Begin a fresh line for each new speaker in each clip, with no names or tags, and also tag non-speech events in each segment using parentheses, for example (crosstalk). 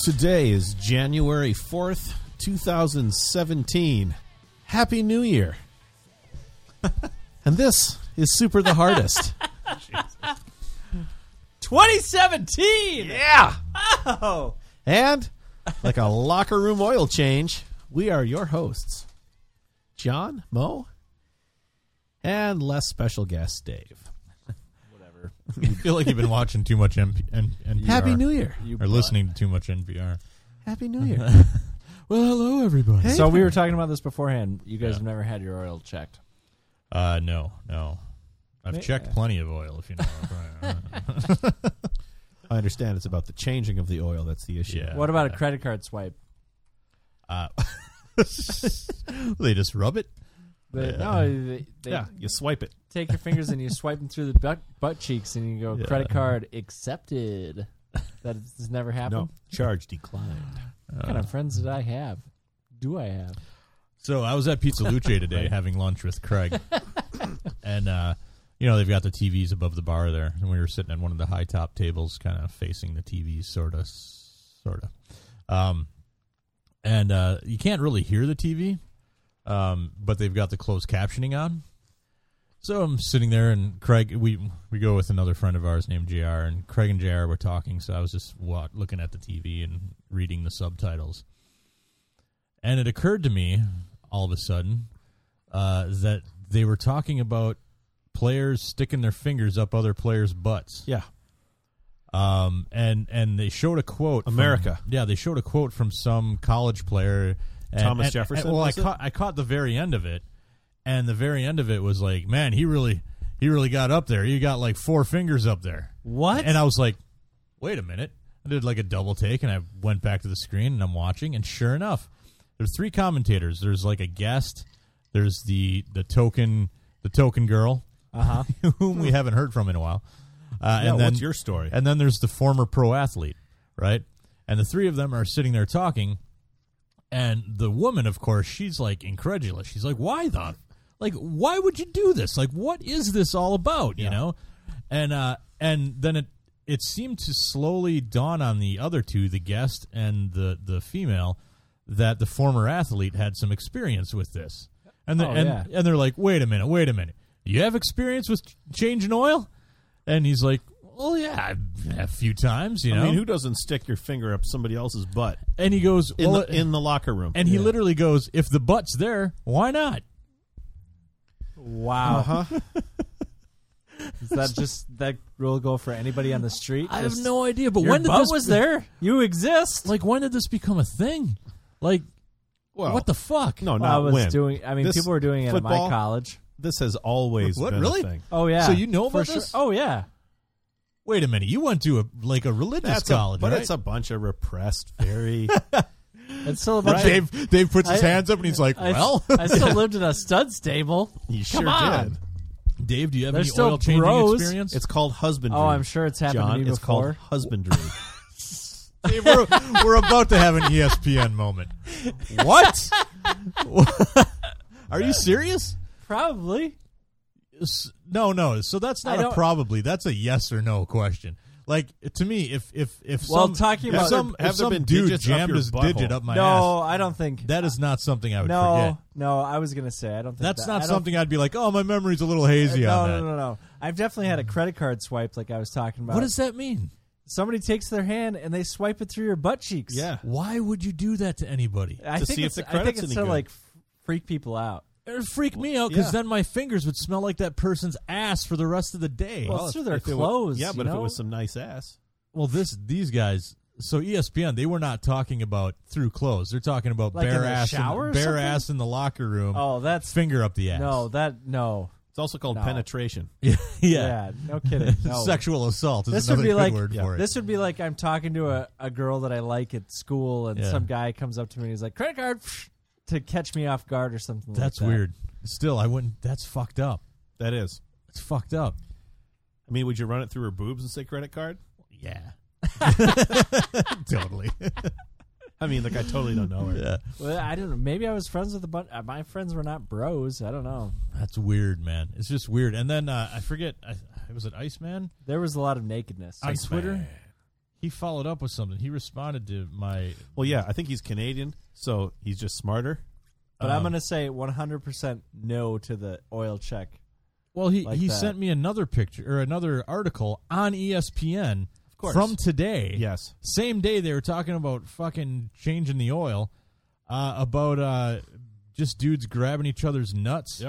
Today is January 4th, 2017. Happy New Year. (laughs) and this is Super the
(laughs)
Hardest.
2017.
yeah.
Oh,
And like a locker room oil change, we are your hosts, John, Mo, and less special guest Dave.
I (laughs) feel like you've been watching too much MP- N- NPR.
Happy New Year.
Or listening to too much NPR.
Happy New Year.
(laughs) Well, hello, everybody.
so we were talking about this beforehand. You guys have never had your oil checked.
Uh, no, no. I've checked plenty of oil, if you know. what I'm saying.
I understand it's about the changing of the oil that's the issue.
yeah.
What about a credit card swipe?
Uh, (laughs) they just rub it.
They, No, they,
(laughs)
they
Yeah, you swipe it.
take your fingers and you swipe them through the butt, butt cheeks, and you go credit card accepted. That has never happened.
(laughs) No, Uh. charge declined.
What kind of friends did I have? Do I have?
So I was at Pizza (laughs) Luce today having lunch with (laughs) Craig, and uh, you know they've got the TVs above the bar there, and we were sitting at one of the high top tables, kind of facing the TVs, sort of, sort of. Um, and uh, you can't really hear the TV, um, but they've got the closed captioning on. So I'm sitting there, and Craig, we we go with another friend of ours named Jr. and Craig and Jr. were talking, so I was just wa looking at the TV and reading the subtitles. And it occurred to me all of a sudden uh, that they were talking about players sticking their fingers up other players' butts.
Yeah.
Um, and and they showed a quote. from-
America.
yeah, they showed a quote from some college player. And,
Thomas
and-
Jefferson,
and- well, I
was it?
caught I caught the very end of it, and the very end of it was like, man, he really he really got up there. He got like four fingers up there.
What?
And I was like, wait a minute. I did like a double take and I went back to the screen and I'm watching and sure enough, there's three commentators. There's like a guest, there's the the token the token girl,
Uh-huh.
Uh huh.
(laughs) whom we haven't heard from in a while. Uh,
Yeah,
and then
what's your story?
and then there's the former pro athlete, right? And the three of them are sitting there talking. And the woman, of course, she's like incredulous. She's like, why the? Like, why would you do this? Like, what is this all about? You know? And, uh, and then it, it seemed to slowly dawn on the other two, the guest and the, the female, that the former athlete had some experience with this. And, the,
Oh,
and,
yeah.
and they're like, wait a minute, wait a minute. You have experience with ch- changing oil? And he's like, well, yeah, a few times, you know.
I mean, who doesn't stick your finger up somebody else's butt
and he goes,
in,
well,
the, in the locker room?
and he literally goes, if the butt's there, why not?
Wow.
Uh-huh.
(laughs)
Is that just that rule go for anybody on the street?
I have
Just-
no idea. But
Your
when did
butt
this
was there? You exist.
Like, when did this become a thing? Like,
well,
what the fuck?
No,
I
not
was
when.
doing. I mean,
This
people were doing it at my
football-
college.
This has always
What,
been a
really?
thing.
Oh yeah.
So you know
For
about
sure.
this?
Oh yeah.
Wait a minute. You went to a like a religious
That's
college,
a, but
right?
it's a bunch of repressed,
(laughs)
very
It's still
But
about.
Dave Dave puts his
I-
hands up and he's like,
I,
(laughs) "Well,
I still lived in a stud stable.
you sure
on.
did.
Dave, do you have
They're
any
still
oil changing
bros.
experience?" (laughs)
It's called husbandry.
Oh, I'm sure it's happened to
John,
me
it's called
before.
husbandry.
(laughs)
Dave, we're, we're about to have an E ESPN (laughs) moment. (laughs) What? Are you serious?
Probably.
S- no, no. So that's
I
not a
don't-
probably. That's a yes or no question. Like to me, if if if
Well,
some
talking
if
about-
some,
Have
if
there
some
been
dude
digits up
jammed
your
his
butthole?
digit up my
no,
ass,
I don't think.
that is not something I would
no,
forget.
no. I was gonna say I don't think
That's
that- I
not
don't-
something I'd be like, oh, my memory's a little hazy
No,
on that.
no, no, no. I've definitely had a credit card swipe, like I was talking about.
What does that mean?
somebody takes their hand and they swipe it through your butt cheeks?
yeah,
Why would you do that to anybody?
I
To
think
see if
it's.
the
I think
credit's
it's
any
to
good.
like f- freak people out.
It would freak me out because
yeah.
then my fingers would smell like that person's ass for the rest of the day.
Well, it's through their clothes.
yeah,
you
but if
know?
it was some nice ass,
Well, this these guys. So E ESPN, they were not talking about through clothes. They're talking about
Like in
bare
the
ass,
shower or
in, bare
something?
ass in the locker room.
Oh,
(laughs)
that's
finger up the ass.
no, that no.
it's also called
No.
penetration.
yeah,
Yeah, no kidding. No.
sexual assault is
This would
another
be
good
like
word
yeah,
for it.
This would be like I'm talking to a, a girl that I like at school, and
Yeah.
some guy comes up to me and he's like, "Credit card," (laughs) to catch me off guard or something. like
that's
that.
weird. Still, I wouldn't. That's fucked up.
That is.
It's fucked up.
I mean, would you run it through her boobs and say credit card?
Yeah, (laughs) totally.
I mean, like I totally don't know her.
(laughs) Well, I don't know. Maybe I was friends with a bunch. Uh, my friends were not bros. I don't know.
That's weird, man. It's just weird. And then uh, I forget. I, was it Iceman
There was a lot of nakedness.
on Twitter? He followed up with something. He responded to my.
Well, yeah, I think he's Canadian, so he's just smarter.
But I'm
um,
going to say 100% no to the oil check.
Well, he,
like
he
that.
sent me another picture or another article on E ESPN
course.
from today.
Yes.
Same day they were talking about fucking changing the oil, uh, about uh, just dudes grabbing each other's nuts.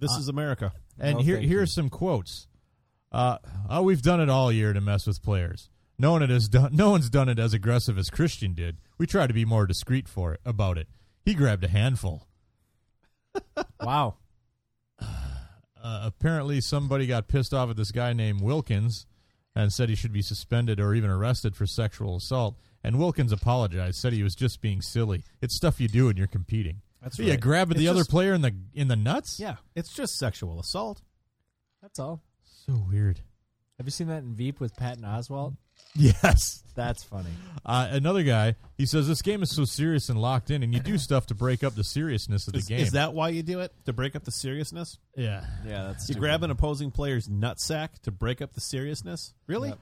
This is America.
And
No,
here
thank
here
you.
are some quotes. Uh, oh, we've done it all year to mess with players. No one has done. No one's done it as aggressive as Christian did. We try to be more discreet for it about it. He grabbed a handful.
Wow.
Uh, apparently, somebody got pissed off at this guy named Wilkins and said he should be suspended or even arrested for sexual assault. And Wilkins apologized, said he was just being silly. It's stuff you do when you're competing.
That's
Yeah, grab at the
It's
other
just-
player in the in the nuts.
Yeah, it's just sexual assault.
That's all.
so weird. (laughs)
Have you seen that in Veep with Patton Oswalt?
Yes.
That's funny.
Uh, another guy, he says this game is so serious and locked in, and you do stuff to break up the seriousness of the
Is,
game.
is that why you do it? To break up the seriousness?
yeah?
Yeah, that's
You
stupid.
grab an opposing player's nutsack to break up the seriousness? Really?
Yep.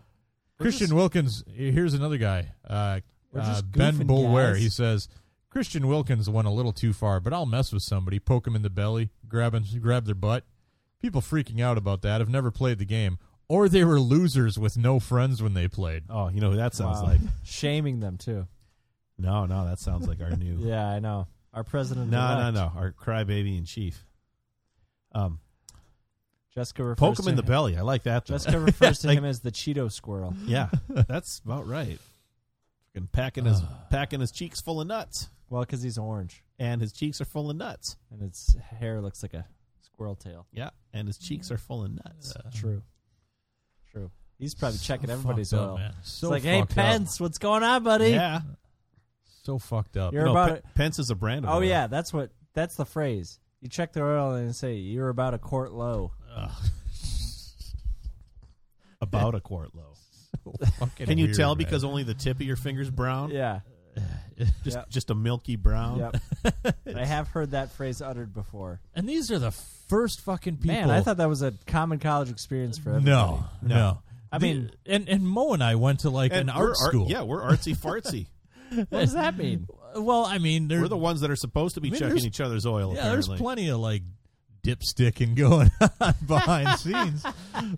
Christian Wilkins. Here's another guy, uh,
We're
uh,
just
Ben
goofing,
Bulware.
guys.
He says Christian Wilkins went a little too far, but I'll mess with somebody, poke him in the belly, grab him, grab their butt. People freaking out about that have never played the game, or they were losers with no friends when they played.
Oh, you know who that sounds
Wow.
like?
Shaming them, too.
No, no, that sounds like our new.
Yeah, I know. Our president.
No, no, no. Our crybaby in chief. Um,
Jessica refers
poke him
to
in the
him-
belly. I like that. Though.
Jessica refers
(laughs)
to
Like-
him as the Cheeto squirrel.
yeah, that's about right. Fucking packing his packing his cheeks full of nuts,
Well, because he's orange
and his cheeks are full of nuts.
and its hair looks like a squirrel tail.
Yeah, and his cheeks are full of nuts.
True. True. He's probably checking everybody's
Fucked up,
oil.
man.
It's
So
like, hey,
fucked up.
Pence, what's going on, buddy?
yeah,
so fucked up. (laughs)
You're about
Pe-
it.
Pence is a brand. Of
Oh
oil.
yeah, that's what that's the phrase. You check the oil and say you're about a quart low.
about a quart low.
Fucking
Can you
weird,
tell
man.
because only the tip of your finger's brown?
Yeah.
just
Yep.
just a milky brown.
Yep.
(laughs)
I have heard that phrase uttered before.
And these are the first fucking people.
Man, I thought that was a common college experience for
(laughs)
everybody.
no, no,
I
The-
mean-
and and Mo and I went to like
And
an
we're
art
art-
school.
yeah, we're
(laughs)
artsy fartsy.
What does that mean?
Well, I mean, there,
we're the ones that are supposed to be
I mean,
checking
there's-
each other's oil.
yeah,
apparently.
there's plenty of like dipsticking going (laughs) on
(laughs)
behind scenes,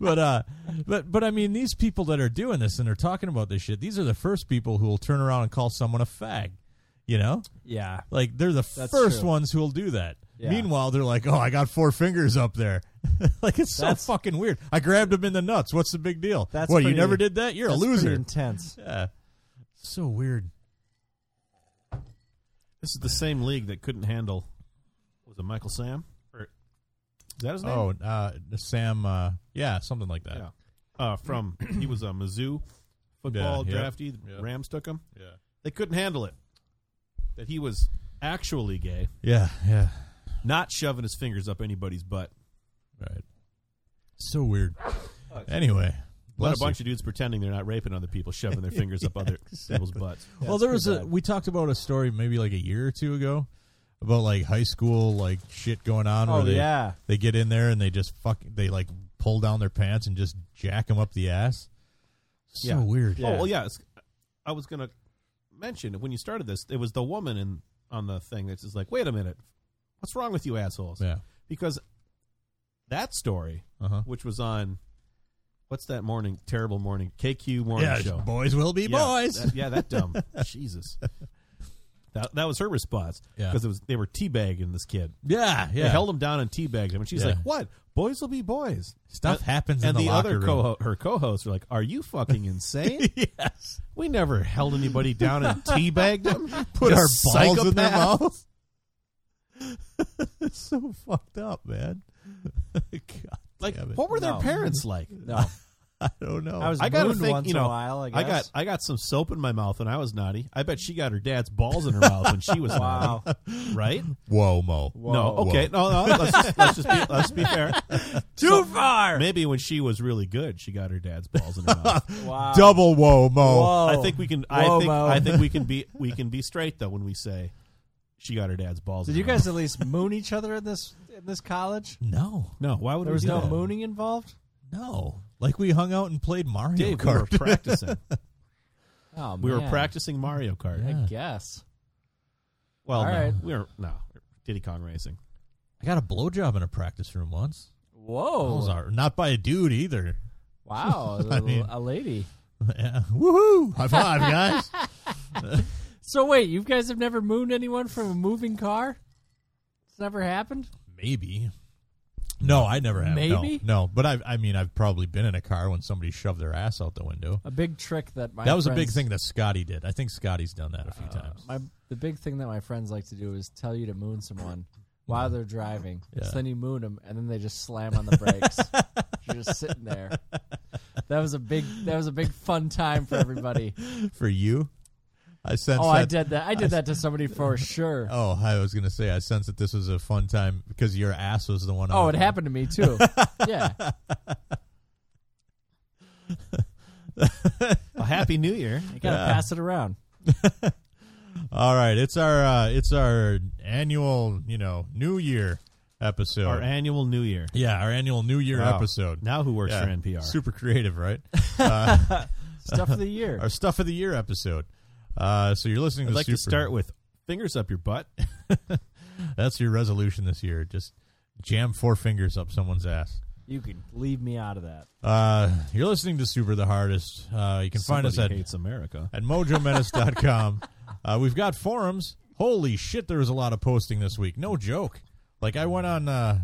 but uh, but but I mean, these people that are doing this and they're talking about this shit, these are the first people who will turn around and call someone a fag. You know,
Yeah.
like they're the
That's
first
true.
ones who will do that.
Yeah.
Meanwhile, they're like, "Oh, I got four fingers up there." (laughs) like it's
That's-
so fucking weird. I grabbed him in the nuts. What's the big deal?
That's
what you
pretty-
never did that. You're
That's
a
pretty
loser.
Intense.
Yeah. So weird.
This is the same league that couldn't handle was it Michael Sam? Or is that his name?
Oh, uh, Sam. Uh, yeah, something like that.
yeah. Uh, from he was a Mizzou football
Yeah, yep,
draftee. The
yep.
Rams took him.
Yeah.
They couldn't handle it. That he was actually gay,
Yeah. Yeah.
not shoving his fingers up anybody's butt.
Right. So weird. Anyway,
Let
bless
a bunch
you.
of dudes pretending they're not raping other people, shoving
(laughs)
their fingers up other people's butts.
well, there was
pretty
a
bad.
we talked about a story maybe like a year or two ago about like high school like shit going on
Oh
where they
yeah.
they get in there and they just fuck they like pull down their pants and just jack them up the ass. So
Yeah.
weird.
Oh well, yeah. it's- I was gonna mention when you started this, it was the woman in on the thing that's just like, wait a minute, what's wrong with you assholes?
Yeah.
Because that story,
Uh huh.
which was on what's that morning terrible morning KQ morning
Yeah.
show,
Boys will be
Yeah,
boys.
that- yeah, that dumb Jesus. That, that was her response
Yeah.
because it was they were teabagging this kid.
(laughs) yeah. Yeah.
They held him down and teabagged him, and she's
Yeah.
like, "What? Boys will be boys."
Stuff
And-
happens in
And
the,
the,
locker
other
room.
co her co-hosts were like, "Are you fucking insane? (laughs)
yes.
we never held anybody down and teabagged (laughs) them.
Put
You
our balls in their
psychopath." (laughs)
mouth. it's (laughs) so fucked up, man. (laughs) God
Like,
damn it.
what were their
No.
parents like? (laughs)
No.
Oh, I don't know.
I was
I gotta
mooned
think,
once
you
in
know,
a while, I guess.
I (laughs) got I got some soap in my mouth when I was naughty. I bet she got her dad's balls (laughs) in her mouth when she was
Wow.
naughty, right?
Whoa, Mo.
No,
Whoa.
okay, no, no. Let's just, let's just be let's be (laughs) fair.
(laughs) Too far.
Maybe when she was really good, she got her dad's balls in her (laughs) mouth.
Wow.
Double whoa, Mo.
Whoa.
I think we can. I
Whoa,
think
Mo.
I think we can be we can be straight though when we say she got her dad's balls.
(laughs) Did
in
you
her mouth.
guys at least moon each other in this in this college?
No,
No, why would
There
we
was
do
no
that?
mooning involved.
no. Like we hung out and played Mario (laughs)
Dave, we were
Kart.
practicing.
Oh,
We were
man.
practicing Mario Kart.
I guess.
Well,
All
no.
right.
We were no Diddy Kong Racing.
I got a blowjob in a practice room once. That was
Whoa!
our- not by a dude either. (laughs)
(laughs)
Wow,
I mean-
a lady.
yeah. Woohoo! High five,
(laughs)
guys.
So wait, you guys have never mooned anyone from a moving car? It's never happened.
Maybe. No, I never have. No,
Maybe?
No, but I I mean I've probably been in a car when somebody shoved their ass out the window.
A big trick that my
that was a big
friends- Uh.
thing that Scotty did. I think Scotty's done that a few times.
My the big thing that my friends like to do is tell you to moon someone while they're driving. So then you moon them, and then they just slam on the
(laughs)
brakes. You're just sitting there. That was a big. That was a big fun time for
(laughs)
everybody.
For you? I sense
Oh,
that
I did that. I did that to somebody for sure.
Oh, I was gonna say I sense that this was a fun time because your ass was the one
Oh,
on-
it happened to me
(laughs)
too. Yeah.
Well, Happy New
(laughs)
Year.
You gotta pass it around.
All right, it's our uh, it's our annual, you know, New Year episode.
Our annual New Year.
yeah, our annual New Year
Wow.
episode.
Now who works
Yeah.
for NPR?
Super
(laughs)
creative, right?
Stuff of the year.
our stuff of the year episode. Uh, so you're listening
I'd
to
like
Super.
to start with fingers up your butt.
That's your resolution this year. Just jam four fingers up someone's ass.
You can leave me out of that.
Uh, you're listening to Super the Hardest. Uh, you can find us at,
Somebody hates America.
at
(laughs)
mojomenace.com. uh, we've got forums. Holy shit, there was a lot of posting this week. No joke. Like I went on uh,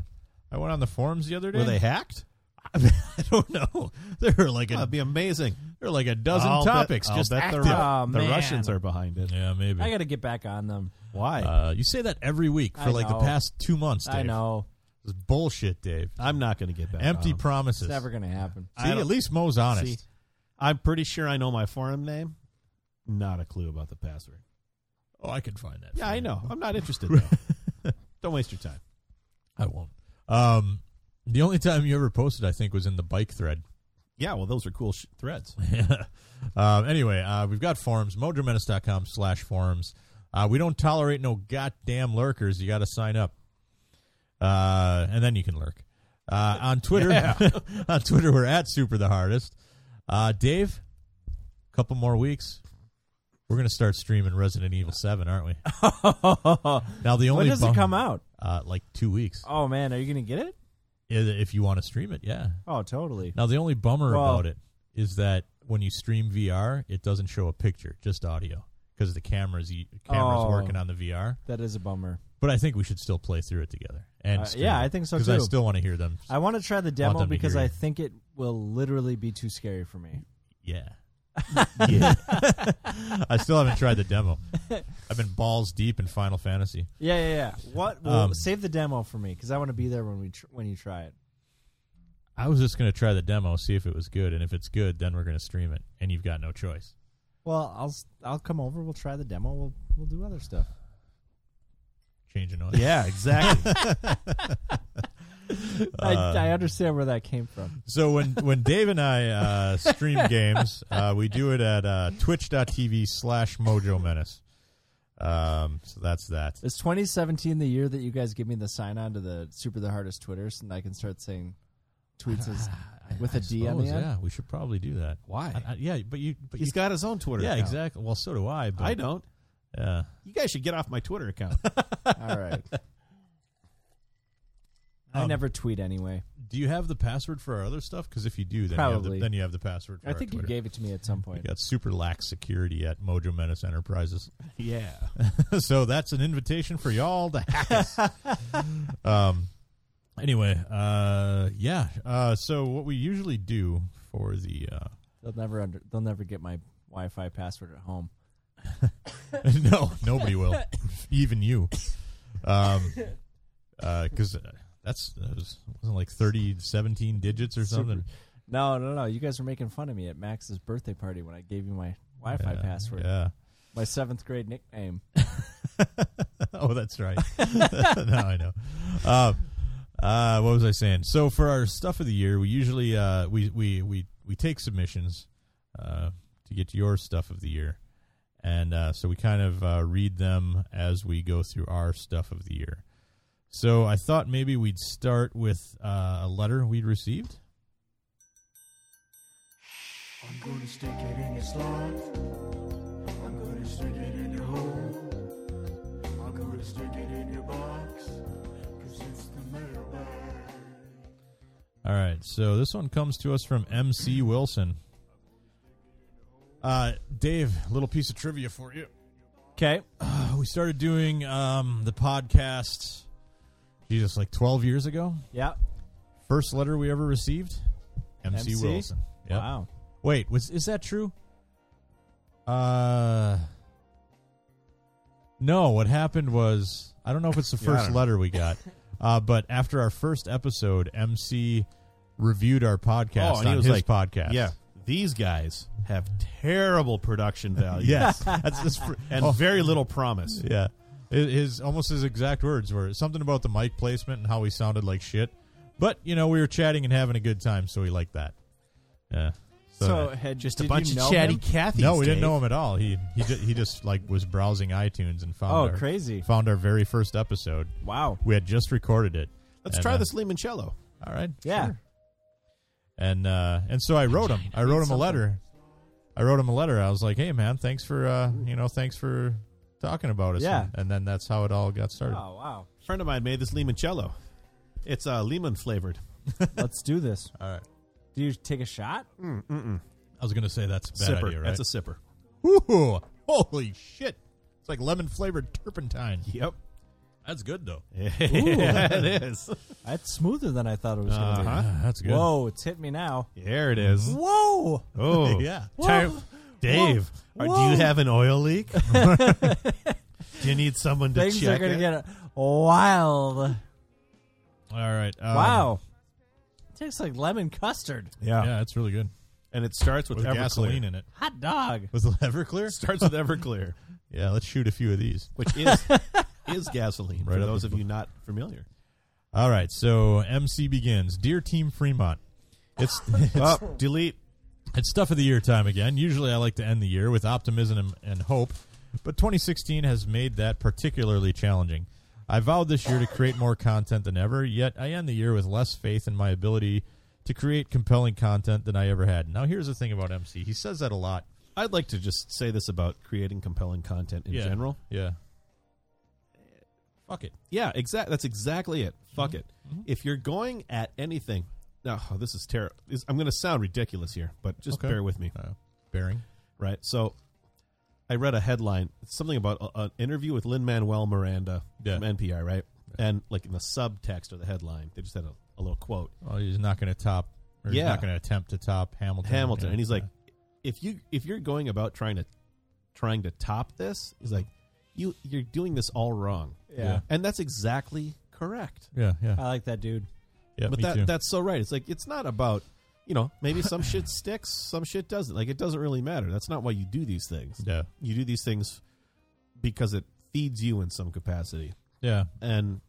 I went on the forums the other day.
Were they hacked?
(laughs) I don't know. There were like
That'd
a
be amazing.
there were like a dozen
I'll bet-
topics
I'll
just
bet the,
active.
Oh,
the
man.
Russians are behind it.
Yeah, maybe.
I gotta get back on them.
Why?
uh, you say that every week for
I
like
know.
the past two months. Dave.
I know.
It's bullshit, Dave.
I'm not going to get back.
Empty
on 'em.
promises.
It's never gonna happen.
See, at least Mo's
(laughs)
honest.
See, I'm pretty sure I know my forum name. Not a clue about the password.
Oh, I could find that.
Yeah,
for
I
you.
know. I'm not interested.
(laughs)
though. Don't waste your time.
I won't. Um, the only time you ever posted, I think, was in the bike thread.
Yeah, well, those are cool sh- threads.
(laughs) um, anyway, uh, we've got forums, mojomenace.com slash forums. Uh, we don't tolerate no goddamn lurkers. You got to sign up. Uh, and then you can lurk. Uh, on Twitter, (laughs) on Twitter, we're at Super the Hardest. Uh, Dave, a couple more weeks. We're going to start streaming Resident Evil 7, aren't we? Now, the only
when does it
bump-
come out?
Uh, like two weeks.
Oh man, are you gonna get it?
If you want to stream it, yeah.
Oh, totally.
Now the only bummer
Well-
about it is that when you stream VR, it doesn't show a picture, just audio, because the cameras the cameras
Oh.
working on the VR.
That is a bummer.
But I think we should still play through it together. And
Uh,
stream
yeah,
it,
I think so
'cause
too.
I still want to hear them.
I want to try the demo
them to
because
hear
I
you.
think it will literally be too scary for me. (laughs)
yeah. yeah. (laughs) I still haven't tried the demo. I've been balls deep in Final Fantasy.
Yeah, yeah, yeah. What? Well,
Um,
save the demo for me because I want to be there when we tr- when you try it.
I was just going to try the demo, see if it was good, and if it's good, then we're going to stream it. And you've got no choice.
Well, I'll s- I'll come over. We'll try the demo. We'll we'll do other stuff.
Change of noise.
Yeah, exactly.
Uh,
I, I understand where that came from.
So when when Dave and I uh, stream games, uh, we do it at uh, twitch.tv slash Mojo Menace. Um, so that's that.
Is 2017 the year that you guys give me the sign on to the Super the Hardest Twitter so that I can start saying tweets
(laughs)
as, with a D on the end?
yeah, we should probably do that.
Why?
I- I- yeah, but you, but
He's
you,
got his own Twitter.
yeah,
account.
exactly. Well, so do I. But
I don't.
Yeah,
You guys should get off my Twitter account.
All right.
(laughs)
I
Um,
never tweet anyway.
do you have the password for our other stuff? Because if you do, then you, have the,
Probably.
then you have the password. For
I
our
think you
Twitter.
gave it to me at some
We
point.
got super lax security at Mojo
(laughs)
Menace Enterprises.
yeah.
(laughs) so that's an invitation for y'all to hack
(laughs)
us. um, anyway, uh, yeah. Uh, so what we usually do for the uh, (laughs)
They'll never under, they'll never get my Wi-Fi password at home.
no, nobody will, (laughs) even you, um, because that's that was wasn't it like 30, 17 digits or
Super-
something.
No, no, no. You guys were making fun of me at Max's birthday party when I gave you my Wi-Fi
Yeah,
password,
Yeah.
my seventh grade nickname.
(laughs) oh, that's right. now I know. Um, uh, what was I saying? So for our stuff of the year, we usually uh, we we we we take submissions uh, to get your stuff of the year, and uh, so we kind of uh, read them as we go through our stuff of the year. So I thought maybe we'd start with uh, a letter we'd received.
I'm gonna stick it in your slot. I'm gonna stick it in your hole. I'm gonna stick it in your box. Cause it's the mailbag.
All right, so this one comes to us from MC Wilson. Uh, Dave, little piece of trivia for you.
Okay.
Uh, we started doing um, the podcast, Jesus, like 12 years ago.
Yeah.
First letter we ever received, MC,
MC?
Wilson. Yep.
Wow.
Wait, was is that true? Uh, no. What happened was I don't know if it's the
(laughs) Yeah, I
first
don't know.
letter we got, uh, but after our first episode, MC reviewed our podcast
Oh, and
on
he was
his
like,
podcast.
Yeah, these guys have terrible
(laughs)
production value. (laughs)
Yes. That's this. Fr-
and
oh,
very little promise.
yeah. His, his almost his exact words were something about the mic placement and how we sounded like shit. But you know we were chatting and having a good time, so he liked that. Yeah.
So,
that-
had
Just
did
a bunch
you
of
know
chatty
him?
Cathy's.
No, we didn't
Dave.
know him at all. He he ju- he just like was browsing iTunes and found
Oh,
our,
crazy!
found our very first episode.
Wow.
We had just recorded it.
Let's
And,
try
uh,
this limoncello.
All right.
Yeah.
sure. And uh and so I wrote him. I wrote him a letter. I wrote him a letter. I was like, "Hey man, thanks for uh, you know, thanks for talking about us."
Yeah.
And, and then that's how it all got
Oh
started.
wow.
A friend of mine made this limoncello. It's uh, lemon flavored.
Let's do this.
All right.
Do you take a shot?
I was going to say that's a bad
sipper.
idea, right?
That's a sipper.
Ooh, holy shit. It's like lemon flavored turpentine.
Yep. (laughs)
That's good though.
yeah, it is.
That's smoother than I thought it was gonna
Uh-huh.
Yeah, that's
be.
good.
Whoa! It's hit me now.
There it
(laughs)
is.
Whoa!
Oh,
Yeah.
Ty-
Whoa.
Dave,
Whoa.
are- do you have an oil
(laughs)
leak? do you need someone to
Things
check
are gonna
it?
get wild.
All right. um,
wow. tastes like lemon custard.
yeah.
Yeah, it's really good.
and it starts with,
With
Everclear.
gasoline in it.
Hot dog.
With Everclear?
Starts with Everclear,
Yeah, let's shoot a few of these.
which
(laughs)
is is gasoline.
Right
for
up
those
the-
of you not familiar,
All right, so MC begins. Dear Team Fremont, it's (laughs) it's,
oh, delete.
it's stuff of the year time again. Usually, I like to end the year with optimism and, and hope, but 2016 has made that particularly challenging. I vowed this year to create more content than ever, yet I end the year with less faith in my ability to create compelling content than I ever had. Now, here's the thing about MC. He says that a lot.
I'd like to just say this about creating compelling content in
Yeah.
general.
Yeah. Fuck it.
Yeah, exact. That's exactly it. Fuck it.
Mm-hmm.
If you're going at anything, now oh, this is terrible. I'm going to sound ridiculous here, but just
Okay.
bear with me,
Uh, bearing.
right? So, I read a headline, it's something about a, an interview with Lin Manuel Miranda
Yeah.
from NPR, right? And like in the subtext of the headline, they just had a, a little quote.
Well, he's not going to top. Or He's
Yeah.
not going to attempt to top Hamilton.
Hamilton,
Oh, Yeah.
and he's like, if you if you're going about trying to trying to top this, he's like, you you're doing this all wrong,
Yeah.
and that's exactly correct.
Yeah, yeah.
I like that dude.
Yeah,
Uh, but
me
that
too.
that's so right. It's like it's not about you know maybe
(laughs)
some shit sticks, some shit doesn't. Like it doesn't really matter. That's not why you do these things.
yeah,
You do these things because it feeds you in some capacity,
yeah,
and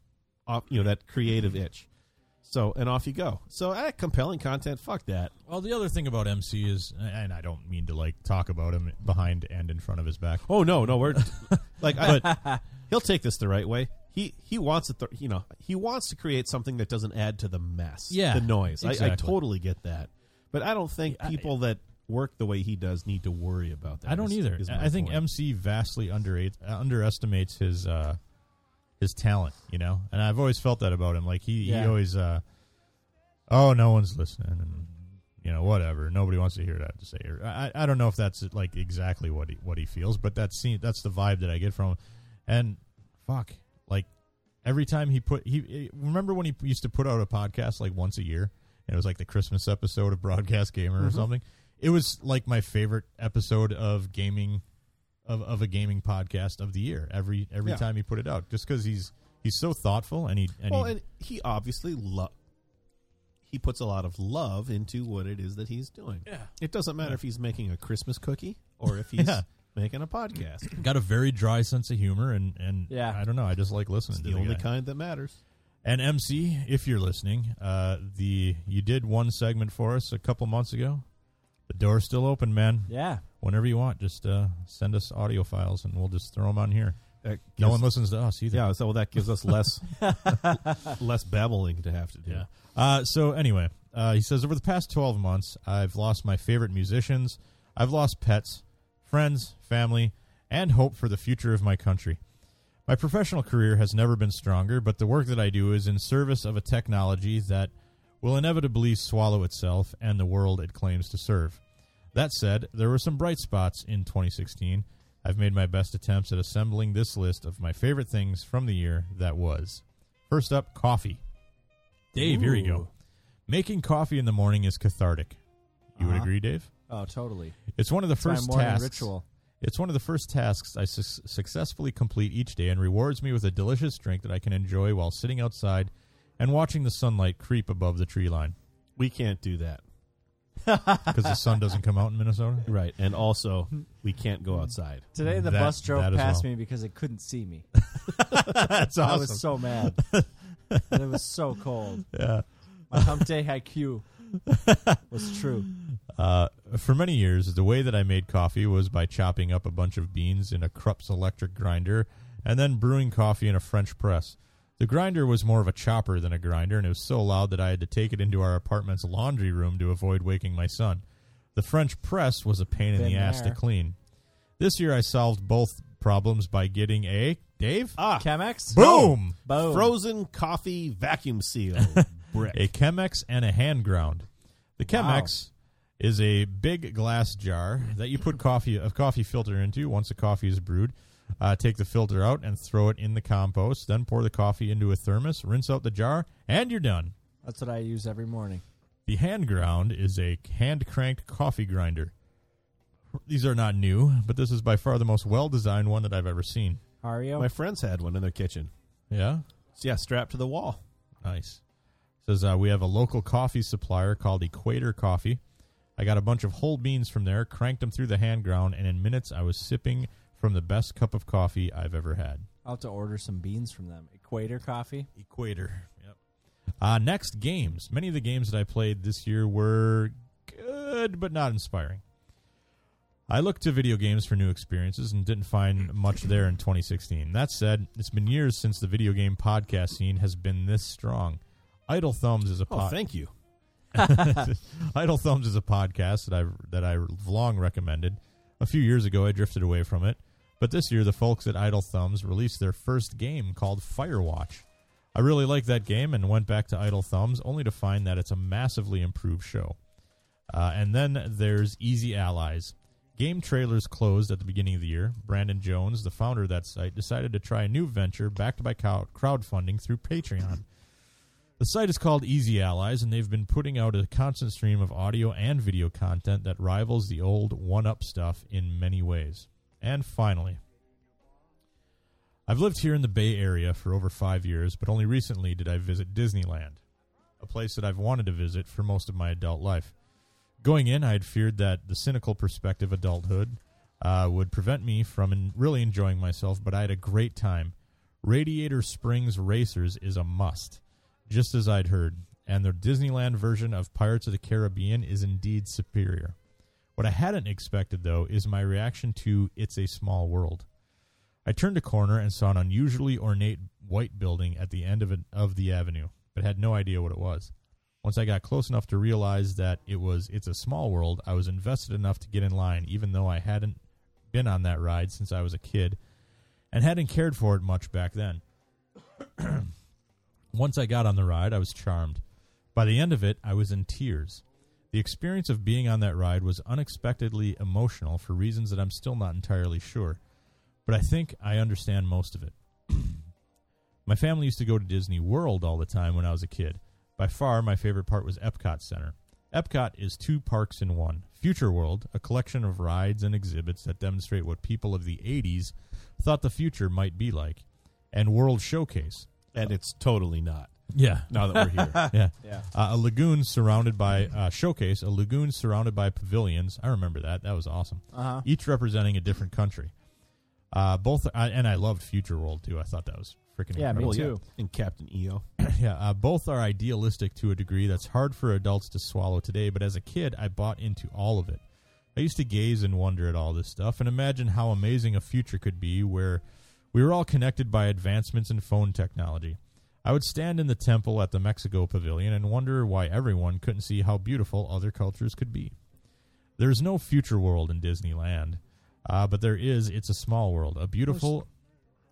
off, you know that creative
Mm-hmm.
itch. So and off you go. So eh, compelling content. Fuck that.
Well, the other thing about MC is, and I don't mean to like talk about him behind and in front of his back.
Oh no, no, we're (laughs) like, I, he'll take this the right way. He he wants it. The, you know, he wants to create something that doesn't add to the mess.
Yeah,
the noise. I, I
exactly.
totally get that, but I don't think
I-
people that work the way he does need to worry about that.
I don't
is-
either.
is my
I think
point.
MC vastly underrates, uh, underestimates his uh, his talent. You know, and I've always felt that about him. Like he
Yeah.
he always, uh, oh, no one's listening, and you know, whatever. Nobody wants to hear what I have to say. Or, I I don't know if that's like exactly what he what he feels, but that seems that's the vibe that I get from him. And fuck, like every time he put he remember when he used to put out a podcast like once a year and it was like the christmas episode of broadcast gamer
Mm-hmm.
or something it was like my favorite episode of gaming of, of a gaming podcast of the year every every
Yeah.
time he put it out just because he's he's so thoughtful and he and,
well,
he,
and he obviously lo- he puts a lot of love into what it is that he's doing.
Yeah.
it doesn't matter if he's making a Christmas cookie or
(laughs)
if he's
Yeah.
making a podcast. It's
got a very dry sense of humor and and
Yeah.
i don't know i just like listening to
the only
guy.
kind that matters.
And MC, if you're listening, uh, the you did one segment for us a couple months ago. The door's still open, man.
Yeah.
Whenever you want, just uh, send us audio files and we'll just throw them on here.
That
No
gives-
one listens to us either.
Yeah,
(laughs)
so well, that gives us less less babbling to have to do.
Yeah. Uh, so anyway, Uh, he says, over the past 12 months, I've lost my favorite musicians. I've lost pets, friends, family, and hope for the future of my country. My professional career has never been stronger, but the work that I do is in service of a technology that will inevitably swallow itself and the world it claims to serve. That said, there were some bright spots in 2016. I've made my best attempts at assembling this list of my favorite things from the year that was. First up, coffee. Dave, here you
Ooh.
go. Making coffee in the morning is cathartic. You would
Uh-huh.
agree, Dave?
Oh, totally.
It's one of the
my
first
morning
tasks.
ritual.
It's one of the first tasks I su- successfully complete each day and rewards me with a delicious drink that I can enjoy while sitting outside and watching the sunlight creep above the tree line
We can't do that.
because the sun doesn't come out in Minnesota.
Right. And also, we can't go outside.
Today the
That-
bus drove
that as
past
well.
me because it couldn't see me.
That's
I was so mad. and it was so cold.
Yeah.
My hump day IQ was true.
Uh, for many years, the way that I made coffee was by chopping up a bunch of beans in a Krups electric grinder and then brewing coffee in a French press. The grinder was more of a chopper than a grinder, and it was so loud that I had to take it into our apartment's laundry room to avoid waking my son. The French press was a pain in
Been
the ass to
there.
clean. This year, I solved both problems by getting a Dave.
Ah,
Chemex?
Boom!
Boom.
frozen coffee vacuum
(laughs)
seal brick.
a Chemex and a hand ground. The Chemex is a big glass jar that you put coffee a coffee filter into. Once the coffee is brewed, uh, take the filter out and throw it in the compost. Then pour the coffee into a thermos, rinse out the jar, and you're done.
That's what I use every morning.
The hand ground is a hand cranked coffee grinder. These are not new, but this is by far the most well designed one that I've ever seen.
Ario?
My friends had one in their kitchen.
Yeah,
So, yeah, strapped to the wall.
Nice. Says uh, we have a local coffee supplier called Equator Coffee. I got a bunch of whole beans from there, cranked them through the hand ground, and in minutes I was sipping from the best cup of coffee I've ever had.
I'll have to order some beans from them. Equator coffee.
Equator. Yep. Uh, next games. Many of the games that I played this year were good, but not inspiring. I looked to video games for new experiences and didn't find much there in 2016. That said, it's been years since the video game podcast scene has been this strong. Idle Thumbs is a
Oh,
pod-
thank you.
(laughs) Idle Thumbs is a podcast that I've that I've long recommended. A few years ago, I drifted away from it, but this year the folks at Idle Thumbs released their first game called Firewatch. I really liked that game and went back to Idle Thumbs, only to find that it's a massively improved show. Uh, and then there's Easy Allies. Game trailers closed at the beginning of the year. Brandon Jones, the founder of that site, decided to try a new venture backed by cow- crowdfunding through Patreon. The site is called Easy Allies, and they've been putting out a constant stream of audio and video content that rivals the old one up stuff in many ways. And finally, I've lived here in the Bay Area for over five years, but only recently did I visit Disneyland, a place that I've wanted to visit for most of my adult life. Going in, I had feared that the cynical perspective adulthood uh, would prevent me from en- really enjoying myself, but I had a great time. Radiator Springs Racers is a must, just as I'd heard, and the Disneyland version of Pirates of the Caribbean is indeed superior. What I hadn't expected, though, is my reaction to It's a Small World. I turned a corner and saw an unusually ornate white building at the end of, it, of the avenue, but had no idea what it was. Once I got close enough to realize that it was It's a Small World, I was invested enough to get in line, even though I hadn't been on that ride since I was a kid and hadn't cared for it much back then. (clears throat) Once I got on the ride, I was charmed. By the end of it, I was in tears. The experience of being on that ride was unexpectedly emotional for reasons that I'm still not entirely sure, but I think I understand most of it. my family used to go to Disney World all the time when I was a kid. By far, my favorite part was Epcot Center. Epcot is two parks in one Future World, a collection of rides and exhibits that demonstrate what people of the 80s thought the future might be like, and World Showcase.
And it's totally not
Yeah.
now that we're here.
Yeah.
Yeah.
Uh, a lagoon surrounded by uh, showcase, a lagoon surrounded by pavilions. I remember that. That was awesome.
Uh-huh.
Each representing a different country. Uh, both I, and I loved Future World too. I thought that was freaking
Yeah, me
incredible.
Well, yeah.
too.
And Captain E EO.
(laughs) yeah, uh, both are idealistic to a degree that's hard for adults to swallow today, but as a kid, I bought into all of it. I used to gaze and wonder at all this stuff and imagine how amazing a future could be where we were all connected by advancements in phone technology. I would stand in the temple at the Mexico Pavilion and wonder why everyone couldn't see how beautiful other cultures could be. There is no future world in Disneyland, uh, but there is It's a Small World, a beautiful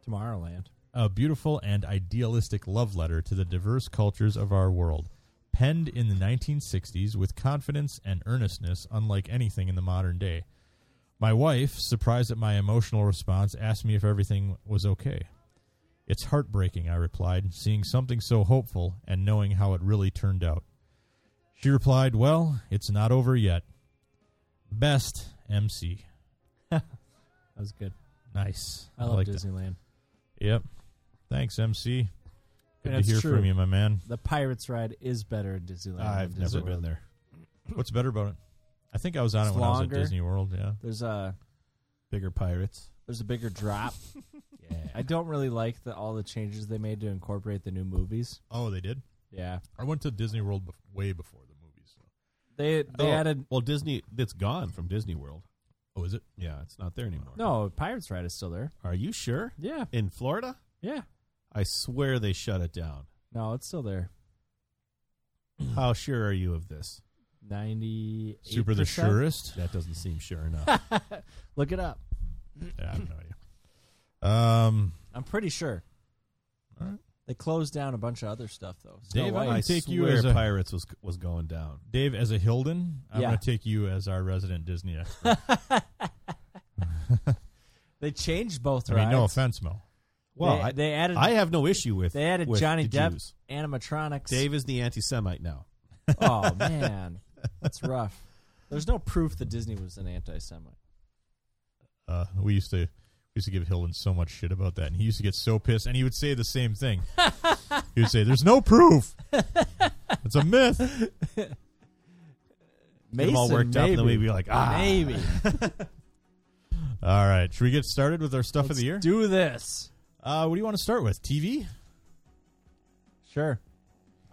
Tomorrowland.
a beautiful and idealistic love letter to the diverse cultures of our world, penned in the 1960s with confidence and earnestness unlike anything in the modern day. My wife, surprised at my emotional response, asked me if everything was okay. It's heartbreaking, I replied, seeing something so hopeful and knowing how it really turned out. She replied, Well, it's not over yet. Best MC.
That was good.
Nice.
I love
like that.
Disneyland.
Yep. Thanks, MC. Good
That's
to hear
true.
from you, my man.
The Pirates ride is better in Disneyland.
I've
than Disney
never
World.
been there.
What's better about it? I think I was on
It's
it when I was
longer.
at Disney World. Yeah.
There's a
Bigger pirates.
there's a bigger drop. I don't really like the, all the changes they made to incorporate the new movies.
Oh, they did.
Yeah,
I went to Disney World bef- way before the movies. So.
they they
Oh,
added
Well, Disney. It's gone from Disney World.
Oh, is it?
Yeah, it's not there anymore.
no Pirates ride is still there.
Are you sure?
Yeah,
In Florida?
yeah.
I swear they shut it
(clears throat)
down.
No, it's still there.
How sure are you of this?
Ninety
Super the surest.
That doesn't seem sure enough.
(laughs) Look it up.
yeah, I have no idea. Um,
I'm pretty sure.
All right.
They closed down a bunch of other stuff though. Snow
Dave,
White.
I
I
take you
swear
as a-
pirates was was going down.
Dave, as a Hilden, I'm
Yeah.
going to take you as our resident Disney expert.
(laughs) they changed both
I
rides.
mean, no offense, Mo.
Well,
they,
I,
they added
I have no issue with
they added
with
Johnny
the
Depp
Jews.
animatronics.
Dave is the anti-Semite now.
oh man, that's rough. There's no proof that Disney was an anti-Semite.
Uh, we used to we used to give Hilden so much shit about that, and he used to get so pissed, and he would say the
(laughs)
same thing. he would say, "There's no proof. it's a myth."
Get them all worked up, and then we'd be like, ah,
maybe.
All right, should we get started with our stuff of
Let's
the year?
Do this.
Uh, what do you want to start with? TV?
(laughs) Sure.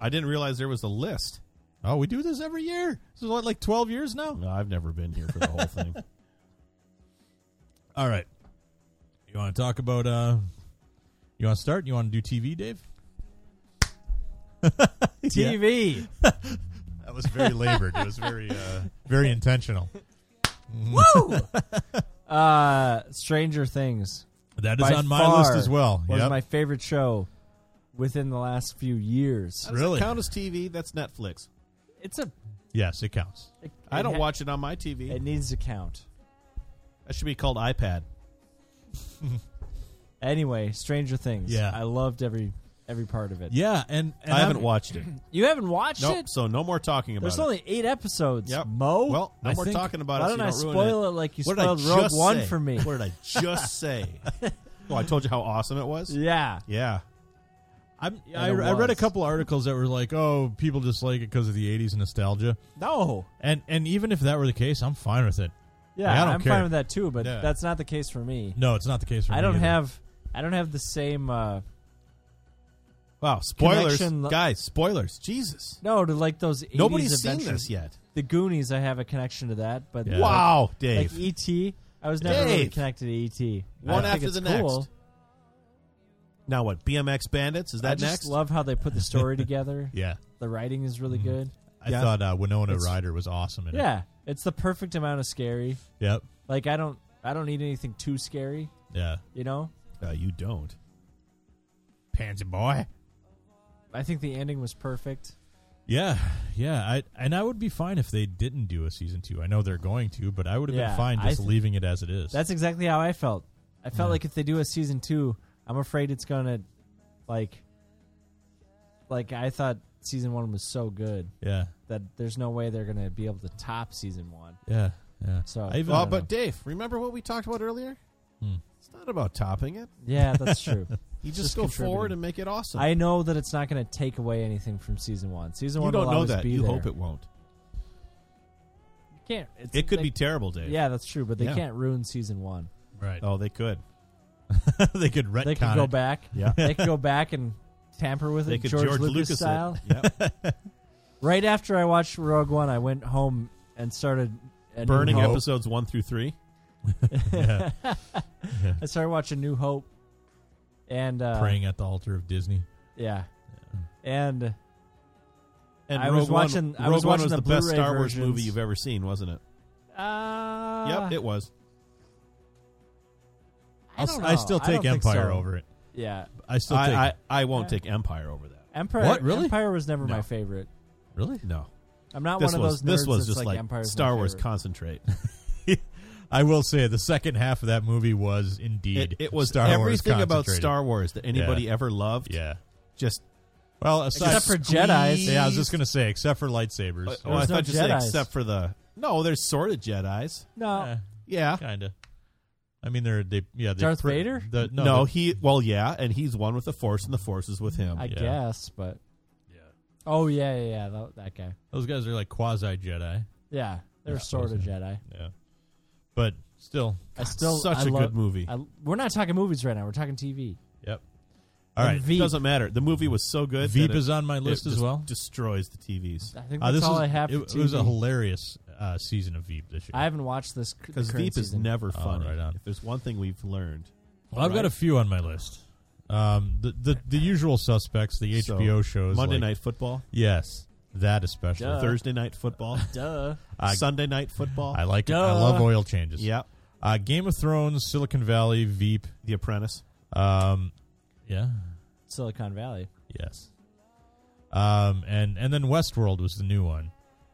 I didn't realize there was a list.
Oh, we do this every year. This is what, like 12 years now?
No, I've never been here for the whole
(laughs)
thing.
All right. You want to talk about, uh, you want to start? You want to do TV, Dave?
TV.
That was very labored. it was very, uh, very intentional.
Uh, Stranger Things
That is
By
on my list
far
as well.
was
Yep.
my favorite show within the last few years.
Does it
Really?
count as TV? That's Netflix.
It's a.
yes, it counts.
it-
I
it
don't
ha-
watch it on my TV.
It needs to count.
that should be called iPad.
Anyway, Stranger Things.
Yeah.
I loved every every part of it.
Yeah, and, and
I haven't
I'm-
watched
(clears throat)
it.
You haven't watched
nope.
it.
So no more talking about
There's
it.
only eight episodes.
Yep.
Mo.
well, no
I
more
think-
talking about
why
it. so
don't I
you don't ruin
spoil it. like you
What did I
spoiled Rogue
just
One
say?
for me?
What did I just say? well, I told you how awesome it
(laughs)
was.
(laughs) yeah.
Yeah.
I'm,
And
I,
it
I read a
was.
couple articles that were like, oh, people just like it because of the 80s nostalgia.
No.
And, and even if that were the case, I'm fine with it.
Yeah,
Yeah, I don't
am
care.
fine with that too, but
Yeah.
that's not the case for me.
No, it's not the case for me.
I don't
either.
have I don't have the same uh
Wow. Spoilers,
Connection lo-
guys. Spoilers. Jesus.
no to like those 80s
Nobody's seen
adventures.
this yet.
The Goonies I have a connection to that, but
Yeah.
like,
Wow,
like
Dave.
ET, I was never really
Dave.
connected to ET. I
One
think
after
it's
the next.
cool.
now what? BMX Bandits is that
I just
next?
love how they put the
(laughs)
story together.
Yeah.
The writing is
Mm-hmm.
really good.
I
Yeah.
thought uh, Winona
It's-
Ryder was awesome in it.
Yeah, it's the perfect amount of scary.
Yep.
Like I don't I don't need anything too scary,
Yeah.
you know?
Uh, you don't.
Pansy boy.
I think the ending was perfect.
Yeah, yeah. I and I would be fine if they didn't do a season two. I know they're going to, but I would have
Yeah,
been fine
I
just
th-
leaving it as it is.
That's exactly how I felt. I felt like if they do a season two, I'm afraid it's gonna like like I thought season one was so good
yeah,
that there's no way they're gonna be able to top season one.
yeah, yeah.
So-
I even,
I
Well,
don't
but
know.
Dave, remember what we talked about earlier?
Hmm.
It's not about topping it.
Yeah, (laughs) that's true.
You
It's
just,
just
go
contributing.
forward and make it awesome.
I know that it's not gonna take away anything from season one. Season
you
one
don't
will
know
always
that.
be
You
there.
hope it won't.
You can't. It's,
It could
they-
be terrible, Dave.
Yeah, that's true. But they
Yeah.
can't ruin season one.
(laughs) right.
Oh, they could.
(laughs) they could retcon
They could go
it.
back.
Yeah.
they could go back and tamper with
(laughs) They
it
could
George,
George
Lucas,
Lucas it.
style.
Yep.
Right after I watched Rogue One, I went home and started a New
Burning
Hope.
episodes one through three.
Yeah.
I started watching New Hope, and uh,
Praying at the altar of Disney.
Yeah,
And
And
I
Rogue
was watching-
One,
I
Rogue
was
One
watching
was
the
the, best
Blu-ray
Star Wars
versions.
movie you've ever seen, wasn't it?
uh,
Yep, it was.
I,
s-
don't
I
know.
still
I
take
don't think
Empire
so.
over it.
Yeah,
I still
I,
take
I,
it.
I won't take Empire over that.
Empire.
What, really?
Empire was never
No.
my favorite.
really.
No,
I'm not
this
one of those.
was this
nerds
was
that's
just
like,
like,
Empire's
Star
my
Wars.
favorite.
Concentrate.
I will say the second half of that movie was indeed
It, it was
Star Wars
everything about
concentrated.
Star Wars that anybody ever loved.
Yeah.
Just
Well, aside
Except for Jedi's.
Yeah, I was just gonna say, except for lightsabers.
oh, I
was
thought
no
you said
Jedis.
except for the no, there's sort of Jedi's.
no,
Yeah,
kind of. I mean, they're they yeah. They
Darth
pr-
Vader?
The, no,
no, he well, yeah, and he's one with the Force, and the Force is with him.
I
Yeah.
guess, but oh yeah, yeah, yeah that, that guy.
those guys are like quasi Jedi.
Yeah, they're
Yeah,
sort of
those-
Jedi.
Yeah, but still,
I still
such
I
a
lo-
good movie.
I, we're not talking movies right now. We're talking TV.
yep. All right,
And Veep.
Doesn't matter. The movie was so good.
Veep
that it-
is on my
it
list as
just
well.
Destroys the TVs
I think
Uh,
that's
this
all
is,
I have.
It,
for
it was a
TV.
hilarious uh, season of Veep this year.
I haven't watched this c- the
because
current
Veep is
season.
never
Oh,
funny.
right on.
If there's one thing we've learned,
well, I've got
right?
a few on my list. Um, the, the the usual suspects, the
So,
HBO shows,
Monday
like-
Night Football,
Yes, that especially.
Duh.
Thursday Night Football,
Duh.
(laughs) I-
Sunday Night Football.
I like. it. I
Duh.
love oil changes.
yeah,
Uh, Game of Thrones, Silicon Valley, Veep.
The Apprentice.
Um, yeah.
Silicon Valley.
Yes. Um, and and then Westworld was the new one.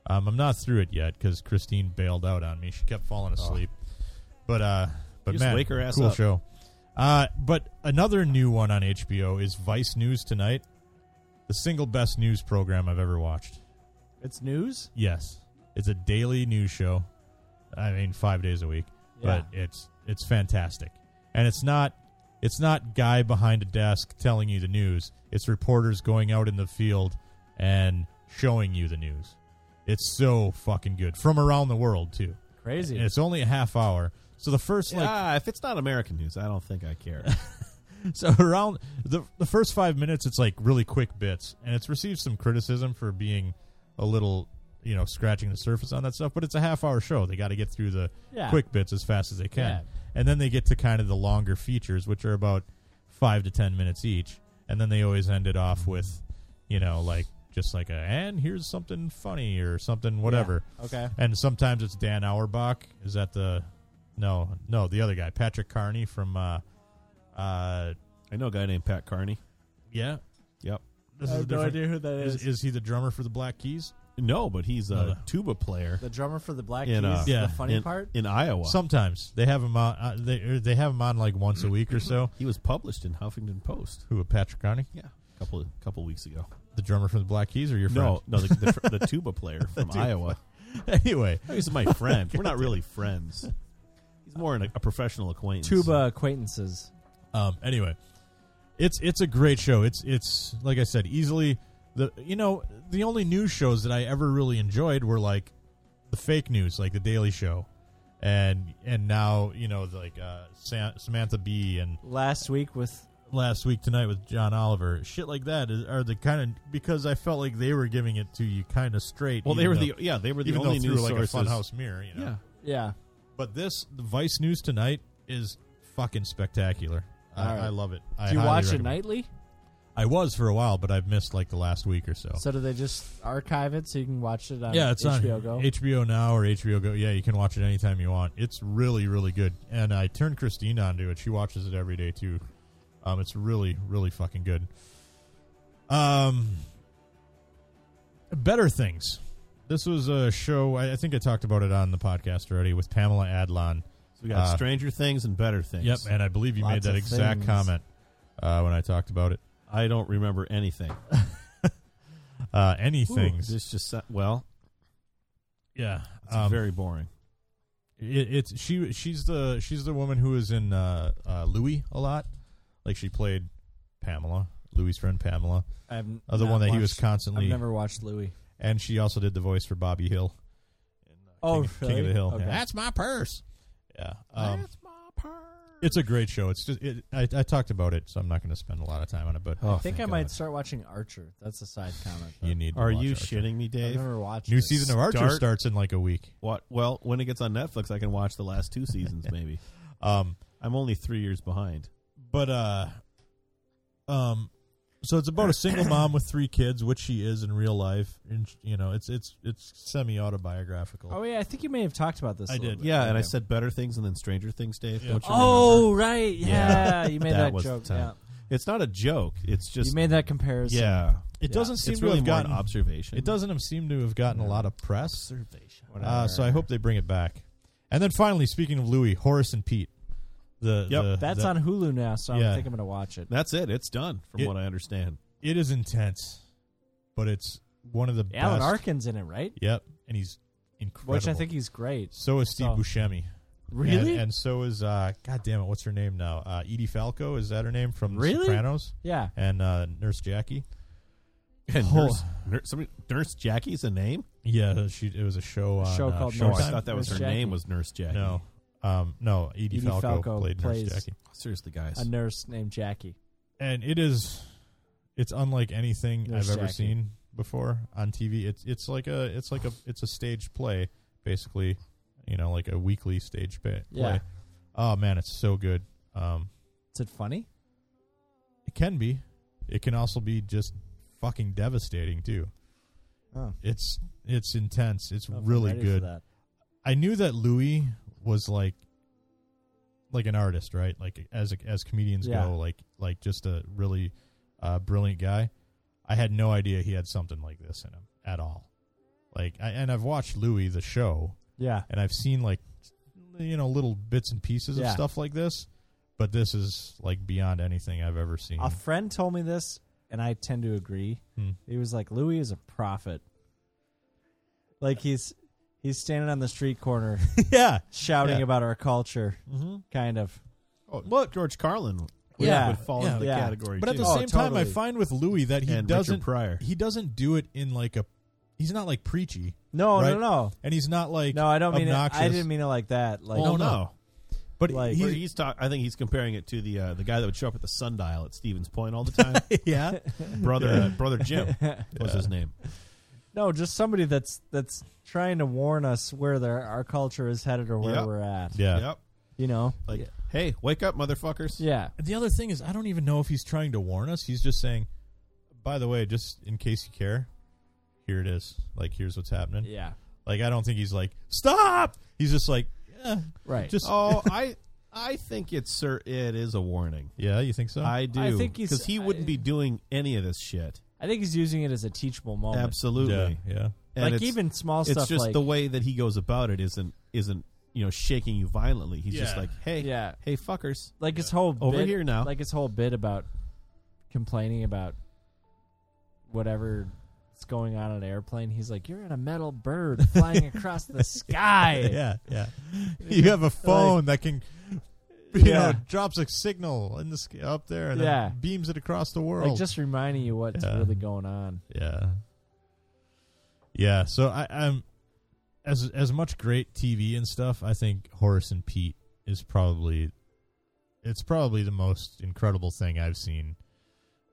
Um, I'm not through it yet because Christine bailed out on me. She kept falling asleep. But uh, but
Oh. Just
man,
wake her ass
cool
up.
show. Uh, but another new one on HBO is Vice News Tonight, the single best news program I've ever watched.
It's news.
Yes, it's a daily news show. I mean, five days a week,
Yeah.
but it's it's fantastic, and it's not it's not guy behind a desk telling you the news. It's reporters going out in the field and showing you the news. It's so fucking good from around the world too.
Crazy.
And it's only a half hour, so the first like
ah, if it's not American news, I don't think I
(laughs)
care.
so around the the first five minutes, it's like really quick bits, and it's received some criticism for being a little, you know, scratching the surface on that stuff. But it's a half hour show; they got to get through the
Yeah.
quick bits as fast as they can,
Yeah.
and then they get to kind of the longer features, which are about five to ten minutes each, and then they always end it off
Mm-hmm.
with, you know, like just like a and here's something funny or something whatever.
Okay.
And sometimes it's Dan Auerbach. Is that the no, no, the other guy, Patrick Carney from uh uh
I know a guy named Pat Carney.
yeah.
Yep.
This
I
is
have
a
no
different-
idea who that is.
Is, is he the drummer for the Black Keys?
No, but he's a
No, no.
tuba player
The drummer for the Black
in
Keys.
uh,
is
Yeah.
The funny
in,
part.
in Iowa.
Sometimes they have him on. Uh, they or they have him on like once a week
(clears throat)
or so.
he was published in Huffington Post.
Who Patrick Carney,
Yeah, a couple a couple weeks ago.
the drummer from the Black Keys, or your friend?
No, no, the, the, fr-
(laughs)
the tuba player from Iowa.
anyway,
He's my friend.
(laughs)
We're not really friends. He's more an, a professional acquaintance.
Tuba acquaintances.
um, anyway, it's it's a great show. It's it's like I said, easily the you know the only news shows that I ever really enjoyed were like the fake news, like the Daily Show, and and now you know like uh, Sam, Samantha Bee and
Last week with
last week tonight with John Oliver. Shit like that is, are the kind of because I felt like they were giving it to you kind of straight.
Well, they
even
were
though-
the yeah they were the
even
only
though through
news
like
sources.
a funhouse mirror, you know.
Yeah,
yeah.
But this the Vice News tonight is fucking spectacular. I,
All right.
I love it. I
Do you
highly
watch it
recommend
nightly?
I was for a while, but I've missed like the last week or so.
So do they just archive it so you can watch it on
Oh. yeah, it's
HBO
on
Go?
HBO Now or HBO Go. Yeah, you can watch it anytime you want. It's really, really good. And I turned Christine onto it. She watches it every day too. Um, it's really, really fucking good. Um, better things. This was a show. I, I think I talked about it on the podcast already with Pamela Adlon.
so we got
Uh,
Stranger Things and Better Things.
Yep, and I believe you made
Lots
that
of
exact
things.
comment uh, when I talked about it.
I don't remember anything.
Uh, any things?
This just so- well,
yeah,
it's
um,
very boring.
it, it's she she's the she's the woman who is in uh, uh, Louis a lot. Like she played Pamela, Louis' friend Pamela,
I've n-
uh, the
not
one that he
watched-
was constantly.
I've never watched Louis.
and she also did the voice for Bobby Hill.
Oh,
King, King
really?
of the Hill.
Okay.
Yeah. That's my purse. Yeah, um,
That's my part.
it's a great show. It's just it, I, I talked about it, so I'm not going to spend a lot of time on it. But
Oh,
I think I
thank
might
God.
start watching Archer. That's a side comment.
you need. to
Are
watch
you
Archer.
shitting me,
I've
Dave?
never watched
New
it.
season of Archer
Start-
starts in like a week.
What? Well, when it gets on Netflix, I can watch the last two seasons. Maybe
Um,
I'm only three years behind.
but uh, um, So it's about
(coughs)
a single mom with three kids, which she is in real life, and sh- you know, it's it's it's semi autobiographical.
Oh yeah, I think you may have talked about this. a
I
little
did.
bit.
Yeah, and I
Okay.
said better things and then Stranger Things, Dave.
Yeah.
Don't you remember?
Oh right, yeah,
Yeah.
you
(laughs)
made
That
that,
was the
joke. Yeah.
time. It's not a joke. It's just
you made that comparison.
yeah.
It
Yeah.
doesn't seem
It's
to
really
have
more an
gotten
observation.
It doesn't seem to have gotten a lot of press.
observation.
Uh, so I hope they bring it back. And then finally, speaking of Louis, Horace and Pete. The,
Yep.
the-
that's
the-
on Hulu now, so I
Yeah.
think I'm gonna watch it.
That's it. It's done, from
It-
what I understand.
It is intense, but it's one of the
Alan
best.
Arkin's in it, right?
Yep, and he's incredible.
Which I think he's great.
so is Steve
so-
Buscemi.
Really?
And, and so is uh, God damn it, what's her name now? Uh, Edie Falco is that her name from
Really?
Sopranos
yeah.
and uh, Nurse Jackie?
And
(laughs) Oh.
nurse, nurse, somebody, nurse Jackie's a name.
Yeah, she. It was a show. On,
show
uh,
called
No,
Nurse-
I
Showtime?
thought that was
Nurse
her
Jackie?
name was Nurse Jackie.
No, um, no. Edie,
Edie
Falco,
Falco
played
plays-
Nurse Jackie,
seriously, guys.
A nurse named Jackie.
and it is. It's unlike anything
Nurse
I've ever
Jackie.
seen before on TV. It's it's like a it's like a it's a stage play basically, you know, like a weekly stage play.
Yeah.
Oh man, it's so good. Um,
Is it funny?
It can be. It can also be just fucking devastating too.
Oh.
It's it's intense. It's
I'm
really
ready for
good.
Oh, that.
I knew that Louis was like like an artist, right? Like as as comedians
Yeah.
go, like like just a really uh, brilliant guy. I had no idea he had something like this in him at all. Like I, and I've watched Louis the show
Yeah.
and I've seen like you know little bits and pieces
Yeah.
of stuff like this, but this is like beyond anything I've
(laughs)
ever seen.
A friend told me this, and I tend to agree.
Hmm.
He was like, Louis is a prophet. Like he's he's standing on the street corner (laughs)
yeah.
shouting
Yeah.
about our culture,
Mm-hmm.
kind of.
Oh, well, George Carlin would,
Yeah.
would fall
Yeah.
into the
Yeah.
category.
But at the
too.
Oh,
same time, I
totally.
find with Louis that he
and
doesn't
Richard Pryor.
he doesn't do it in like a he's not like preachy
Oh, No,
Right.
no, no.
and he's not like
No, I don't mean it.
obnoxious.
I didn't mean it like that. Like
well, no,
no, no. but
like-
Where
he's,
he's talk. I think he's comparing it to the uh, the guy that would show up at the sundial at Stevens Point all the
(laughs)
time.
yeah
brother, uh, brother Jim was his name.
No, just somebody that's that's trying to warn us where their our culture is headed or where
Yep.
we're at.
yeah.
Yep.
You know?
Like, hey, wake up, motherfuckers.
Yeah.
The other thing is, I don't even know if he's trying to warn us. He's just saying, by the way, just in case you care, here it is. Like here's what's happening.
Yeah.
Like I don't think he's like stop. He's just like yeah,
Right.
Just
Oh, I I think it's sir. It is a warning.
yeah. You think so?
I do.
I think he's-
because he wouldn't
I-
be doing any of this shit.
I think he's using it as a teachable moment.
Absolutely.
yeah. Yeah.
And
like
it's-
even small
it's
stuff
just
like
the way that he goes about it isn't isn't you know shaking you violently. He's just
Yeah.
like, hey,
Yeah.
hey, fuckers.
like his whole
Over
bit,
here now.
like his whole bit about complaining about whatever's going on in an airplane. He's like, "You're in a metal bird
(laughs)
flying across the sky."
(laughs) yeah,
(laughs)
yeah. You have a phone that can, you
Yeah.
know, drops a signal in the sk- up there and
Yeah.
then beams it across the world.
Like just reminding you what's
Yeah.
really going on.
yeah, yeah. So I, I'm as as much great TV and stuff. I think Horace and Pete is probably it's probably the most incredible thing I've seen.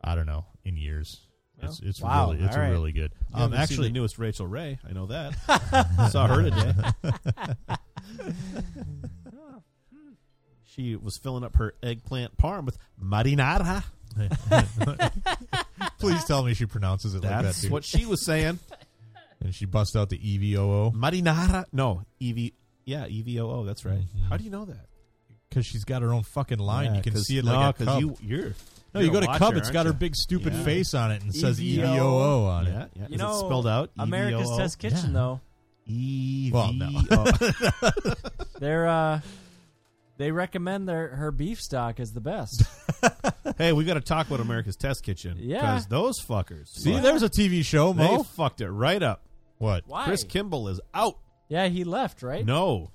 I don't know in years. It's it's
Wow,
really it's
all right.
really good.
You
Um,
haven't seen
actually,
the newest Rachel Ray. I know
(laughs)
that. Saw her today. she was filling up her eggplant parm with marinara.
please tell me she pronounces it like
That's
that. Too.
what she was
(laughs)
saying.
and she busts out the E V O O.
Marinara. No, E V. Yeah, E V O O. That's right. How do you know that?
because she's got her own fucking Mm-hmm. line.
Yeah,
you can
'cause-
see it
no,
like a
'cause
cub.
You, you're you're
no, you go
a
to
watcher,
cub. It's got
aren't
her big stupid
Yeah.
face on it and says E V
EVOO.
O O on
you?
it.
Yeah, yeah.
You
Is
know,
it spelled out? E
America's
EVOO?
Test Kitchen
Yeah.
though.
E
Well,
V
no.
O.
(laughs)
They're uh they recommend their her beef stock is
(laughs)
the best.
Hey, we got to talk about America's Test Kitchen.
Yeah.
Because those fuckers.
See,
fuck,
there's a TV show,
they
Mo.
fucked it right up.
what?
Why?
Chris Kimball is out.
yeah, he left, right?
No,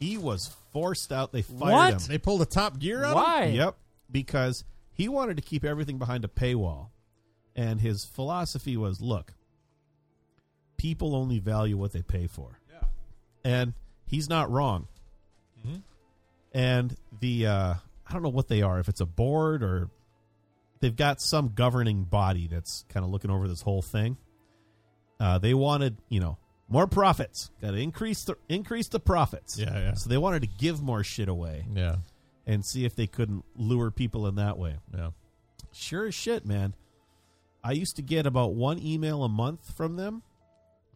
he was forced out. They fired
What?
him.
They pulled a Top Gear on
Why?
Yep, because he wanted to keep everything behind a paywall, and his philosophy was: look, people only value what they pay for. Yeah, and he's not wrong.
Mm-hmm.
And the uh, I don't know what they are. If it's a board or they've got some governing body that's kind of looking over this whole thing. Uh, they wanted, you know, more profits. Got to increase the increase the profits.
Yeah, yeah.
So they wanted to give more shit away
him? Yeah,
and see if they couldn't lure people in that way.
yeah.
Sure as shit, man. I used to get about one email a month from them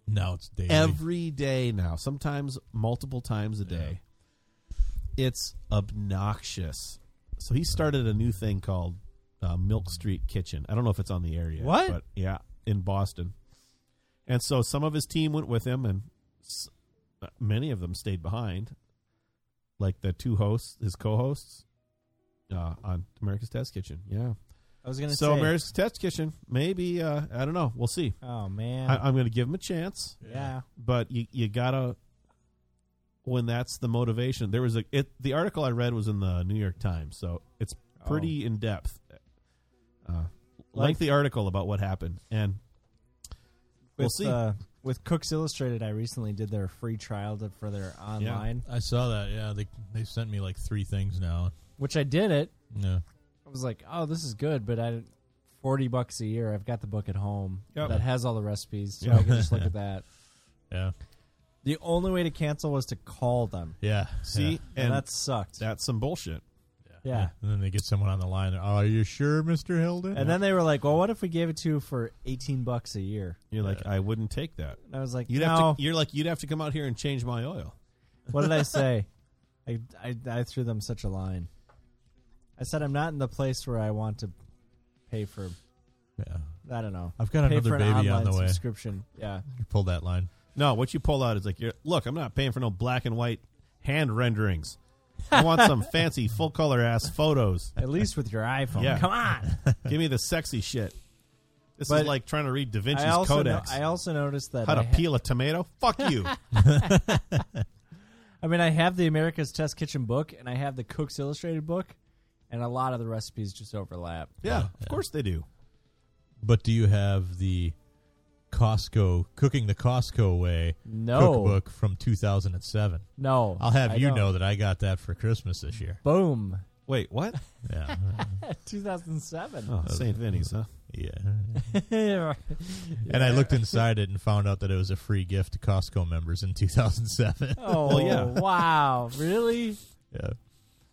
No, it's daily.
every day now, sometimes multiple times a day. It's obnoxious. So he started a new thing called uh, Milk Street Kitchen. I don't know if it's on the area.
What?
But yeah, in Boston. And so some of his team went with him, and s- uh, many of them stayed behind, like the two hosts, his co-hosts, uh, on America's Test Kitchen. Yeah.
I was gonna
So
say.
America's Test Kitchen, maybe uh, I don't know. We'll see.
oh man.
I, I'm going to give him a chance
yeah.
but you you gotta when that's the motivation. There was a it the article I read was in the New York Times, so it's
Oh.
pretty in depth, uh, lengthy article about what happened, and
With,
we'll see.
Uh, with Cooks Illustrated, I recently did their free trial to- for their online,
I saw that. Yeah, they they sent me like three things now.
Which I did it.
Yeah,
I was like, oh, this is good, but I didn't. Forty bucks a year. I've got the book at home
Yep.
that has all the recipes, so
Yeah.
I can just
(laughs)
look at that.
yeah,
the only way to cancel was to call them.
yeah.
see,
yeah.
And,
and
that
that's
sucked.
that's some bullshit.
yeah.
And then they get someone on the line. they're, Are you sure, Mister Hilden?
And then they were like, "Well, what if we gave it to you for eighteen bucks a year?"
You're like, I wouldn't take that.
And I was like,
You'd
"No."
have to, you're like, you'd have to come out here and change my oil. (laughs)
what did I say? I, I I threw them such a line. I said I'm not in the place where I want to pay for.
yeah.
I don't know.
I've got
pay
another
for an
baby on
online
the way.
subscription. Yeah.
You pulled that line.
No, what you pull out is like, you're, look, I'm not paying for no black and white hand renderings. I want
(laughs)
some fancy full color ass photos.
At least with your iPhone.
Yeah.
Come on.
(laughs)
Give me the sexy shit. This
But
is like trying to read Da Vinci's
I also know-
Codex.
I also noticed that
How
I,
to
ha-
peel a tomato? Fuck (laughs) you.
I mean, I have the America's Test Kitchen book and I have the Cook's Illustrated book, and a lot of the recipes just overlap.
yeah, of course they do.
But do you have the Costco cooking the Costco way
No.
cookbook from 2007?
No,
I'll have
I
you
don't.
know that I got that for Christmas this year.
Boom,
Wait, what?
Yeah, (laughs)
2007.
(laughs)
Oh, St. Vinny's, huh?
yeah. And I looked inside it and found out that it was a free gift to Costco members
(laughs)
in 2007.
Oh
Well, yeah.
wow, really?
Yeah.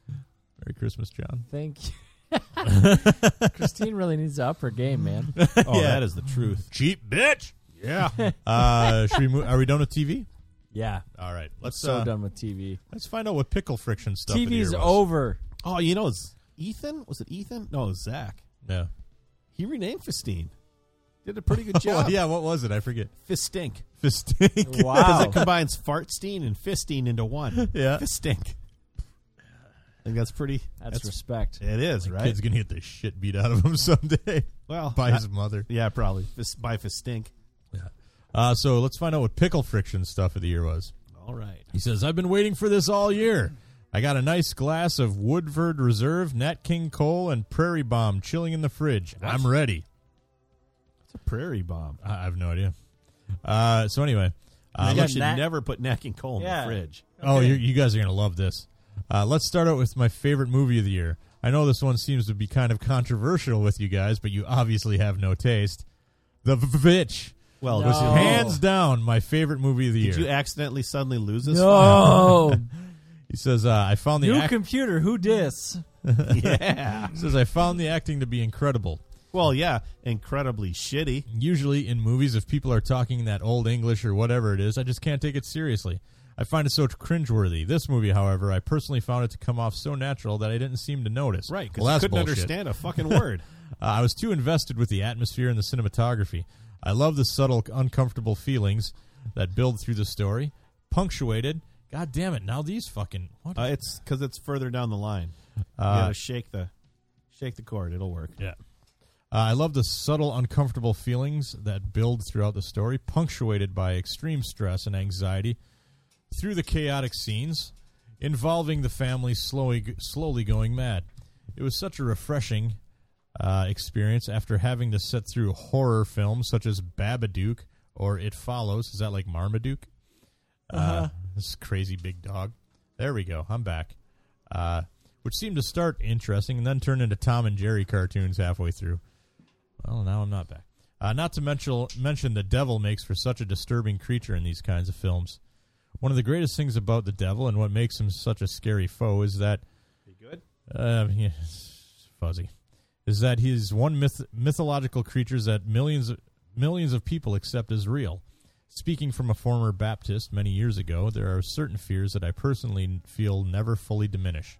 Merry Christmas, (laughs) John.
Thank you. Christine really needs to up her game,
(laughs)
man.
Oh, that is the truth.
Cheap bitch.
Yeah.
Uh, should we move? Are we done with TV?
Yeah,
All right. Let's
so
uh,
done with TV.
let's find out what pickle friction stuff. of the
TV's
year was. (laughs)
over.
oh, you know, it's Ethan? Was it Ethan? No, it was Zach.
Yeah.
He renamed Fistine. Did a pretty good job.
Oh, yeah. What was it? I forget.
Fistink.
Fistink.
Oh.
Because
Wow,
it combines fartstein and fistine into one.
(laughs) Yeah.
Fistink. I think that's pretty.
that's, respect.
It is, right?
Kid's gonna get the shit beat out of him (laughs) someday
well,
by
I-
his mother.
yeah, probably. Fist, by Fistink.
Uh, so let's find out what pickle friction stuff of the year was.
All right.
He says, I've been waiting for this all year. I got a nice glass of Woodford Reserve, Nat King Cole, and Prairie Bomb chilling in the fridge. I'm ready.
It's a prairie bomb.
I I have no idea. Uh, so anyway, uh,
you
let's-
should
Nat-
never put neck and coal in
Yeah.
the fridge.
oh, you you guys are gonna love this. Uh, let's start out with my favorite movie of the year. I know this one seems to be kind of controversial with you guys, but you obviously have no taste. The Vitch
Well,
No.
this is-
Oh.
hands down, my favorite movie of the
did
year.
you accidentally suddenly lose this?
(laughs) No,
he says, uh, "I found the
new
act-
computer. Who dis?
one? (laughs) yeah.
he says I found the acting to be incredible.
Well, yeah, incredibly shitty.
usually in movies if people are talking that old english or whatever it is i just can't take it seriously i find it so cringeworthy this movie however i personally found it to come off so natural that i didn't seem to notice
Right, because
well
you
that's
couldn't
bullshit.
understand (laughs) a fucking word.
Uh, i was too invested with the atmosphere and the cinematography i love the subtle uncomfortable feelings that build through the story punctuated god damn it now these fucking what
uh, it's because it's further down the line. You
Uh,
gotta shake the shake the cord. It'll work.
Yeah. Uh, I love the subtle, uncomfortable feelings that build throughout the story, punctuated by extreme stress and anxiety through the chaotic scenes involving the family slowly, slowly going mad. It was such a refreshing uh, experience after having to sit through horror films such as Babadook or It Follows. Is that like Marmaduke? Uh, this crazy big dog. There we go. I'm back. Uh, which seemed to start interesting and then turn into Tom and Jerry cartoons halfway through. Well, now I'm not back. Uh, not to mention, mention the devil makes for such a disturbing creature in these kinds of films. One of the greatest things about the devil and what makes him such a scary foe is that. He good? Uh, yeah, it's fuzzy. is that he's one myth- mythological creature that millions millions of people accept as real. Speaking from a former Baptist many years ago, there are certain fears that I personally feel never fully diminish.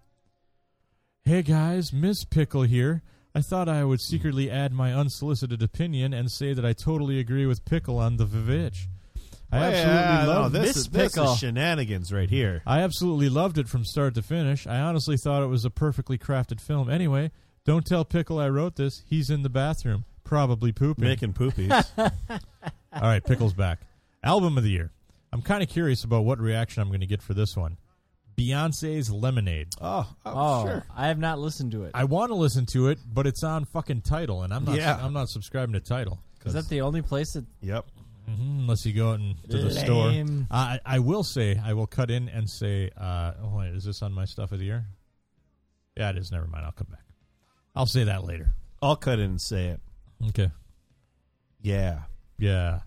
Hey guys, Miss Pickle here. I thought I would secretly add my unsolicited opinion and say that I totally agree with Pickle on the Vivitch. I
Well,
absolutely
yeah,
love
no, this,
Miss
is, this
Pickle.
is shenanigans right here.
I absolutely loved it from start to finish. I honestly thought it was a perfectly crafted film. Anyway, don't tell Pickle I wrote this. He's in the bathroom, probably pooping.
(laughs) Making poopies.
All right, Pickle's back. Album of the year. I'm kind of curious about what reaction I'm going to get for this one. Beyonce's Lemonade.
(laughs) oh, oh,
Oh,
sure.
I have not listened to it.
I want to listen to it, but it's on fucking Title, and I'm not.
Yeah.
I'm not subscribing to Title.
Is that the only place that
Yep.
Mhm, unless you go out and to the store.
Lame.
I, I will say, I will cut in and say, uh, oh, wait, is this on my stuff of the year? Yeah, it is. Never mind. I'll come back. I'll say that later.
I'll cut in and say it.
Okay.
Yeah.
Yeah.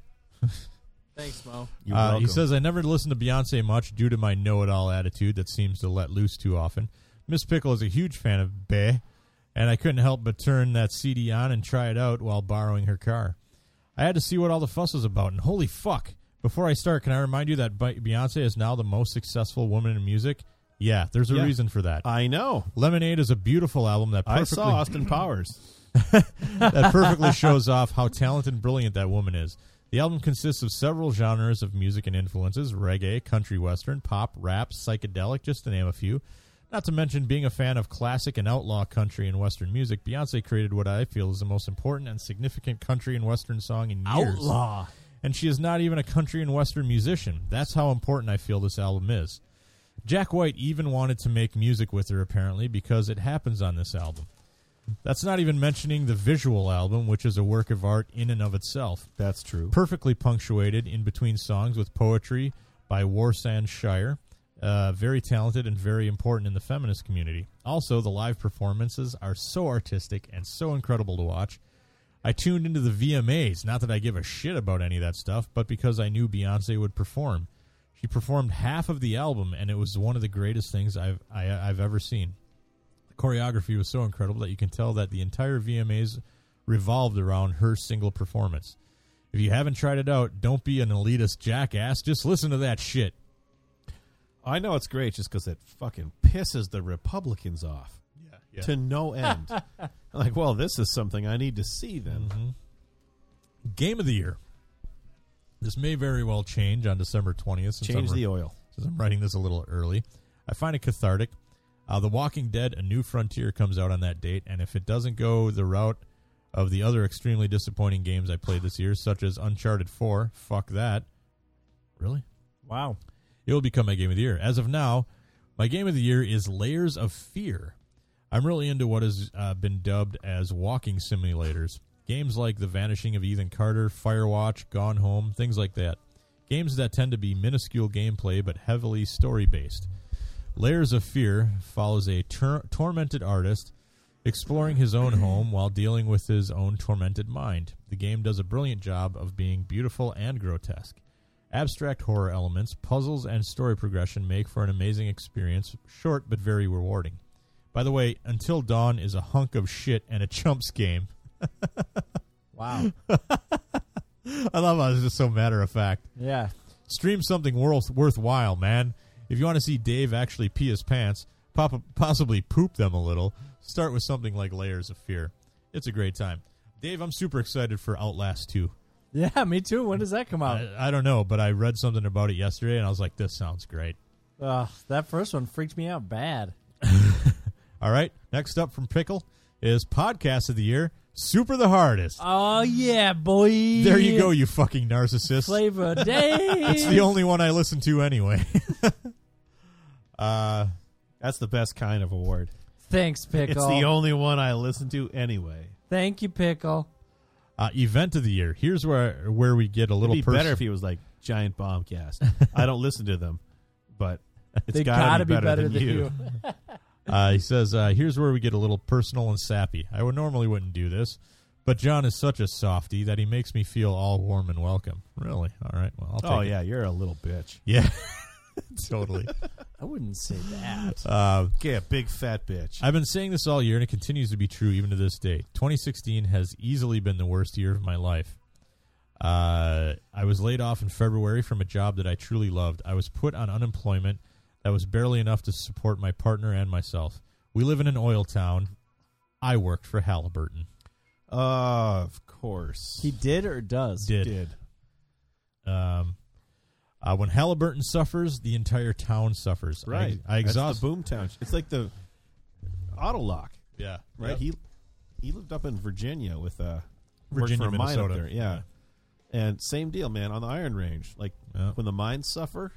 Thanks, Mo.
You're
Uh, he
welcome.
says, I never listen to Beyonce much due to my know it all attitude that seems to let loose too often. Miss Pickle is a huge fan of Bey, and I couldn't help but turn that CD on and try it out while borrowing her car. I had to see what all the fuss was about, and holy fuck! Before I start, can I remind you that Be- Beyonce is now the most successful woman in music? Yeah, there's a
Yeah.
reason for that.
I know.
Lemonade is a beautiful album that
I
perfectly
saw Austin Powers. (clears throat)
(laughs) that
(laughs)
perfectly shows off how talented and brilliant that woman is. The album consists of several genres of music and influences reggae, country western, pop, rap, psychedelic, just to name a few. Not to mention being a fan of classic and outlaw country and western music, Beyonce created what I feel is the most important and significant country and western song in years.
Outlaw.
And she is not even a country and western musician. That's how important I feel this album is. Jack White even wanted to make music with her, apparently, because it happens on this album. That's not even mentioning the visual album, which is a work of art in and of itself.
That's true.
Perfectly punctuated in between songs with poetry by Warsand Shire. Uh, very talented and very important in the feminist community. Also, the live performances are so artistic and so incredible to watch. I tuned into the VMAs, not that I give a shit about any of that stuff, but because I knew Beyonce would perform. She performed half of the album, and it was one of the greatest things I've, I, I've ever seen choreography was so incredible that you can tell that the entire VMAs revolved around her single performance. If you haven't tried it out, don't be an elitist jackass. Just listen to that shit.
I know it's great just because it fucking pisses the Republicans off
Yeah,
to no (laughs) end. I'm like, well, this is something I need to see then.
Game of the year. This may very well change on December twentieth.
Change the oil.
since I'm writing this a little early. I find it cathartic. Uh, the Walking Dead: A New Frontier comes out on that date, and if it doesn't go the route of the other extremely disappointing games I played this year, such as Uncharted Four, fuck that. Really?
Wow.
It will become my game of the year. As of now, my game of the year is Layers of Fear. I'm really into what has uh, been dubbed as walking simulators. Games like The Vanishing of Ethan Carter, Firewatch, Gone Home, things like that. Games that tend to be minuscule gameplay but heavily story based. Layers of Fear follows a tor- tormented artist exploring his own home while dealing with his own tormented mind. The game does a brilliant job of being beautiful and grotesque. Abstract horror elements, puzzles, and story progression make for an amazing experience, short but very rewarding. By the way, Until Dawn is a hunk of shit and a chumps game. (laughs)
(laughs) Wow.
I love how it's just so matter of fact.
Yeah.
Stream something worth worthwhile, man. If you want to see Dave actually pee his pants, pop, possibly poop them a little, start with something like Layers of Fear. It's a great time. Dave, I'm super excited for Outlast 2.
Yeah, me too. When does that come out?
I, I don't know, but I read something about it yesterday and I was like, this sounds great.
Ugh, that first one freaked me out bad.
All right. Next up from Pickle is podcast of the year, Super the Hardest.
Uh,
Oh yeah, boy.
there you go, you fucking narcissist.
Flavor
(laughs)
of day.
It's the only one I listen to anyway. (laughs) uh,
That's the best kind of award.
Thanks, pickle.
It's the only one I listen to anyway.
Thank you, pickle.
uh, event of the year. Here's where where we get a little
It'd be
pers-
better if he was like giant (laughs) bombcast. I don't listen to them, (laughs) but it's
they
got to
be better than,
you.
you.
Uh, he says, uh, "Here's where we get a little personal and sappy. I would normally wouldn't do this, but John is such a softy that he makes me feel all warm and welcome. Really? All right. Well, I'll
(laughs)
take
Oh
it.
yeah, you're a little bitch. (laughs)
Yeah. (laughs) totally.
I wouldn't say that.
Um,
Yeah, big fat bitch.
I've been saying this all year, and it continues to be true even to this day. 2016 has easily been the worst year of my life. Uh, I was laid off in February from a job that I truly loved. I was put on unemployment that was barely enough to support my partner and myself. We live in an oil town. I worked for Halliburton.
of course.
He did or does?
Did. Um, uh, when Halliburton suffers, the entire town suffers. I-
Right.
I,
That's
exhaust.
the Boomtown. It's like the Autolock,
yeah.
right?
Yep.
He he lived up in Virginia with uh,
Virginia,
worked for a mine up
Minnesota.
there. Yeah. And same deal, man, on the Iron Range. Like
Yeah.
when the mines suffer,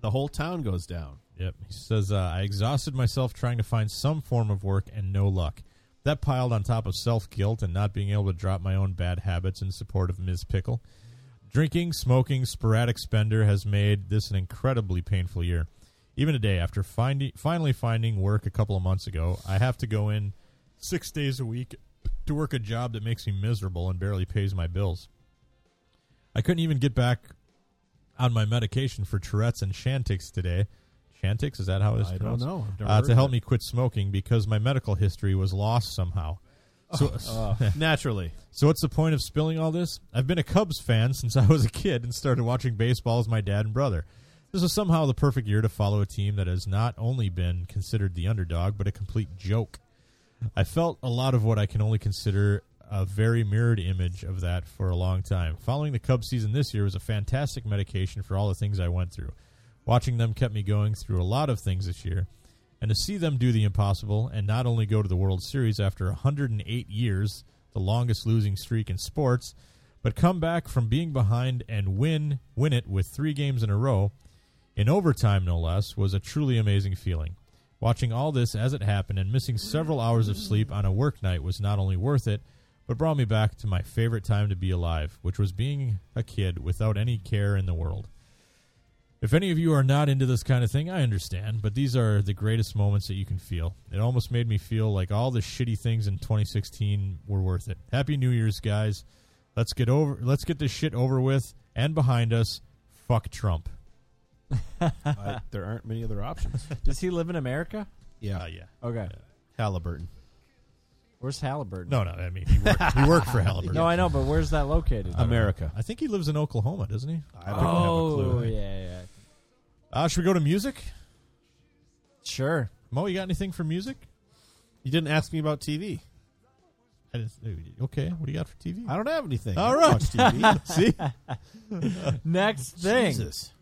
the whole town goes
(laughs)
down.
Yep. He says, uh, I exhausted myself trying to find some form of work and no luck. That piled on top of self guilt and not being able to drop my own bad habits in support of Ms. Pickle. Drinking, smoking, sporadic spender has made this an incredibly painful year. Even today, after finding, finally finding work a couple of months ago, I have to go in six days a week to work a job that makes me miserable and barely pays my bills. I couldn't even get back on my medication for Tourette's and Chantix today. Chantix, is that how it's
I don't
pronounced?
know. I've never
Uh,
heard
to
of
help
it.
me quit smoking because my medical history was lost somehow. So,
Oh, Naturally.
so what's the point of spilling all this? I've been a Cubs fan since I was a kid and started watching baseball as my dad and brother. This was somehow the perfect year to follow a team that has not only been considered the underdog, but a complete joke. I felt a lot of what I can only consider a very mirrored image of that for a long time. Following the Cubs season this year was a fantastic medication for all the things I went through. Watching them kept me going through a lot of things this year. And to see them do the impossible and not only go to the World Series after 108 years, the longest losing streak in sports, but come back from being behind and win win it with 3 games in a row in overtime no less was a truly amazing feeling. Watching all this as it happened and missing several hours of sleep on a work night was not only worth it, but brought me back to my favorite time to be alive, which was being a kid without any care in the world. If any of you are not into this kind of thing, I understand, but these are the greatest moments that you can feel. It almost made me feel like all the shitty things in 2016 were worth it. Happy New Year's, guys. Let's get over let's get this shit over with and behind us. Fuck Trump.
I, there aren't many other options.
Does he live in America?
Yeah.
Uh, yeah.
Okay.
Halliburton.
Where's Halliburton?
No, no. I mean, he worked, he worked for Halliburton.
No, I know, but where's that located?
America.
I think he lives in Oklahoma, doesn't he?
I don't have
Oh,
a
oh,
clue.
yeah, yeah.
Uh, should we go to music?
Sure.
Mo, you got anything for music?
You didn't ask me about TV.
I just- okay, what do you got for TV?
I don't have anything. I
All
don't
right.
watch TV.
(laughs) See,
(laughs)
Next thing.
Oh, Jesus.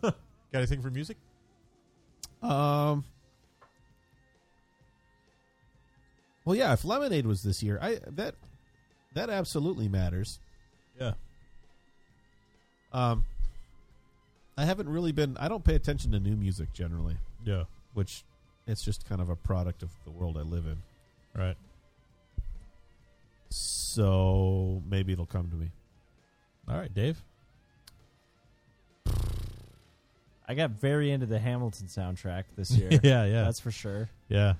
got anything for music?
Um. Well, yeah. If Lemonade was this year, I that that absolutely matters.
Yeah.
Um. I haven't really been. I don't pay attention to new music generally,
Yeah.
which it's just kind of a product of the world I live in.
Right.
So maybe it'll come to me.
All right, Dave.
I got very into the Hamilton soundtrack
(laughs)
this year.
(laughs) yeah, yeah,
That's for sure.
yeah.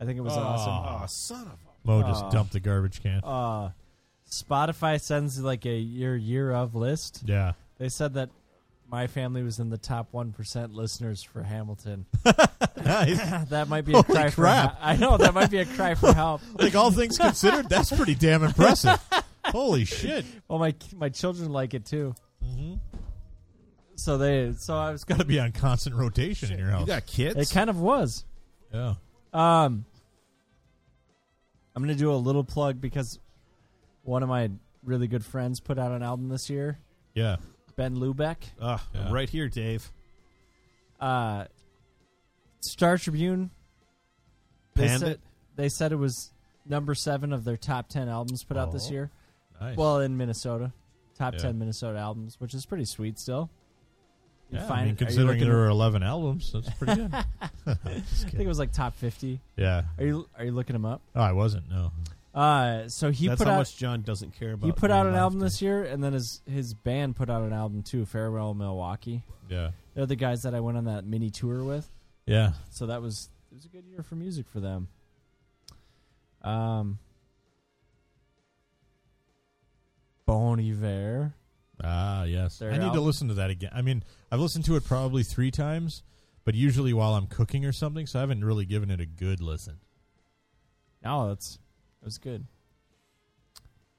I think it was
Oh.
awesome.
Oh, son of a!
Mo just
Aw.
dumped the garbage can.
Uh, Spotify sends like a your year of list.
Yeah.
They said that my family was in the top one percent listeners for Hamilton.
nice.
That might be
(laughs)
a
Holy
cry
crap.
for I know that might be a cry for help.
like all things considered, that's pretty damn impressive. Holy shit!
Well, my my children like it too.
Mm-hmm.
So they so I was
Got to be on constant rotation in your
You
house.
got kids?
It kind of was.
yeah.
Um, I'm gonna do a little plug because one of my really good friends put out an album this year,
Yeah. Ah,
Ben Lubeck.
Ugh,
Yeah.
Ah, Right here, Dave.
Uh, Star Tribune. They
Panned
said,
it?
They said it was number seven of their top ten albums put out this
Oh,
year.
Nice.
Well, in Minnesota, top
Yeah.
ten Minnesota albums, which is pretty sweet still. You
yeah,
find-
I
are
mean,
you
considering
looking-
there were eleven albums, that's pretty good. Just
I think it
kidding.
was like top fifty.
yeah.
Are you are you looking them up?
Oh, I wasn't. No.
Uh, so he
That's
put
how
out
much John doesn't care about.
he put out an
Lemonade.
album this year, and then his his band put out an album too, Farewell Milwaukee.
Yeah.
They're the guys that I went on that mini tour with,
Yeah.
so that was it was a good year for music for them. Um, Bon Iver.
Ah, yes.
Their
I need to
album.
listen to that again. I mean, I've listened to it probably three times, but usually while I'm cooking or something. So I haven't really given it a good listen.
No, that's
Oh, That's that was good.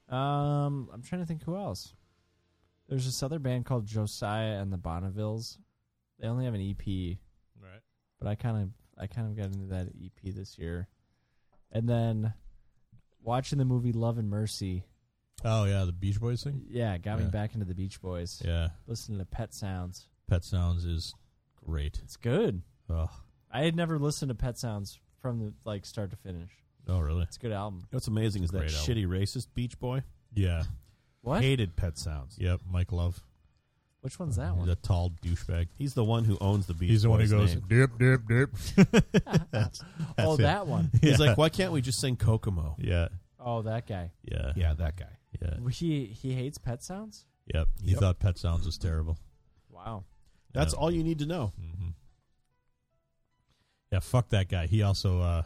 Um, I'm trying to think who else. There's this other band called Josiah and the Bonnevilles. They only have an E EP,
Right.
but I kind of I kind of got into that EP this year. And then watching the movie Love and Mercy,
Oh yeah, the Beach Boys thing.
yeah, got
Yeah.
me back into the Beach Boys.
Yeah,
Listening to Pet Sounds,
Pet Sounds is great.
it's good.
Oh,
I had never listened to Pet Sounds from the like start to finish.
oh really?
It's a good album.
What's amazing is that
Great album.
shitty racist Beach Boy
Yeah.
What?
hated Pet Sounds.
Yep. Mike Love.
Which one's that
He's
one?
a tall douchebag.
He's the one who owns the Beach.
He's the one who
Boys
goes
name.
dip, dip, dip.
(laughs) oh,
That's it.
that one.
He's like, why can't we just sing Kokomo?
Yeah.
Oh, that guy.
Yeah.
Yeah, that guy.
Yeah.
He he hates Pet Sounds.
Yep. He
Yep.
thought Pet Sounds was terrible.
Wow.
That's
Yeah.
all you need to know.
hmm Yeah, fuck that guy. He also uh,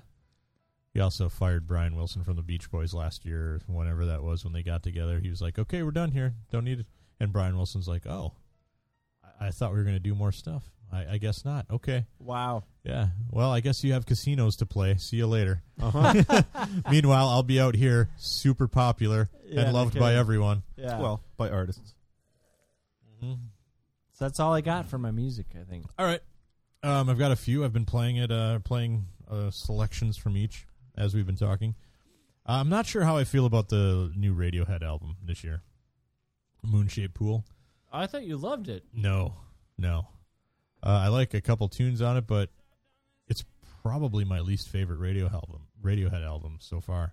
he also fired Brian Wilson from the Beach Boys last year, whenever that was when they got together. He was like, "Okay, we're done here. Don't need it." And Brian Wilson's like, "Oh, I, I thought we were going to do more stuff. I-, I guess not. Okay,
Wow.
yeah. Well, I guess you have casinos to play. See you later.
Uh-huh.
(laughs) Meanwhile, I'll be out here, super popular
Yeah, no
and loved by
kidding.
everyone.
Yeah.
well, by artists.
so that's all I got for my music. I think.
All right. Um, I've got a few. I've been playing it, uh, playing uh, selections from each as we've been talking. Uh, I'm not sure how I feel about the new Radiohead album this year, Moonshaped Pool.
I thought you loved it.
No, no. Uh, I like a couple tunes on it, but it's probably my least favorite Radio album, Radiohead album so far.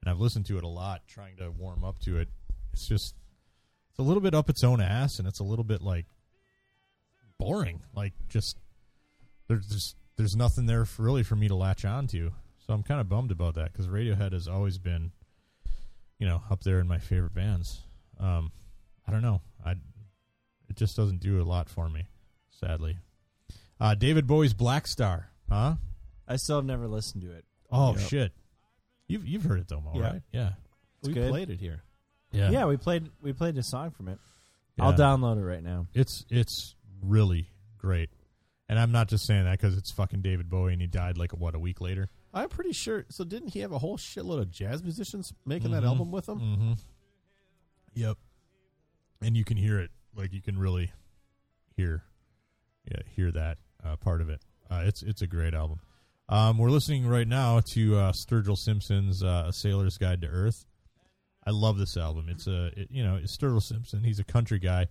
And I've listened to it a lot, trying to warm up to it. It's just it's a little bit up its own ass, and it's a little bit like boring. Like just there's just there's nothing there for, really for me to latch on to. So I'm kind of bummed about that because Radiohead has always been, you know, up there in my favorite bands. Um, I don't know. I it just doesn't do a lot for me, sadly. Uh, David Bowie's Black Star, huh?
I still have never listened to it.
Oh
Yep.
shit! You've you've heard it though, Mo,
Yeah.
right? Yeah,
It's
we
good.
played it here.
yeah,
Yeah. we played we played a song from it. I'll
Yeah.
download it right now.
It's it's really great, and I'm not just saying that because it's fucking David Bowie and he died like what a week later.
I'm pretty sure. So didn't he have a whole shitload of jazz musicians making
Mhm.
that album with him?
Mm-hmm. Yep. And you can hear it, like you can really hear, yeah, hear that uh, part of it. Uh, it's it's a great album. Um, we're listening right now to uh, Sturgill Simpson's uh, "A Sailor's Guide to Earth." I love this album. It's a it, you know it's Sturgill Simpson. He's a country guy.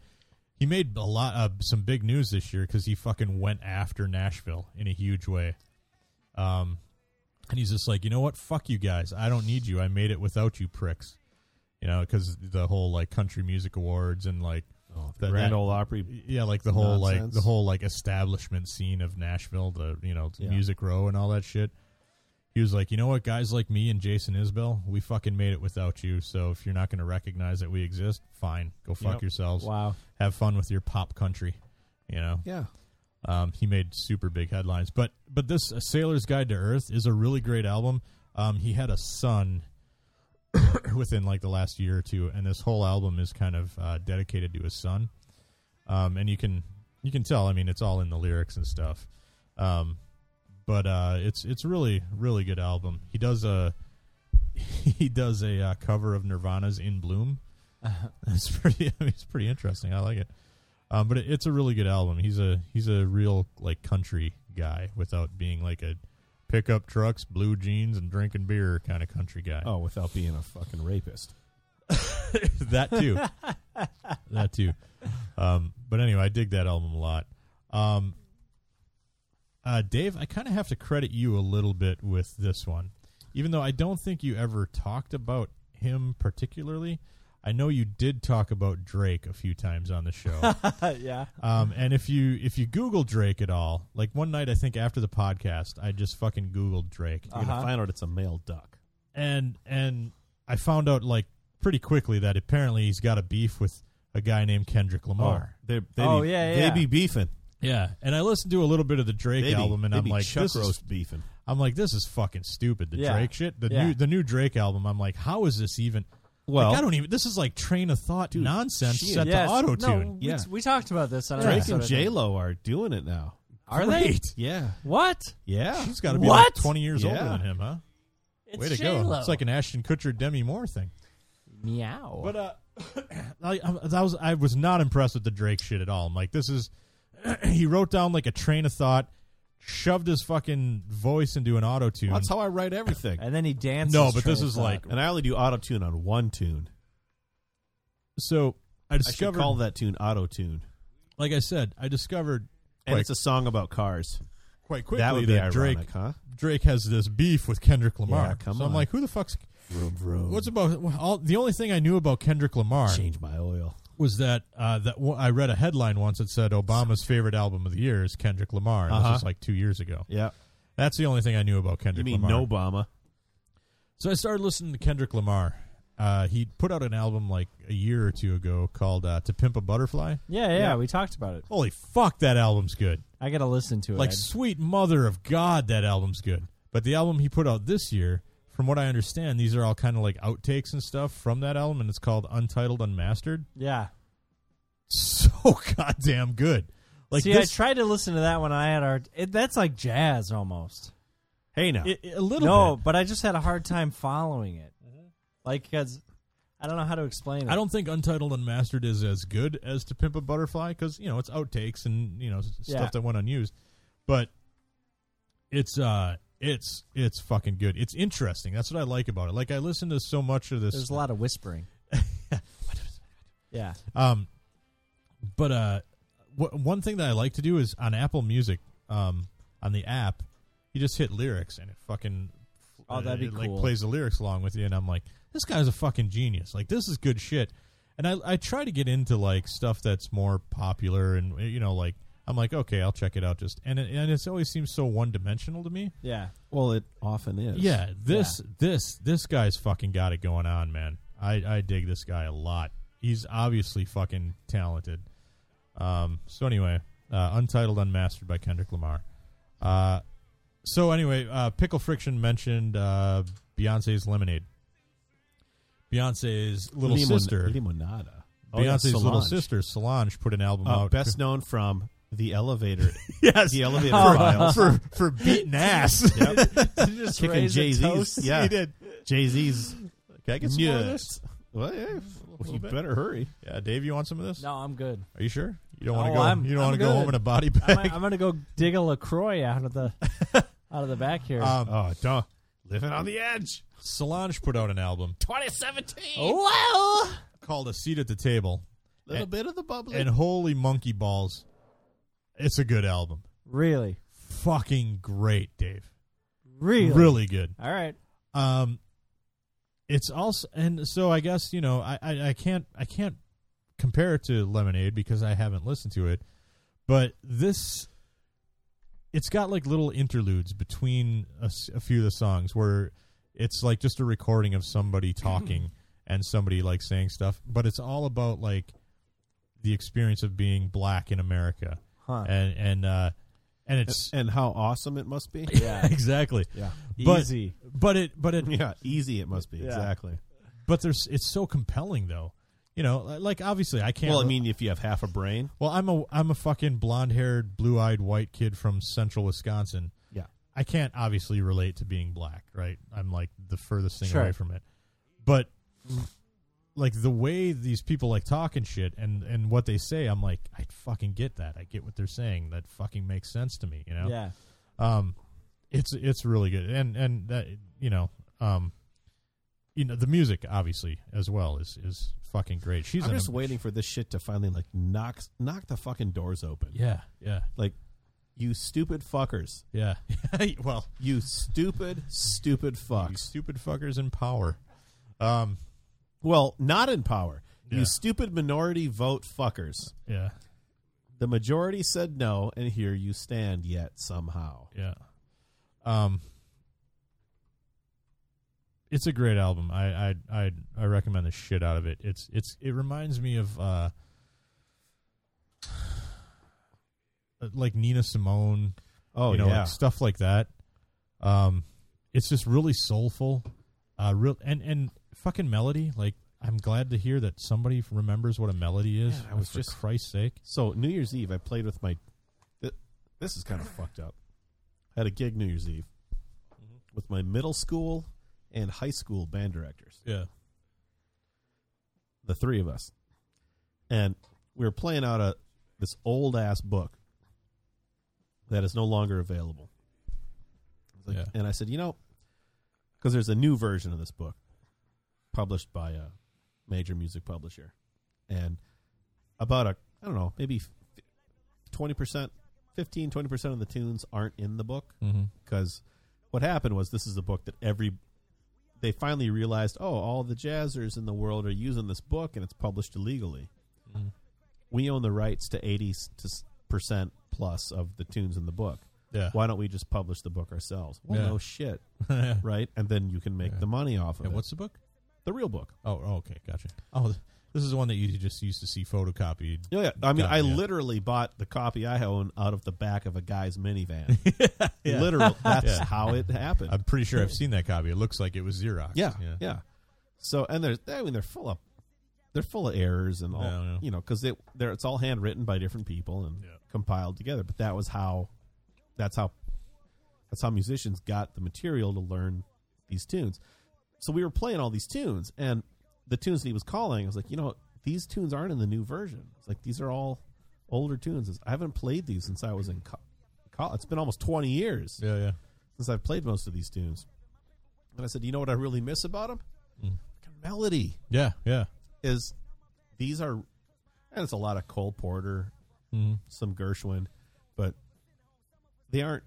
He made a lot uh, some big news this year because he fucking went after Nashville in a huge way. Um, and he's just like, you know what? Fuck you guys. I don't need you. I made it without you pricks. You know, because the whole like country music awards and like
Oh,
That-
Grand
that-
Ole Opry.
yeah, like the whole like
Nonsense.
the whole like establishment scene of Nashville, the you know
Yeah.
Music Row and all that shit. He was like, you know what, guys like me and Jason Isbell, we fucking made it without you. So if you're not going to recognize that we exist, fine, go fuck
Yep.
yourselves.
Wow.
Have fun with your pop country. You know,
Yeah.
um, he made super big headlines, but but this uh, Sailor's Guide to Earth is a really great album. Um, he had a son (laughs) within like the last year or two, and this whole album is kind of uh, dedicated to his son. Um, and you can you can tell. I mean, it's all in the lyrics and stuff. Um, but uh, it's it's really really good album. He does a (laughs) he does a uh, cover of Nirvana's In Bloom. It's (laughs) pretty. I mean, it's pretty interesting. I like it. Um, but it, it's a really good album. He's a he's a real like country guy without being like a pickup trucks, blue jeans, and drinking beer kind of country guy.
Oh, without
(laughs)
being a fucking rapist.
that too, that too. Um, but anyway, I dig that album a lot. Um, uh, Dave, I kind of have to credit you a little bit with this one, even though I don't think you ever talked about him particularly. I know you did talk about Drake a few times on the show.
yeah.
Um, and if you if you Google Drake at all, like one night I think after the podcast, I just fucking Googled Drake,
You're gonna find out it's a male duck.
and and I found out like pretty quickly that apparently he's got a beef with a guy named Kendrick Lamar.
they they
Oh,
be,
yeah,
they
yeah.
be beefing.
Yeah, and I listened to a little bit of the Drake
They be,
album, and
they
I'm
be
like,
chuck
this is,
roast beefing.
I'm like, this is fucking stupid. The
Yeah.
Drake shit, the
Yeah.
new the new Drake album. I'm like, how is this even?
Well,
like, I don't even. This is like train of thought nonsense
shit.
set
Yes.
to auto tune.
No, we,
Yeah.
we talked about this on our
Drake
episode,
and
I think.
J Lo are doing it now.
Are they?
Great.
Yeah.
What?
Yeah.
She's got to be
What?
like 20 years
Yeah.
older than him, huh?
It's
Way to go.
J-Lo.
It's like an Ashton Kutcher Demi Moore thing.
meow.
But (coughs) uh, I, I was I was not impressed with the Drake shit at all. I'm like, this is (coughs) he wrote down like a train of thought, shoved his fucking voice into an auto tune.
That's how I write everything.
And then he dances.
No, but
train
this
of
is
thought.
like-
and I only do auto tune on one tune.
so I
I should
discovered,
call that tune auto tune.
like I said, I discovered
And
Quite-
it's a song about cars.
quite quickly
that would be ironic,
Drake
huh?
Drake has this beef with Kendrick Lamar.
Yeah, come
so I'm
on.
like, who the fuck's
Vroom, vroom.
what's about? All, the only thing I knew about Kendrick Lamar
Change my oil.
was that uh, that one- I read a headline once that said Obama's favorite album of the year is Kendrick Lamar. And This
Uh-huh.
was like two years ago.
Yeah.
That's the only thing I knew about
You
Kendrick
mean
Lamar.
no Obama?
So I started listening to Kendrick Lamar. Uh, he put out an album like a year or two ago called uh, "To Pimp a Butterfly."
Yeah, yeah,
Yeah.
We talked about it.
Holy fuck, that album's good!
I gotta listen to it.
Like
I-
sweet mother of God, that album's good. But the album he put out this year, from what I understand, these are all kind of like outtakes and stuff from that album, and it's called "Untitled Unmastered." (laughs)
yeah.
So goddamn good. Like
See,
this,
I tried to listen to that when I had our. It, that's like jazz almost.
Hey now.
it- it- a little
No,
bit. Mm-hmm.
but I just had a hard time following it. Like, because I don't know how to explain it.
I don't think Untitled Unmastered is as good as To Pimp a Butterfly because you know it's outtakes and you know s-
Yeah.
stuff that went unused, but it's uh it's it's fucking good. It's interesting. That's what I like about it. Like I listen to so much of this. (laughs)
There's a lot of whispering. yeah.
Um, but uh, w- one thing that I like to do is on Apple Music, um, on the app, you just hit lyrics and it fucking
Oh, that'd be
it, like
cool.
plays the lyrics along with you, and I'm like, this guy's a fucking genius. Like this is good shit. And I I try to get into like stuff that's more popular, and you know like. I'm like, okay, I'll check it out. Just and it, and it's always seems so one dimensional to me.
Yeah.
well, it often is.
Yeah, this this this guy's fucking got it going on, man. I I dig this guy a lot. He's obviously fucking talented. Um. So anyway, uh, Untitled Unmastered by Kendrick Lamar. Uh. So anyway, uh, Pickle Friction mentioned uh, Beyonce's Lemonade. Beyonce's little
Limon-
sister,
Limonada. Oh, yeah,
Beyonce's little
Solange.
sister Solange put an album
Uh,
out. (laughs)
best known from The (laughs) Elevator.
yes,
the Elevator (laughs)
for,
Files.
for for beating
(laughs)
ass. (laughs)
just
Kicking Jay Z's. Yeah.
he did.
Jay Z's.
Can I get some more of this?
Yes. Well, yeah.
little
you
bit.
better hurry.
Yeah, Dave, you want some of this?
No, I'm good.
Are you sure? You don't
No,
want to go.
I'm-
you don't
I'm
want to go
good.
home in a body
I'm,
bag.
I'm gonna go dig a Lacroix out of
(laughs)
the out of the back here.
Um,
Oh, duh. Living on the edge.
Solange put out an album
2017.
well,
called "A Seat at the Table,"
little
and-
bit of the bubbly.
and holy monkey balls, it's a good album.
really,
Fucking great, Dave.
really,
Really good.
All right.
Um, it's also and so I guess you know I, I I can't I can't compare it to Lemonade because I haven't listened to it, but this it's got like little interludes between a, s- a few of the songs where it's like just a recording
(laughs)
of somebody talking and somebody like saying stuff, but it's all about like the experience of being black in America
Huh.
and and uh and it's
and how awesome it must (laughs) be.
(laughs) Yeah.
(laughs) exactly
Yeah.
but-
Easy.
but it but it
Yeah. Easy it must be.
Yeah.
Exactly.
but there's it's so compelling though. You know, li- like obviously I can't.
Well, I mean, if you have half a brain.
well, I'm a I'm a fucking blonde haired, blue eyed white kid from central Wisconsin.
Yeah.
I can't obviously relate to being black, right? I'm like the furthest thing
Sure.
away from it. But like the way these people like talk and shit and and what they say, I'm like, I fucking get that. I get what they're saying. That fucking makes sense to me. You know?
Yeah.
um it's it's really good and and that you know um you know the music obviously as well is is fucking great she's
I'm
an-
just waiting for this shit to finally like knock knock the fucking doors open.
yeah yeah
Like, you stupid fuckers.
yeah (laughs) well
You stupid, stupid
you
fucks.
stupid fuckers in power um
Well, not in power.
Yeah.
You stupid minority vote fuckers.
yeah
The majority said no, and here you stand yet somehow.
yeah um it's a great album i i i, I recommend the shit out of it it's it's it reminds me of uh (sighs) like nina simone
Oh,
you know,
yeah.
like stuff like that. Um, it's just really soulful, uh, real and and fucking melody. Like I'm glad to hear that somebody remembers what a melody is.
Man, I was
for
just-
Christ's sake.
so, New Year's Eve, I played with my. th- this is kind of fucked up. I had a gig New Year's Eve
Mm-hmm.
with my middle school and high school band directors,
Yeah.
the three of us, and we were playing out a this old ass book that is no longer available. It's like-
Yeah.
And I said, you know, because there's a new version of this book published by a major music publisher, and about a I don't know maybe twenty percent, 15, 20 percent of the tunes aren't in the book
Mm-hmm.
because what happened was this is a book that every they finally realized oh all the jazzers in the world are using this book and it's published illegally
Mhm.
we own the rights to 80 s- to s- percent plus of the tunes in the book
Yeah. (laughs)
why don't we just publish the book ourselves well
Yeah.
no shit
yeah.
right and then you can make
Yeah.
the money off of it
What's the book?
the real book
Oh, oh, okay, gotcha. Oh, th- this is one that you just used to see photocopied.
yeah, yeah. i mean
Got it,
i
yeah.
literally bought the copy i own out of the back of a guy's minivan literal that's
(laughs) Yeah.
how it happened
I'm pretty sure I've seen that copy. It looks like it was Xerox.
Yeah, yeah.
yeah,
So and there's I mean they're full of they're full of errors and all
Yeah, I know.
you know because it there it's all handwritten by different people and
Yeah.
compiled together. But that was how that's how that's how musicians got the material to learn these tunes. So we were playing all these tunes and the tunes that he was calling, I was like, you know, these tunes aren't in the new version. It's like these are all older tunes. It's- I haven't played these since I was in co- college. It's been almost twenty years
yeah, yeah.
since I've played most of these tunes. And I said, you know what I really miss about them?
Mm.
Melody
yeah, yeah.
is these are, and it's a lot of Cole Porter,
Mhm.
some Gershwin, but they aren't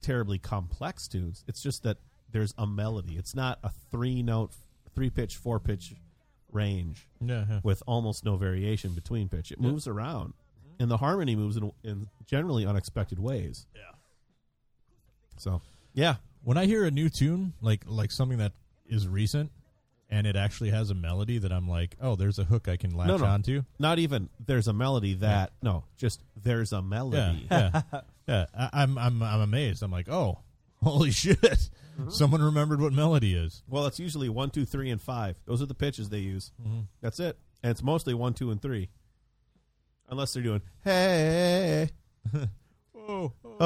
terribly complex tunes. It's just that there's a melody. It's not a three note, three pitch, four pitch range
yeah, yeah.
with almost no variation between pitch. It
Yeah.
moves around, and the harmony moves in, in generally unexpected ways. Yeah. So yeah,
When I hear a new tune, like like something that is recent, and it actually has a melody that I'm like, oh, there's a hook I can latch
No, no.
onto.
not even there's a melody that no, just there's a melody. (laughs)
Yeah, (laughs) yeah. yeah. I, I'm I'm I'm amazed. I'm like, oh, (laughs) holy shit!
Mm-hmm.
Someone remembered what melody is.
Well, it's usually one, two, three, and five. Those are the pitches they use. That's it. And it's mostly one, two, and three. Unless they're doing hey,
Oh, oh.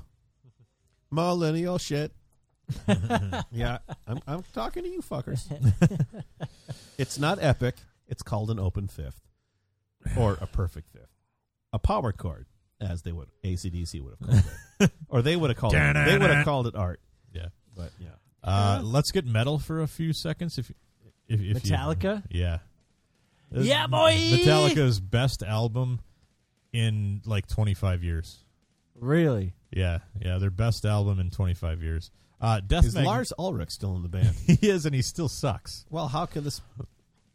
oh, millennial (laughs) shit. yeah, I'm, I'm talking to you (laughs) fuckers. it's not epic. It's called an open fifth or a perfect fifth, a power chord, as they would ACDC would have called (laughs) it, or they would have called it. They would have called it art.
yeah.
But yeah,
Uh, let's get metal for a few seconds. If if, if
Metallica?
you, yeah, Uh,
Yeah, boy!
Metallica's best album in like 25 years.
Really?
Yeah, yeah, their best album in 25 years. Uh, Death
is
Magn-
Lars Ulrich still in the band?
(laughs) He is, and he still sucks.
Well, how can this?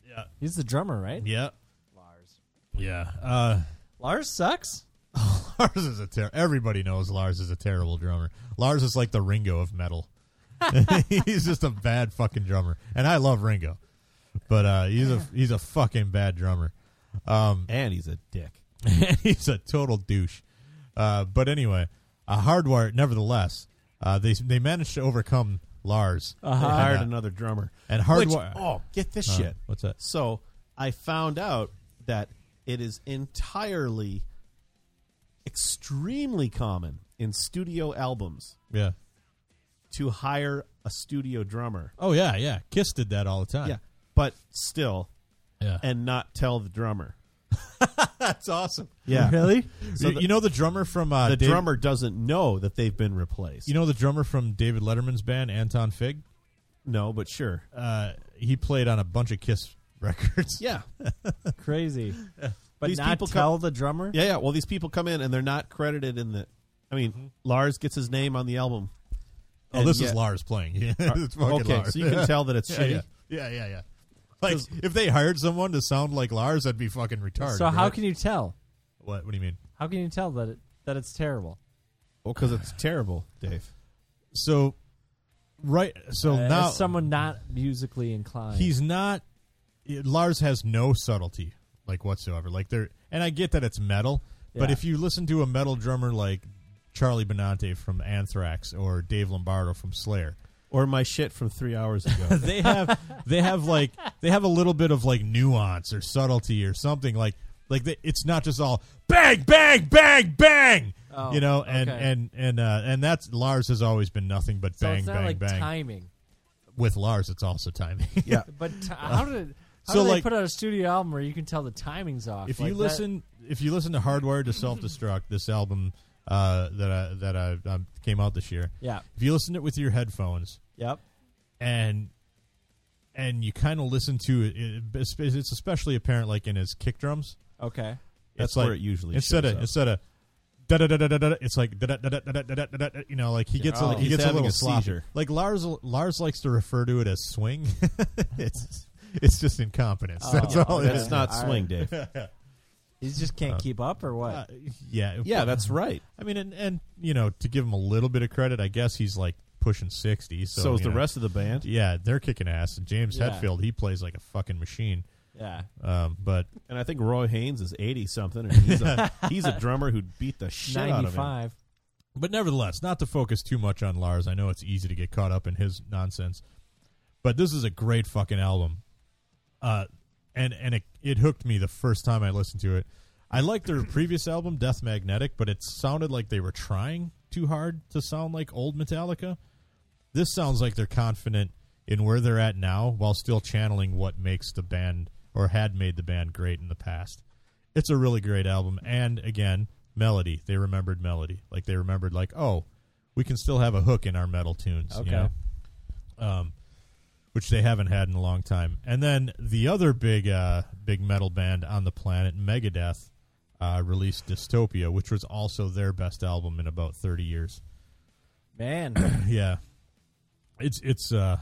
Yeah,
He's the drummer, right?
yeah,
Lars.
yeah. Uh, (laughs)
Lars sucks.
Lars is a ter- everybody knows Lars is a terrible drummer. Lars is like the Ringo of metal. (laughs) he's just a bad fucking drummer, and I love Ringo, but uh, he's a he's a fucking bad drummer. Um, (laughs)
And he's a dick.
and he's a total douche. Uh, but anyway, a hardwire. Nevertheless, uh, they they managed to overcome Lars
They hired
and, uh,
another drummer.
and
Uh-huh. Which-
hardwire.
oh, get this
Uh,
shit.
What's that?
So I found out that it is entirely, extremely common in studio albums
Yeah.
to hire a studio drummer.
Oh yeah, yeah. Kiss did that all the time.
Yeah, but still,
yeah.
and not tell the drummer.
that's awesome.
Yeah,
(laughs)
Really?
So
you,
the-
you know the drummer from uh,
the
Dave-
drummer doesn't know that they've been replaced.
You know the drummer from David Letterman's band, Anton Fig.
no, but sure.
Uh, he played on a bunch of Kiss records.
(laughs) Yeah,
Crazy. But
These
not
people come-
tell the drummer.
yeah, yeah. Well, these people come in and they're not credited in the. I mean, Lars gets his name on the (laughs) album.
Oh,
And
this is
yet-
Lars playing. (laughs) Yeah, it's fucking
Okay,
Lars.
so you can tell that (laughs) it's
(laughs) yeah,
shitty.
Yeah, yeah, yeah. yeah. Like if they hired someone to sound like Lars, that'd be fucking retarded.
So how
right?
can you tell?
What? What do you mean?
How can you tell that it, that it's terrible?
Well, because it's terrible, Dave.
So, right. So
Uh,
now
as someone not musically inclined.
he's not. it- Lars has no subtlety, like whatsoever. Like there, and I get that it's metal, but
Yeah.
if you listen to a metal drummer like Charlie Benante from Anthrax or Dave Lombardo from Slayer,
Or my shit from three hours ago.
(laughs)
(laughs)
they have they have like they have a little bit of like nuance or subtlety or something like Like they, it's not just all bang, bang, bang, bang.
Oh,
you know, and
okay.
and and uh, and that's Lars has always been nothing but
So
bang,
it's not
bang,
like
bang.
timing.
With Lars, it's also timing.
Yeah.
But
(laughs)
t- how did how
So,
do they
like-
put out a studio album where you can tell the timing's off?
if
Like
you
that-
listen, if you listen to Hardwired to Self Destruct, this album uh, that I, that I um, came out this year,
Yeah.
if you listen to it with your headphones,
Yep.
and and you kind of listen to it, it, it's- it's especially apparent like in his kick drums.
Okay.
That's
It's like-
where it usually
instead
shows
of
up.
instead of da da da da da da, it's like da da da da da da da da. You know, like he gets
Oh,
a, he
he's
gets a
having
little
a
sloppy.
seizure.
Like Lars Lars likes to refer to it as swing. (laughs) it's it's just incompetence.
Oh.
that's all. it
that's
is.
not
All right.
swing,
(laughs)
Dave.
He just can't keep up or what?
Uh, yeah,
Yeah, that's
(laughs)
right.
I mean, and, and you know, to give him a little bit of credit, I guess he's like pushing sixty. So,
So, is
you
the
know.
rest of the band.
Yeah, they're kicking ass. And James
Yeah.
Hetfield, he plays like a fucking machine.
yeah.
Um, but
And I think Roy Haynes is 80 something. And he's,
(laughs)
a, he's a drummer who beat the shit out of him.
95.
but nevertheless, not to focus too much on Lars. I know it's easy to get caught up in his nonsense, but this is a great fucking album. Uh, and and it, it hooked me the first time I listened to it. I liked their previous album, Death Magnetic, but it sounded like they were trying too hard to sound like old Metallica. This sounds like they're confident in where they're at now while still channeling what makes the band or had made the band great in the past. It's a really great album and again, melody. They remembered melody. Like they remembered like, "Oh, we can still have a hook in our metal tunes."
Okay.
You know? Um which they haven't had in a long time. And then the other big uh, big metal band on the planet, Megadeth, uh, released Dystopia, which was also their best album in about thirty years. (clears throat)
Man. (coughs)
yeah, it's it's uh,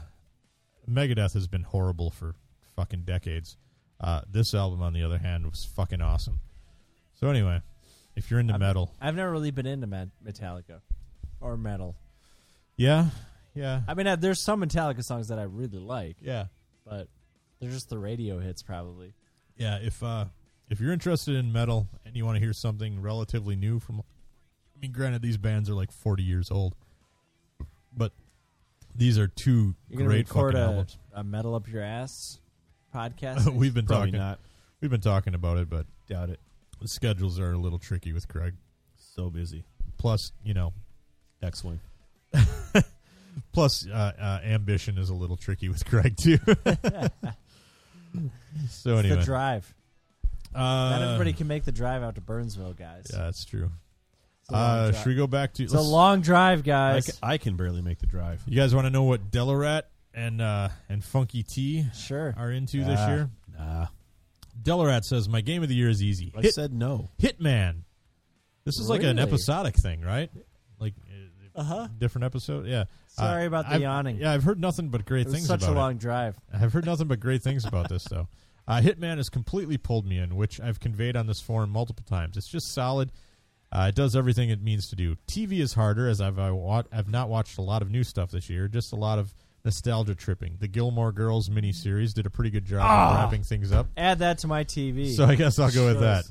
Megadeth has been horrible for fucking decades. Uh, this album, on the other hand, was fucking awesome. So anyway, if you're into
I'm-
metal,
I've never really been into Met- Metallica or metal.
yeah, yeah,
I mean, I, there's some Metallica songs that I really like,
yeah.
but they're just the radio hits, probably.
yeah if uh if you're interested in metal and you want to hear something relatively new from i mean granted these bands are like 40 years old but these are 2
You're gonna
great
record
fucking
a, (laughs)
albums
a metal up your ass
(laughs)
podcast.
we've been
Probably
talking
not.
we've been talking about it but
Doubt it.
the schedules are a little tricky with craig
So busy.
plus you know
X Wing.
plus uh, uh ambition is a little tricky with (laughs) craig too
(laughs)
so
It's
anyway
the drive.
uh,
Not everybody can make the drive out to Burnsville, guys.
yeah that's true
It's a long
uh
drive.
should we go back to
It's a
let's-
long drive,
I
guys.
ca- I can barely make the drive.
You guys want to know what Delarat and uh, and Funky T
sure.
are into this
Ah.
year?
Nah.
Delarat says my game of the year is easy.
I
Hit-
said no.
Hitman. This is like an
Really?
episodic thing, right? Like
Uh huh.
different episode. Yeah.
Sorry
Uh,
about the
I've-
yawning.
Yeah, I've heard nothing but great
it was
things
such a
about it.
long drive.
I've heard nothing but great things about this,
(laughs)
though. Uh, Hitman has completely pulled me in, which I've conveyed on this forum multiple times. It's just solid. Uh, it does everything it means to do. TV is harder, as I've I wa- I've not watched a lot of new stuff this year. Just a lot of nostalgia tripping. The Gilmore Girls miniseries did a pretty good job
Ah!
of wrapping things up,
Add that to my TV.
so I guess I'll go with
Shows.
that.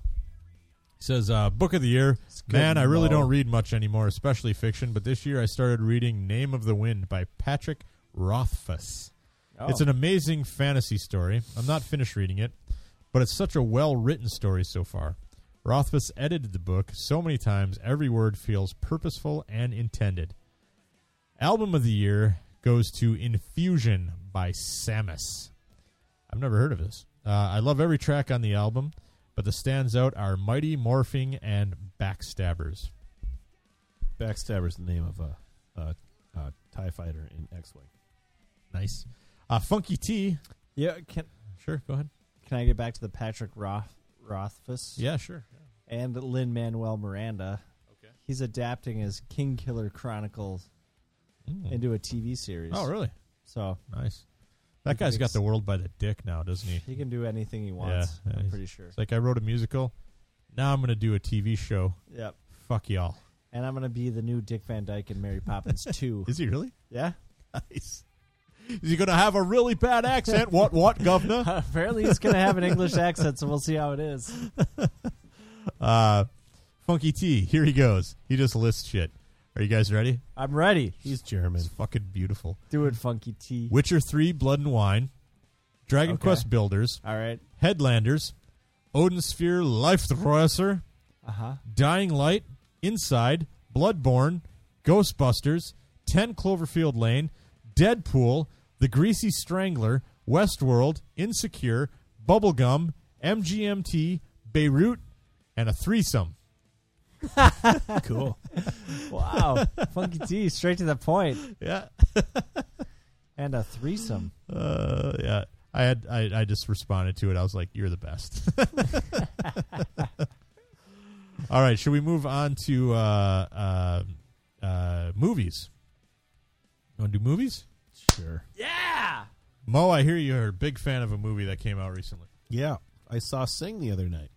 He says uh, book of the year.
good
Man, I really
mo.
don't read much anymore, especially fiction. But this year, I started reading Name of the Wind by Patrick Rothfuss.
Oh.
It's an amazing fantasy story. I'm not finished reading it, but it's such a well written story so far. Rothfuss edited the book so many times, every word feels purposeful and intended. Album of the year goes to Infusion by Samus. I've never heard of this. Uh, I love every track on the album, but the stands out are Mighty Morphing and Backstabbers.
Backstabber's the name of a, a, a TIE fighter in X Wing.
Nice. Uh, Funky T.
yeah, can,
Sure, go ahead.
can I get back to the Patrick Roth, Rothfuss?
Yeah, sure.
and Lin Manuel Miranda. Okay. He's adapting his King Killer Chronicles
Mm.
into a TV series.
Oh, really?
So
Nice. That
You can
guy's got
ex-
the world by the dick now, doesn't he?
he can do anything he wants.
Yeah,
I'm
he's-
pretty sure.
It's like I wrote a musical. Now I'm going to do a TV show.
Yep.
Fuck y'all.
And I'm gonna be the new Dick Van Dyke and Mary
(laughs)
Poppins too.
Is he really?
Yeah.
Nice. Is he going to have a really bad accent? what, what, governor?
(laughs) Apparently he's gonna have an English accent, so we'll see how it is.
(laughs) Uh, Funky T, here he goes. He just lists shit. Are you guys ready?
I'm ready.
He's German.
(laughs) It's fucking beautiful.
Do it, Funky T.
Witcher 3, Blood and Wine. Dragon
Okay.
Quest Builders.
All right.
Headlanders. Odin Sphere, Life Dresser,
Uh huh.
Dying Light, Inside, Bloodborne, Ghostbusters, 10 Cloverfield Lane, Deadpool, The Greasy Strangler, Westworld, Insecure, Bubblegum, MGMT, Beirut, and a threesome.
Cool.
Wow. (laughs) Funky T, straight to the point.
Yeah.
And a threesome.
Uh, yeah. I had I, I just responded to it. I was like, "You're the best." (laughs) All right, should we move on to uh, uh, uh, movies? You want to do movies?
sure.
Mo, I hear you're a big fan of a movie that came out recently.
Yeah, I saw Sing the other night.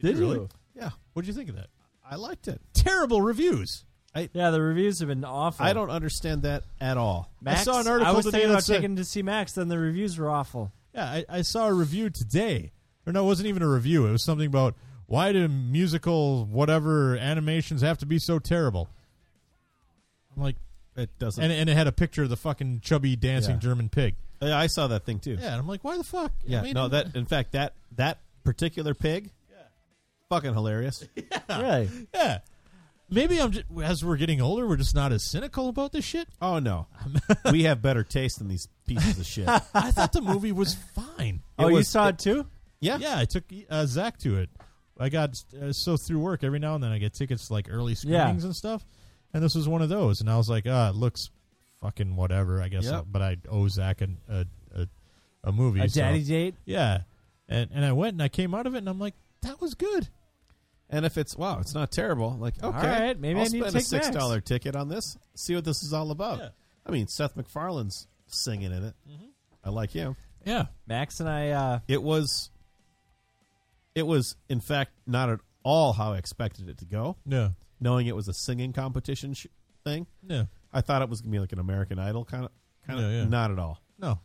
Did
Really?
you?
Yeah,
What do you think of that?
I liked it.
Terrible reviews.
Yeah, the reviews have been awful.
I don't understand that at all.
Max,
I saw an article
I was
today
thinking
that
about
said-
taking to see Max, then the reviews were awful.
Yeah, I, I saw a review today. Or no, it wasn't even a review. It was something about why do musical whatever animations have to be so terrible? I'm like,
it doesn't.
and and it had a picture of the fucking chubby dancing
Yeah.
German pig.
Yeah, I saw that thing too.
Yeah, and I'm like, why the fuck?
Yeah,
I mean,
no, that in fact that that particular pig, fucking
(laughs)
hilarious.
Really?
yeah. Maybe I'm just, as we're getting older, we're just not as cynical about this shit.
Oh
(laughs)
no, we have better taste than these pieces of shit.
I thought the movie was fine.
oh, you
was-
saw it too?
Yeah,
Yeah, I took uh, Zach to it. I got uh, so through work every now and then I get tickets to, like early screenings and stuff, and this was one of those. And I was like, ah, it looks fucking whatever, I guess.
Yeah.
uh, But I owe Zach an, a, a a movie.
A
so-
daddy date?
Yeah, and and I went and I came out of it and I'm like, that was good.
and if it's wow, it's not terrible. Like okay,
All right, maybe
I'll
I need to
spend a
take Max.
six dollar ticket on this. See what this is all about.
Yeah.
I mean, Seth MacFarlane's singing in it.
Mm-hmm.
I like him.
Yeah,
Max and I, uh,
It was, it was in fact not at all how I expected it to go.
no,
Knowing it was a singing competition sh- thing,
no,
I thought it was gonna be like an American Idol kind of kind of
Yeah, yeah.
not at all.
no.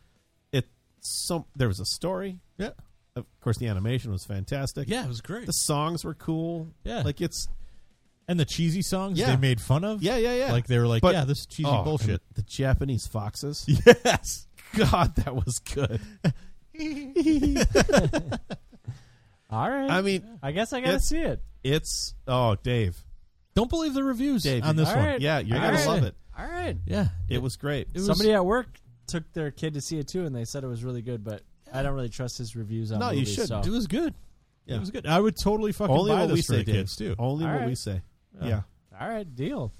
It some there was a story.
Yeah,
Of course, the animation was fantastic.
yeah, it was great.
the songs were cool.
Yeah.
like it's
and the cheesy songs
Yeah.
they made fun of.
yeah, yeah, yeah.
like they were like,
But-
yeah, this is cheesy
Oh, and
bullshit.
(laughs) The, the Japanese
(laughs)
foxes.
Yes.
God, that was good.
all right.
I mean,
I guess I got to
It's-
see it.
it's oh, Dave,
Don't believe the reviews
Dave,
on this
all
one.
right.
yeah, you're
All
gonna
right.
love it.
All right.
Yeah,
It was great.
It was-
Somebody at work took their kid to see it too, and they said it was really good, but I don't really trust his reviews on
No, you
movies.
shouldn't.
so-
It was good.
Yeah.
It was good. I would totally fucking
Only
buy
what
this
we
for
say,
the
Dave.
kids too.
Only
All
what we
right.
say.
Yeah.
Yeah. yeah,
All right, deal.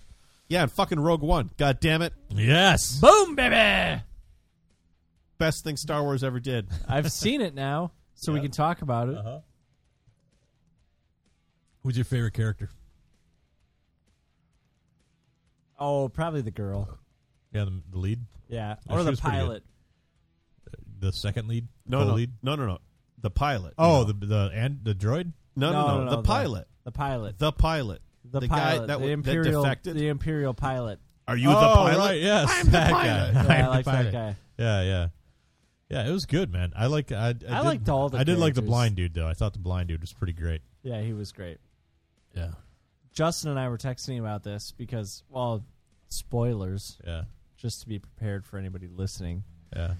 and fucking Rogue One. God damn it,
Yes.
Boom, baby.
best thing Star Wars ever did.
I've seen it now, so we
Yeah.
can talk about it.
Uh-huh. Who's your favorite character?
Oh, probably the girl.
Yeah, the, the lead,
Yeah,
Yeah,
or
she
the
was pretty good.
pilot.
the second lead,
No, no,
lead.
no, no, no. The pilot.
Oh,
no.
the the and the droid.
no, no, no,
no,
the
the-
pilot.
The pilot.
The pilot.
The,
guy
pilot.
that,
the
w-
imperial.
that defected.
The
(laughs)
imperial pilot.
Are you
oh,
the pilot?
Right, yes,
I'm the
that
pilot.
guy.
Yeah,
I'm
I
the
like
pilot.
that guy.
Yeah, yeah, yeah. It was good, man. I like. I, I, did,
liked all the
I did like the
characters.
blind dude though. I thought the blind dude was pretty great.
Yeah, he was great.
Yeah,
Justin and I were texting about this because, well, spoilers,
yeah,
just to be prepared for anybody listening.
yeah.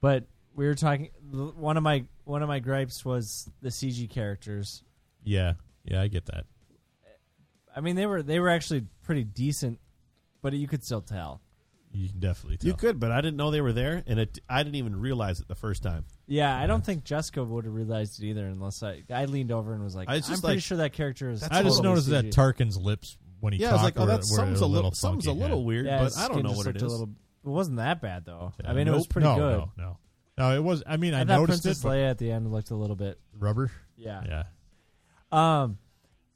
But we were talking. l- One of my one of my gripes was the CG characters.
Yeah, yeah, I get that.
I mean, they were they were actually pretty decent, but you could still tell.
You can definitely
(laughs)
tell.
You could, but I didn't know they were there, and it, I didn't even realize it the first time.
Yeah, I don't think Jessica would have realized it either, unless I I leaned over and was like,
I was
I'm
just
pretty
like-
sure that character is.
I just
totally
noticed that
CG."
Tarkin's lips when he
yeah, I was
talked
like, oh,
were,
that's
were
something's a little, something's a
funky,
little
yeah.
weird,
Yeah,
but
his
I don't
skin
know
just
what it
looked
is.
a little- it wasn't that bad though.
Yeah,
I mean, it was
nope.
pretty
no,
good.
No, no, no, it was. I mean, I
I thought
noticed
Princess
it. but
Leia at the end looked a little bit.
Rubber.
Yeah.
Yeah.
Um,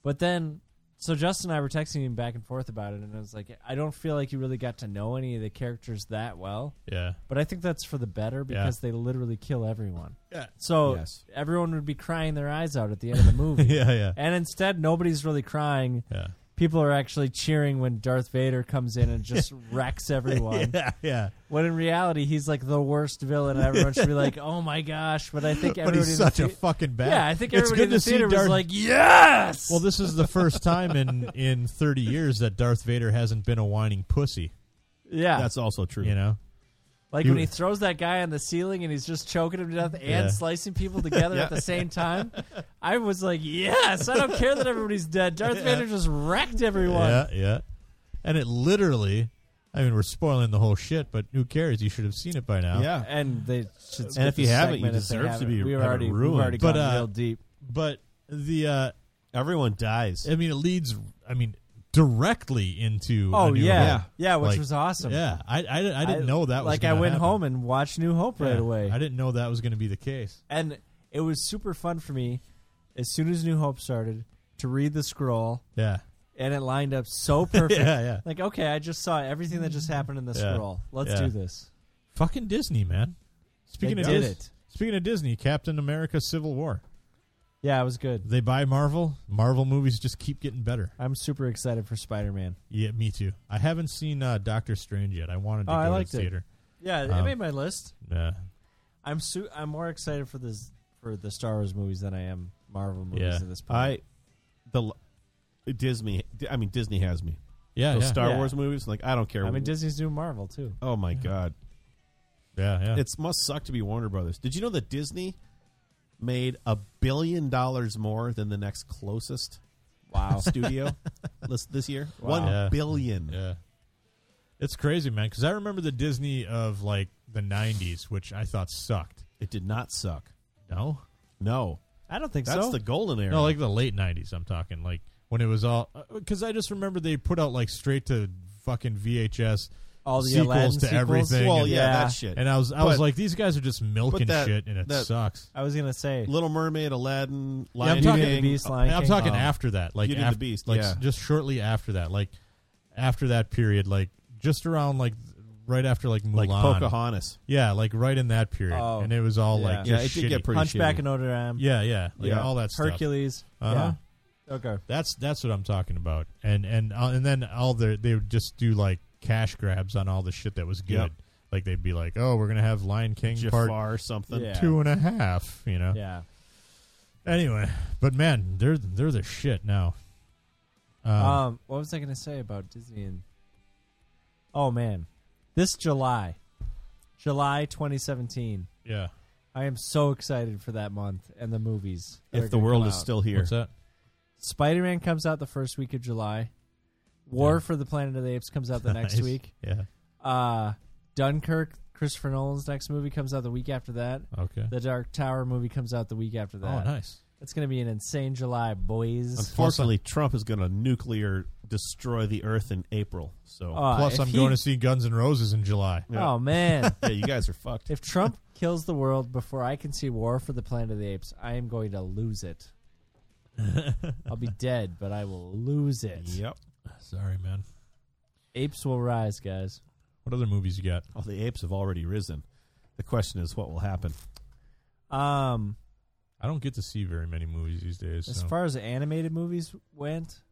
but then, so Justin and I were texting him back and forth about it, and I was like, I don't feel like you really got to know any of the characters that well,
Yeah.
but I think that's for the better because they literally kill everyone.
Yeah.
So
Yes.
everyone would be crying their eyes out at the end of the movie.
Yeah. Yeah.
And instead, nobody's really crying. (laughs)
Yeah.
People are actually cheering when Darth Vader comes in and
(laughs)
just wrecks everyone.
Yeah. Yeah.
When in reality, he's like the worst villain. and Everyone should be like, "Oh my gosh!" But I think
(laughs) But
everybody
he's
in the
such a
thea-
fucking bad.
yeah. I think
It's
everybody
good
in the
to see
theater was
Darth-
like, "Yes!"
(laughs) Well, this is the first time in in 30 years that Darth Vader hasn't been a whining pussy.
yeah,
That's also true.
You know.
Like
You-
when he throws that guy on the ceiling and he's just choking him to death and
Yeah.
slicing people together
Yeah.
(laughs)
at the same time. I was like, yes, I don't care that everybody's dead.
(laughs)
Darth Vader just wrecked everyone.
Yeah, yeah. And it literally, I mean, we're spoiling the whole shit, but who cares? You should have seen it by now.
yeah.
And they should skip
And if you
the
haven't, you
segment if they
deserve to
haven't.
be-
we
have
were
it
already
ruined.
We've already
But,
gone
uh,
real deep.
But the, uh,
Everyone dies.
I mean, it leads, I mean, directly into. A
Oh
New
yeah, yeah,
Hope.
which
Like,
was awesome.
Yeah. I, I, I didn't know that was
Like I
gonna
went
happen.
home and watched New Hope right
Yeah.
away,
I didn't know that was going to be the case.
and it was super fun for me. As soon as New Hope started, to read the scroll,
Yeah.
and it lined up (laughs) so perfect.
Yeah, yeah.
Like okay, I just saw everything that just happened in the
Yeah.
scroll. Let's
Yeah.
do this.
Fucking Disney, man. Speaking
They
of
did
Dis-
it.
Speaking of Disney, Captain America: Civil War.
Yeah, it was good.
They buy Marvel. Marvel movies just keep getting better.
I'm super excited for Spider Man.
Yeah, me too. I haven't seen uh, Doctor Strange yet. I wanted to
Oh,
go
I liked
to
it.
the theater.
Yeah, it
Um,
made my list.
Yeah,
I'm su- I'm more excited for this for the Star Wars movies than I am Marvel movies
Yeah.
at this point.
I, the l- Disney. I mean, Disney has me.
yeah,
Those
yeah.
Star
Oh, Yeah.
Wars movies, like I don't care.
I mean Disney's doing Marvel too.
oh my god,
yeah, yeah.
it must suck to be Warner Brothers. Did you know that Disney made a billion dollars more than the next closest
(laughs) Wow.
studio this, this year?
Wow.
Yeah.
One billion.
yeah. It's crazy, man. Because I remember the Disney of like the '90s, which I thought sucked.
It did not suck.
No,
No,
I don't think
that's
so.
the golden era.
no, like the late '90s. I'm talking like when it was all. Because I just remember they put out like straight to fucking VHS,
All the
sequels
Aladdin
to
sequels.
everything.
well,
and-
yeah,
Yeah.
that shit.
And I was, I was
But-
like, these guys are just milking
that-
shit, and it
that-
sucks.
I was gonna say
Little Mermaid, Aladdin,
Yeah,
Lion
I'm talking-
King.
Beast, Lion
I'm
King.
talking
Um,
after that, like
Beauty and the
after,
Beast,
like
yeah.
s- just shortly after that, like after that period, like just around like right after like Mulan,
like Pocahontas.
yeah, like right in that period,
Oh,
and it was all
yeah.
like
Yeah,
just
it did get
shitty.
pretty
Hunchback
shitty.
and Notre Dame.
yeah, yeah, like
Yeah.
all that stuff.
Hercules.
Uh-huh.
Yeah. Okay.
That's that's what I'm talking about, and and uh, and then all the they would just do like cash grabs on all the shit that was good.
Yep.
Like they'd be like, oh, we're gonna have Lion King
Jafar
part
or something.
Yeah.
two and a half, you know.
Yeah.
Anyway, but man, they're they're the shit now. Um,
Um, what was I gonna say about Disney and Oh man. This July. July twenty seventeen.
yeah.
I am so excited for that month and the movies. that are
If the
gonna
world
come
is
out.
still here,
What's that?
Spider Man comes out the first week of July. War
Yeah.
for the Planet of the Apes comes out
(laughs)
the next
Nice.
week.
Yeah.
Uh Dunkirk, Christopher Nolan's next movie comes out the week after that.
Okay.
The Dark Tower movie comes out the week after
Oh,
that.
nice.
It's gonna be an insane July, boys.
unfortunately, Trump is going to nuclear destroy the Earth in April. So
Uh,
Plus,
if
I'm
he-
going to see Guns N' Roses in
(laughs)
July.
Yeah.
Oh
(laughs)
man.
yeah, you guys are fucked.
if Trump kills the world before I can see War for the Planet of the Apes, I am going to lose
(laughs)
it. I'll be dead, but I will lose it.
(laughs) Yep.
Sorry, man.
Apes will rise, guys.
What other movies you got?
Well, the apes have already risen. The question is, what will happen?
Um
I don't get to see very many movies these days.
As
so-
far as animated movies went,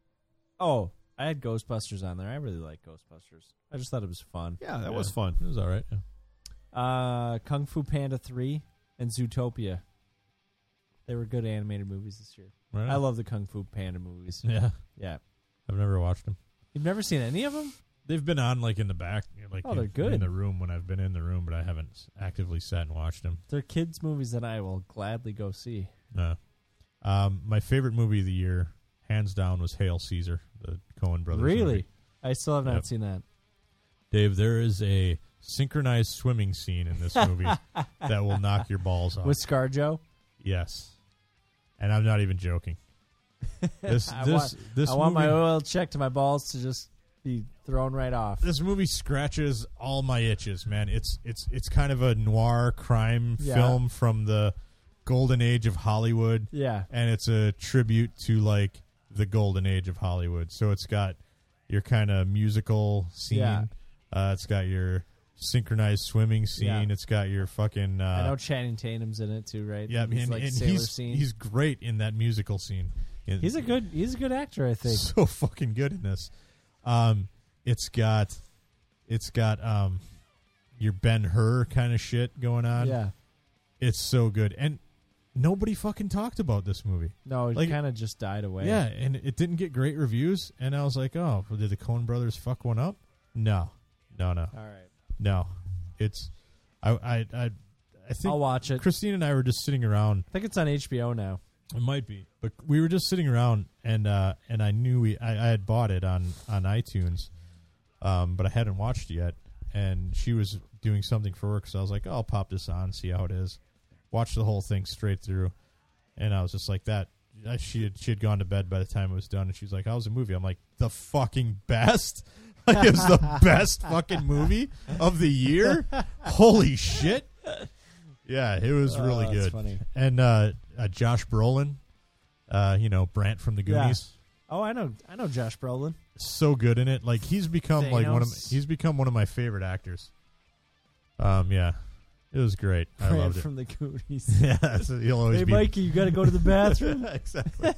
oh, I had Ghostbusters on there. I really like Ghostbusters. I just thought it was fun.
Yeah, that
Yeah.
was fun.
it was all right. Yeah.
Uh, Kung Fu Panda 3 and Zootopia. They were good animated movies this year.
Right
I
on.
love the Kung Fu Panda movies.
(laughs) Yeah,
Yeah.
I've never watched them.
You've never seen any of them?
They've been on like in the back, like
Oh,
in,
they're good.
in the room when I've been in the room, but I haven't s- actively sat and watched them.
They're kids' movies that I will gladly go see.
No. Uh, Um, my favorite movie of the year, hands down, was Hail Caesar, the Cohen brothers.
really?
movie.
I still have not
Yep.
seen that.
Dave, there is a synchronized swimming scene in
(laughs)
this movie that will knock your balls off.
With ScarJo?
Yes, and I'm not
(laughs)
even joking. This
I
this
want-
this
I
movie,
want my oil check to my balls to just be thrown right off.
this movie scratches all my itches, man. It's it's it's kind of a noir crime
Yeah.
film from the golden age of Hollywood,
Yeah.
and it's a tribute to like the golden age of Hollywood. So it's got your kind of musical scene.
Yeah.
Uh, it's got your synchronized swimming scene.
Yeah.
It's got your fucking. Uh,
I know Channing Tatum's in it too, right?
Yeah,
he's
and,
like
and
sailor
he's
scene.
he's great in that musical scene. In-
He's a good he's a good actor, I think.
(laughs) so fucking good in this. Um, it's got it's got um your Ben Hur kind of shit going on.
yeah.
it's so good, and nobody fucking talked about this movie.
No, he
like-
kind of just died away.
Yeah, and it didn't get great reviews, and I was like, oh, well, did the Coen Brothers fuck one up? No, no, no,
All right.
no. It's I I I, I
I'll
think
watch it.
Christine and I were just sitting around.
I think it's on HBO now.
It might be, but we were just sitting around, and uh, and I knew we I, I had bought it on on iTunes, um, but I hadn't watched it yet. And she was doing something for work, so I was like, "Oh, I'll pop this on, see how it is. Watch the whole thing straight through, and I was just like that. I, she had she had gone to bed by the time it was done, and she's like, "How was the movie?" I'm like, "The fucking best! (laughs) Like it was the best fucking movie of the year! Holy shit!" Yeah, it was really
Oh, that's
good.
funny.
And uh, uh, Josh Brolin, uh, you know Brant from the
Yeah.
Goonies,
Oh, I know, I know Josh Brolin.
so good in it. Like he's become like one of
Thanos.
he's become one of my favorite actors. Um, yeah, it was great. I
Brad
loved
(laughs)
it.
from the Goonies.
(laughs) yeah, so he'll always
hey,
be
Mikey, you got to go to the bathroom.
(laughs) exactly.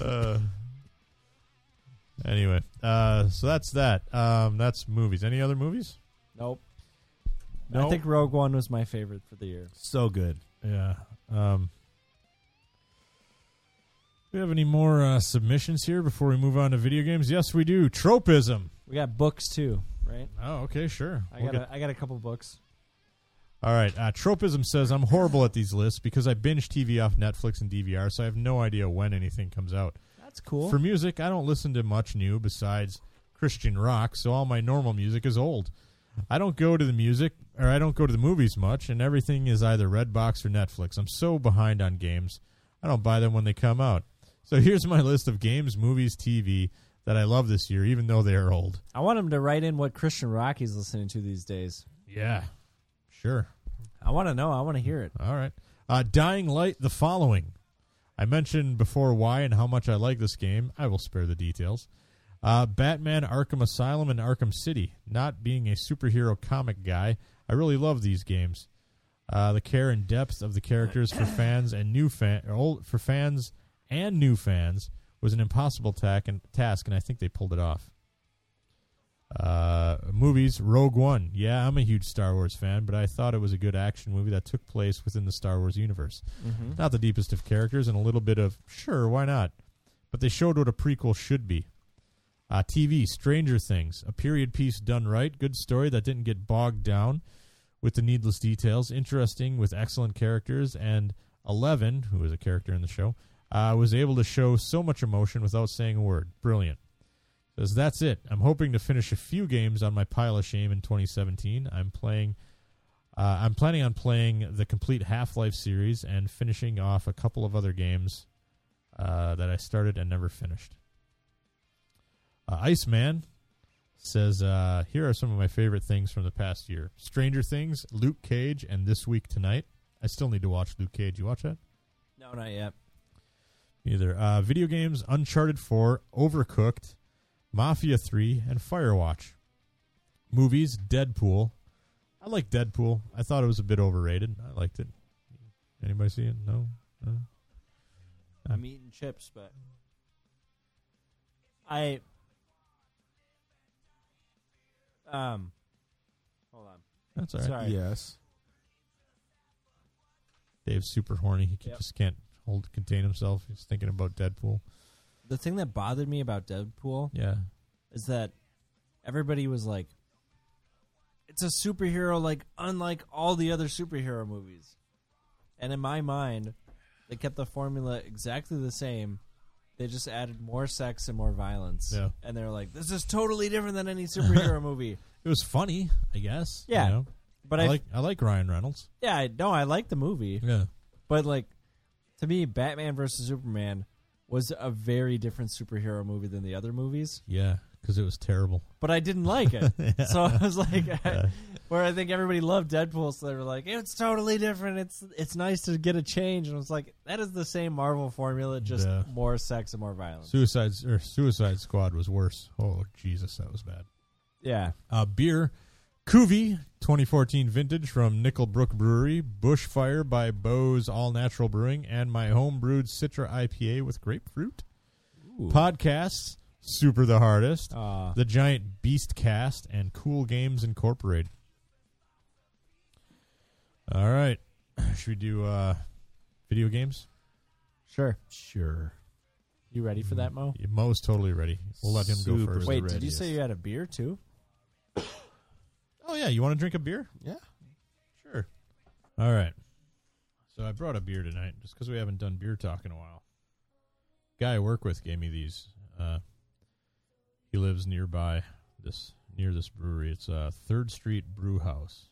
Uh, anyway, uh, so that's that. Um, that's movies. Any other movies?
nope.
No.
I think Rogue One was my favorite for the year.
So good.
Yeah. Um, do we have any more uh, submissions here before we move on to video games? Yes, we do. Tropism.
We got books too, right?
Oh, okay, sure.
I
We'll
got
get-
a, I got a couple books.
All right. Uh, Tropism says I'm horrible at these lists because I binge TV off Netflix and DVR, so I have no idea when anything comes out.
That's cool.
For music, I don't listen to much new besides Christian rock, so all my normal music is old. I don't go to the music or I don't go to the movies much, and everything is either Redbox or Netflix. I'm so behind on games. I don't buy them when they come out. So (laughs) here's my list of games, movies, TV that I love this year, even though they are old.
I want him to write in what Christian Rocky's listening to these days.
Yeah. Sure.
I want to know. I want to hear it.
All right. Uh, Dying Light, the following. I mentioned before why and how much I like this game. I will spare the details. Uh, Batman Arkham Asylum and Arkham City. Not being a superhero comic guy, I really love these games. Uh, the care and depth of the characters for fans and new fan, or old, for fans and new fans was an impossible tack and, task, and I think they pulled it off. Uh, movies, Rogue One. Yeah, I'm a huge Star Wars fan, but I thought it was a good action movie that took place within the Star Wars universe.
Mm-hmm.
Not the deepest of characters, and a little bit of sure, why not? But they showed what a prequel should be. Uh, TV, Stranger Things, a period piece done right, good story that didn't get bogged down with the needless details, interesting with excellent characters, and Eleven, who is a character in the show, uh, was able to show so much emotion without saying a word. Brilliant. Says that's it. I'm hoping to finish a few games on my pile of shame in 2017. I'm playing. Uh, I'm planning on playing the complete Half-Life series and finishing off a couple of other games uh, that I started and never finished. Uh, Iceman says, uh, "Here are some of my favorite things from the past year: Stranger Things, Luke Cage, and This Week Tonight." I still need to watch Luke Cage. You watch that?
No, not yet.
Either uh, video games: Uncharted 4, Overcooked, Mafia 3, and Firewatch. Movies: Deadpool. I like Deadpool. I thought it was a bit overrated. I liked it. Anybody see it? No. no?
I'm eating chips, but
I um hold on.
That's all right.
Sorry.
Yes.
Dave's super horny. He can,
Yep.
just can't hold contain himself. He's thinking about Deadpool.
the thing that bothered me about Deadpool
Yeah.
is that everybody was like,
It's a superhero like unlike all the other superhero movies.
and in my mind, they kept the formula exactly the same. They just added more sex and more violence.
Yeah.
And they're like, this is totally different than
(laughs)
any superhero movie.
It was funny, I guess. you
Yeah.
know?
But
I,
I,
like I like Ryan Reynolds.
yeah, I no, I like the movie.
Yeah.
But like to me, Batman versus Superman was a very different superhero movie than the other movies.
Yeah, because it was terrible.
But I didn't like
(laughs)
it. So I was like (laughs) where I think everybody loved Deadpool, so they were like, It's totally different. It's it's nice to get a change and I was like, That is the same Marvel formula, just
Yeah.
more sex and more violence.
Suicide or Suicide Squad was worse. Oh Jesus, that was bad.
Yeah.
Uh, beer, Cuvee 2014 vintage from Nickelbrook Brewery, Bushfire by Bose All Natural Brewing, and my home brewed Citra IPA with grapefruit. Podcasts, Super the Hardest,
Uh,
The Giant Beast Cast, and Cool Games Incorporated. All right, (clears throat) should we do uh, video games?
sure.
Sure.
You ready for that, Mo?
Mo's totally ready. We'll let him go
Super
first.
ready.
Wait, did you
readiest.
say you had a beer too?
Oh yeah, you want to drink a beer?
Yeah.
Sure. All right. So I brought a beer tonight just because we haven't done beer talk in a while. Guy I work with gave me these. Uh, he lives nearby this near this brewery. It's uh, Third Street Brew House.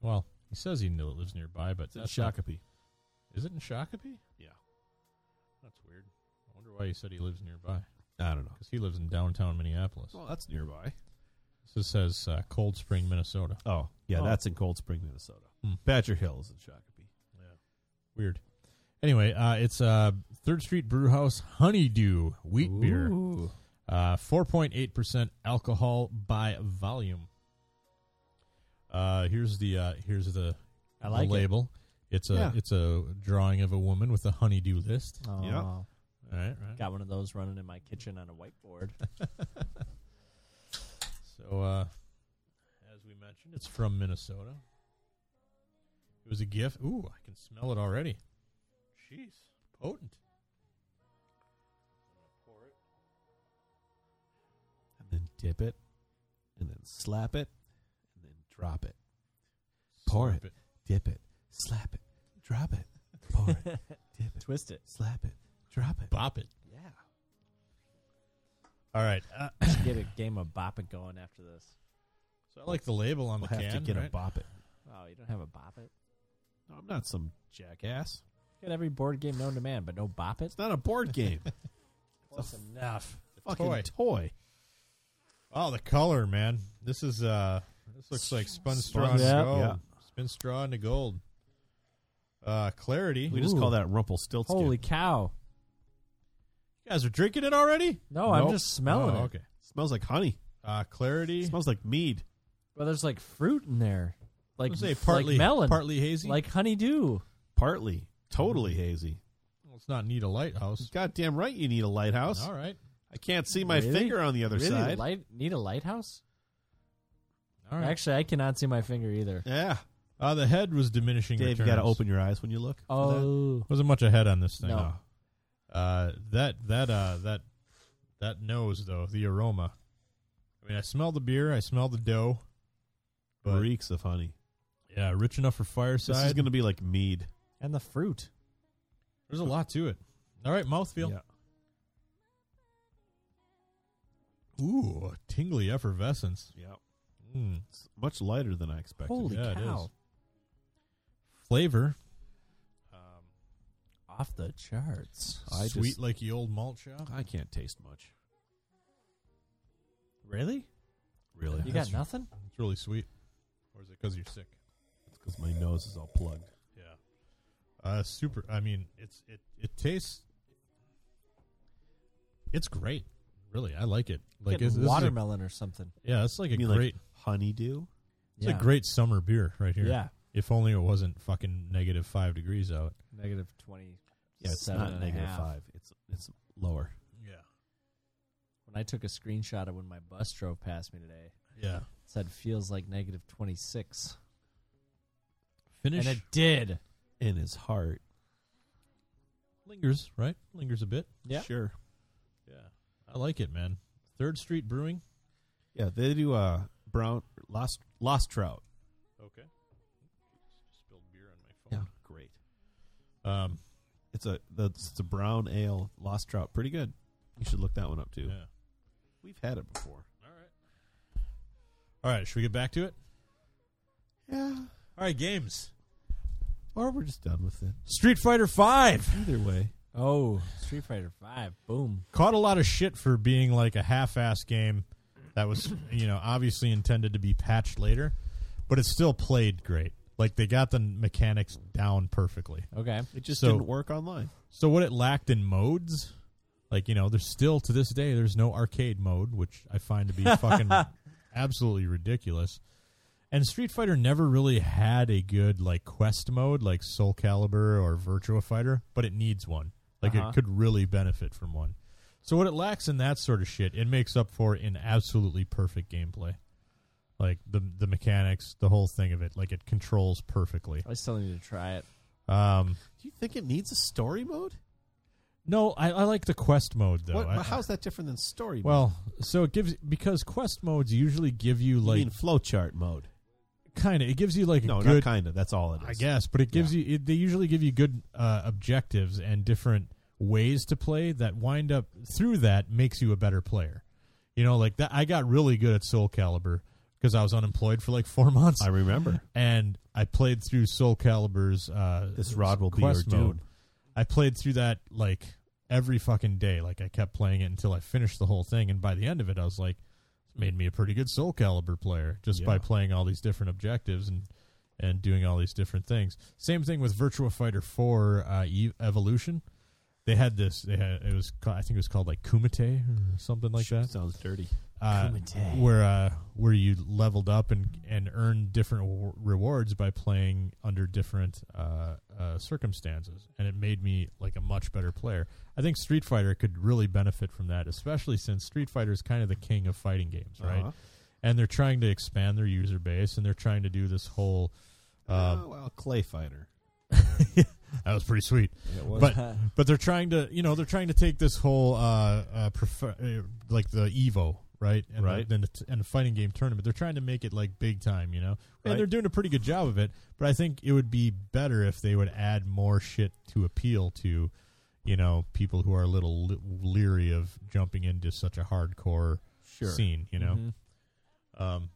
Well, he says he knew it lives nearby, but
It's in
that's not-
Shakopee.
Is it in Shakopee?
Yeah.
That's weird. I wonder why he said he lives nearby
I don't know.
because he lives in downtown Minneapolis.
Well, that's nearby.
This says uh, Cold Spring, Minnesota.
Oh, yeah,
Oh.
that's in Cold Spring, Minnesota.
Hmm.
Badger Hill is in Shakopee.
Weird. Anyway, uh, it's uh, Third Street Brewhouse Honeydew Wheat Beer, uh, four point eight percent alcohol by volume. Uh, here's the uh, here's the,
I
the
like it.
label. It's a
Yeah.
it's a drawing of a woman with a honeydew list.
Oh,
Yeah.
All right, right.
Uh, Got one of those running in my kitchen on a whiteboard. (laughs)
So, uh, as we mentioned, it's from Minnesota. It was a gift. Ooh, I can smell it already. Jeez, potent.
And then dip it, and then slap it, and then drop it. Pour
Slurp
Dip it, slap it, drop it, pour it, (laughs) dip it,
Twist it.
slap it, drop it.
Bop it.
Yeah.
All right. Uh,
Just get a game of bop it going after this.
so I like the label on
We'll
the
have
can.
to get a
right?
bop it.
Oh, you don't have a bop it?
No, I'm not some jackass.
Got every board game known to man, but no bop it?
It's not a (laughs) board game. it's
Close enough.
a fucking
toy.
toy.
oh, the color, man. This is uh, this looks like spun straw into
yeah.
gold.
Yeah.
Spin straw into gold. Uh, clarity.
We just
Ooh.
call that Rumpelstiltskin.
Holy cow.
You guys are drinking it already.
No, I'm
Nope.
just smelling
Oh,
it.
okay.
smells like honey.
Uh, clarity.
smells like mead.
But there's like fruit in there.
I'll
Like,
say partly
like melon.
partly hazy.
Like honeydew.
Partly, totally hazy.
well, it's not need a lighthouse.
Goddamn right, you need a lighthouse.
All right.
I can't see my
Really?
finger on the other
Really?
side.
Light, need a lighthouse?
All right.
Actually, I cannot see my finger either.
yeah,
Uh, the head was diminishing.
Dave, you
returns.
got to open your eyes when you look. for that.
Oh,
Wasn't much ahead on this thing.
No.
Uh, that that uh that that nose though the aroma. I mean, I smell the beer. I smell the dough. But
reeks of honey.
yeah, rich enough for
This is
fireside.
going to be like mead.
And the fruit.
There's a lot to it. All right, mouthfeel. Ooh, tingly effervescence.
yeah.
Mm.
It's much lighter than I expected.
holy
yeah, it
cow.
Flavor.
Off the charts.
I
sweet
just-
like the old malt shop.
I can't taste much.
Really?
Really,
You
That's
got nothing?
It's really sweet. Or is it because you're sick?
because my nose is all plugged.
Yeah. Uh, super. I mean, it's it it tastes. It's great, really. I like it. Like
Getting
it's this is a-
watermelon or something.
yeah, it's like a
You mean
great.
like honeydew?
it's
Yeah.
a great summer beer right here.
Yeah.
If only it wasn't fucking negative five degrees out.
Negative 20.
Yeah, it's
Seven
not
and a
negative
half.
five. It's it's lower.
Yeah.
When I took a screenshot of when my bus drove past me today, it
Yeah.
said feels like negative 26.
Finish
And it did.
In his heart,
lingers right. Lingers a bit.
Yeah.
sure.
Yeah. I like it, man. Third Street Brewing.
Yeah, they do uh brown lost lost trout.
Okay. Spilled beer on my
Yeah,
phone.
Oh, great.
Yeah. Um.
It's a the, it's a brown ale lost trout. Pretty good. You should look that one up too.
Yeah.
We've had it before.
All right. All right. Should we get back to it?
Yeah,
All right. Games.
or we're just done with it.
Street Fighter Five
Either way,
Oh, Street Fighter 5. Boom.
caught a lot of shit for being like a half-ass game that was, you know, obviously intended to be patched later, but it still played great. Like they got the mechanics down perfectly.
Okay.
it just
So-
didn't work online.
So what it lacked in modes, like you know, there's still to this day there's no arcade mode, which I find (laughs) to be fucking absolutely ridiculous. And Street Fighter never really had a good like quest mode, like Soul Calibur or Virtua Fighter, but it needs one. Like
Uh-huh.
it could really benefit from one. So what it lacks in that sort of shit, it makes up for in absolutely perfect gameplay. Like the the mechanics, the whole thing of it, like it controls perfectly.
I still need to try it.
Um,
Do you think it needs a story mode?
No, I, I like the quest mode though.
What,
I-
how's that different than story? mode?
well, so it gives because quest modes usually give you
you mean
like
flowchart mode?
kind of it gives you like
No,
a
not
good
kind of. That's all it is.
I guess, but it gives you it, they usually give you good uh, objectives and different ways to play that wind up through that makes you a better player. You know, like that I got really good at Soul Calibur because I was unemployed for like 4 (laughs) months
I remember.
and I played through Soul Calibur's uh
This rod will be
quest
your doom.
mode. I played through that like every fucking day. Like I kept playing it until I finished the whole thing and by the end of it I was like made me a pretty good Soul Calibur player just by
Yeah.
playing all these different objectives and and doing all these different things. Same thing with Virtua Fighter 4 uh, E- Evolution. They had this they had it was ca- I think it was called like Kumite or something like that
Sounds dirty.
uh,
Kumite.
where uh, where you leveled up and and earned different wa- rewards by playing under different uh, uh, circumstances, and it made me like a much better player. I think Street Fighter could really benefit from that, especially since Street Fighter is kind of the king of fighting games, right?
Uh-huh.
And they're trying to expand their user base, and they're trying to do this whole. Uh,
oh, well, Clay Fighter.
that was pretty sweet.
It was.
but but they're trying to you know they're trying to take this whole uh, uh, prefer- uh like the Evo right and
Right.
the, and, the t- and the fighting game tournament they're trying to make it like big time you know and
Right.
they're doing a pretty good job of it but I think it would be better if they would add more shit to appeal to you know people who are a little le- leery of jumping into such a hardcore
sure. Mm-hmm.
scene you
Mm-hmm.
know um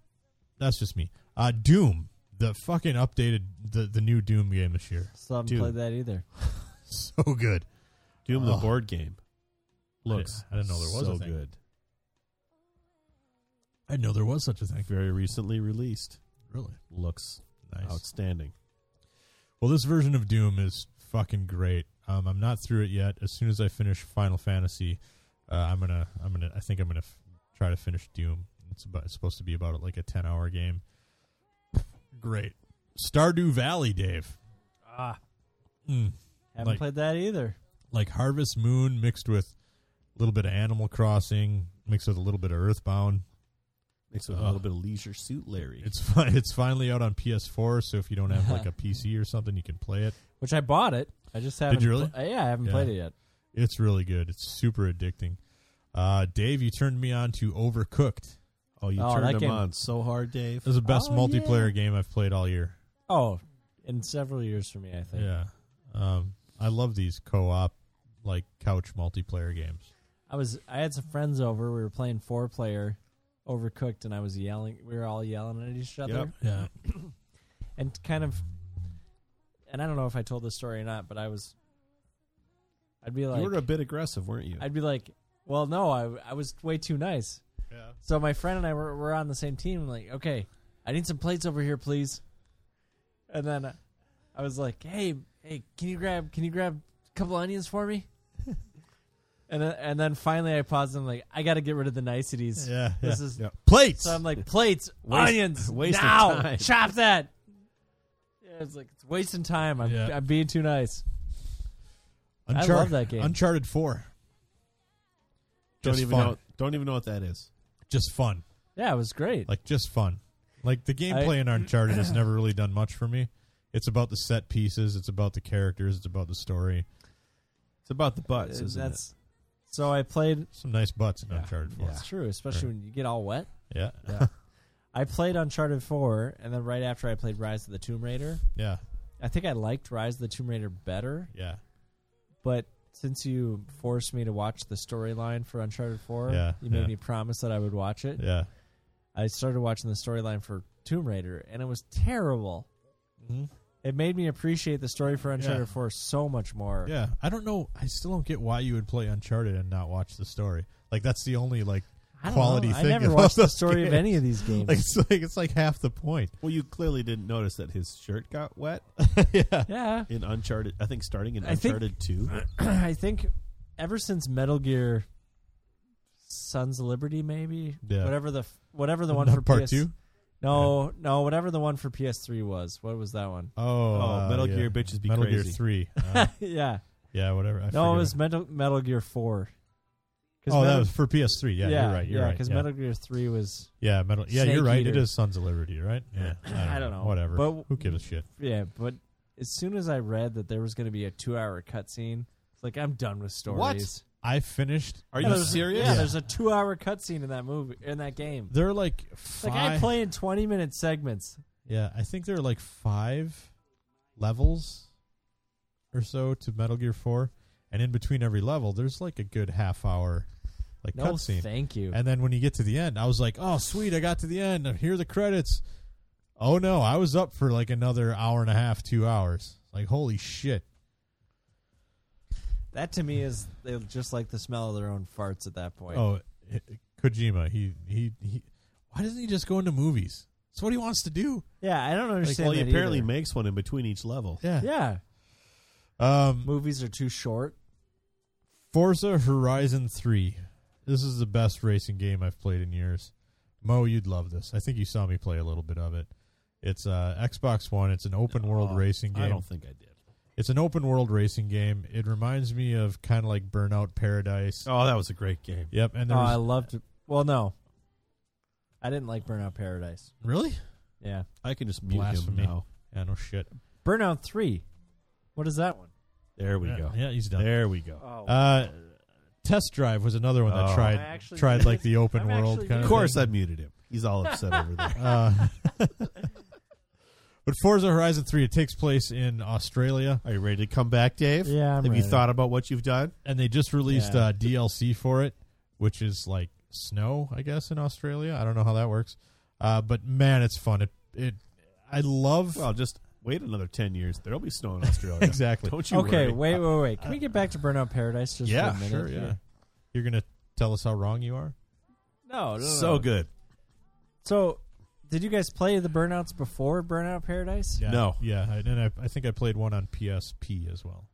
that's just me uh Doom the fucking updated the the new Doom game this year (laughs)
Still haven't
Dude.
played that either.
so good
Doom the
Oh.
board game. Looks.
I didn't know there was
so
a thing.
good.
I didn't know there was such a thing.
Very recently released.
Really
Looks
nice.
outstanding.
Well, this version of Doom is fucking great. Um, I'm not through it yet. As soon as I finish Final Fantasy, uh, I'm gonna, I'm gonna, I think I'm gonna f- try to finish Doom. It's about, it's supposed to be about like a 10 hour game. Great. Stardew Valley, Dave.
Ah,
Mm.
haven't
Like-
played that either.
Like Harvest Moon mixed with a little bit of Animal Crossing, mixed with a little bit of Earthbound.
Mixed with
Uh,
a little bit of Leisure Suit Larry.
It's (laughs) fi- it's finally out on PS4, so if you don't have like (laughs) a PC or something, you can play it.
Which I bought it. I just haven't.
you really?
pl- yeah, I haven't
Yeah.
played it yet.
It's really good. It's super addicting. Uh, Dave, you turned me on to Overcooked.
oh, you
Oh,
turned
that
him
game-
on so hard, Dave.
This is the best
Oh,
multiplayer game I've played all year.
Oh, in several years for me, I think.
Yeah. Um, I love these co-op like couch multiplayer games.
I was. I had some friends over. We were playing four player, overcooked, and I was yelling. We were all yelling at each other,
Yep.
Yeah.
and kind of. And I don't know if I told this story or not, but I was. I'd be like,
you were a bit aggressive, weren't you?
I'd be like, well, no, I I was way too nice.
Yeah.
So my friend and I were, were on the same team. I'm like, okay, I need some plates over here, please. And then uh, I was like, hey, hey, can you grab can you grab a couple onions for me? and then, and then finally I paused. And I'm like, I got to get rid of the niceties.
Yeah.
This is
Yep.
Plates.
so I'm like plates,
Waste-
onions,
waste of
now
time.
chop that. Yeah, it's like it's wasting time. I'm
Yeah.
I'm being too nice.
Unchar-
I love that game.
Uncharted 4.
don't
Just
even
fun.
know. Don't even know what that is.
Just fun.
Yeah, it was great.
Like just fun. Like the gameplay in
(coughs)
Uncharted has never really done much for me. It's about the set pieces, it's about the characters, it's about the story.
It's about the
Uh,
butts, isn't
that's so I played.
Some nice butts in Uncharted 4.
It's true, especially when you get all wet.
Yeah. Yeah.
I played Uncharted 4, and then right after I played Rise of the Tomb Raider.
yeah.
I think I liked Rise of the Tomb Raider better,
Yeah.
but since you forced me to watch the storyline for Uncharted 4,
Yeah,
you made
yeah.
me promise that I would watch it.
Yeah.
I started watching the storyline for Tomb Raider, and it was terrible.
Mhm.
It made me appreciate the story for Uncharted
Yeah.
4 so much more.
Yeah, I don't know. I still don't get why you would play Uncharted and not watch the story. Like that's the only like (laughs)
I don't
quality
know.
thing.
I never
about
watched the
those
story of
games.
any of these games.
Like it's like it's like half the point.
it? Well, you clearly didn't notice that his shirt got wet
yeah.
yeah. (clears throat)
in Uncharted. I think starting in
I think-
Uncharted Two.
I think ever since Metal Gear Sons of Liberty, maybe
Yeah.
whatever the f- whatever the one
Not
for
part
PS
two.
No, no, whatever the one for PS3 was. What was that one? (laughs)
Oh,
Oh,
uh,
Metal
yeah.
Gear bitches be
Metal
crazy.
Gear Three. Uh,
yeah,
yeah, whatever. I
no,
forget.
it was Metal Metal Gear Four. 'Cause
Oh, that
Metal-
was for PS3. Yeah, you're right. You're
yeah,
right.
Because
yeah.
Metal Gear Three was
yeah, Metal. Yeah,
Snake
you're right. It
Eater.
is Sons of Liberty, right? Yeah.
I don't know.
Whatever.
But-
Who gives a shit?
yeah, but as soon as I read that there was going to be a two-hour cutscene It's like I'm done with stories.
I finished.
Are
Yeah,
you
there's a-
serious?
yeah, there's a two-hour cutscene in that movie in that game.
They're like
It's
five.
like I play in 20-minute segments.
yeah, I think there are like five levels or so to Metal Gear Four, and in between every level, there's like a good half hour, like
No,
cutscene.
thank you.
And then when you get to the end, I was like, "Oh, sweet! I got to the end. Here are the credits." Oh no, I was up for like another hour and a half, two hours. Like, holy shit!
That to me is they just like the smell of their own farts at that point.
Oh, H- Kojima, he, he he. Why doesn't he just go into movies? It's what he wants to do.
Yeah, I don't understand.
well, he
that
apparently
either.
makes one in between each level.
Yeah.
yeah,
Um,
movies are too short.
Forza Horizon Three. This is the best racing game I've played in years. Mo, you'd love this. I think you saw me play a little bit of it. It's uh, Xbox One. It's an open world
Oh,
racing game.
I don't think I did.
It's an open world racing game. It reminds me of kind of like Burnout Paradise.
Oh, that was a great game.
Yep, and
Oh,
there's
I loved. it. Well, no, I didn't like Burnout Paradise.
really
Yeah,
I can just mute
Blasphemy.
him now.
yeah, no shit.
Burnout Three. What is that one?
There we
yeah, (laughs)
go.
Yeah, he's done.
There we go.
Oh,
Uh, Test Drive was another one that
Oh.
tried
I actually (laughs)
tried
did.
like the open
I'm
world
actually
kind
Of
of.
course,
thing.
I muted him. He's all upset over
(laughs)
there. (laughs)
Uh, but Forza Horizon Three it takes place in Australia,
Are you ready to come back, Dave?
yeah, I'm
Have you
ready.
thought about what you've done?
and they just released
Yeah.
uh, DLC for it, which is like snow, I guess, in Australia. I don't know how that works, uh, but man, it's fun. It it I love
Well, just wait another ten years. There'll be snow in Australia.
(laughs) exactly.
Don't you
Okay,
worry.
wait, wait, wait. Can we get back to Burnout Paradise just
yeah,
for a minute?
sure, yeah. You're gonna tell us how wrong you are.
No, no, no,
So
no.
good.
So, did you guys play the Burnouts before Burnout Paradise?
Yeah. No.
Yeah, and then I, I think I played one on PSP as well.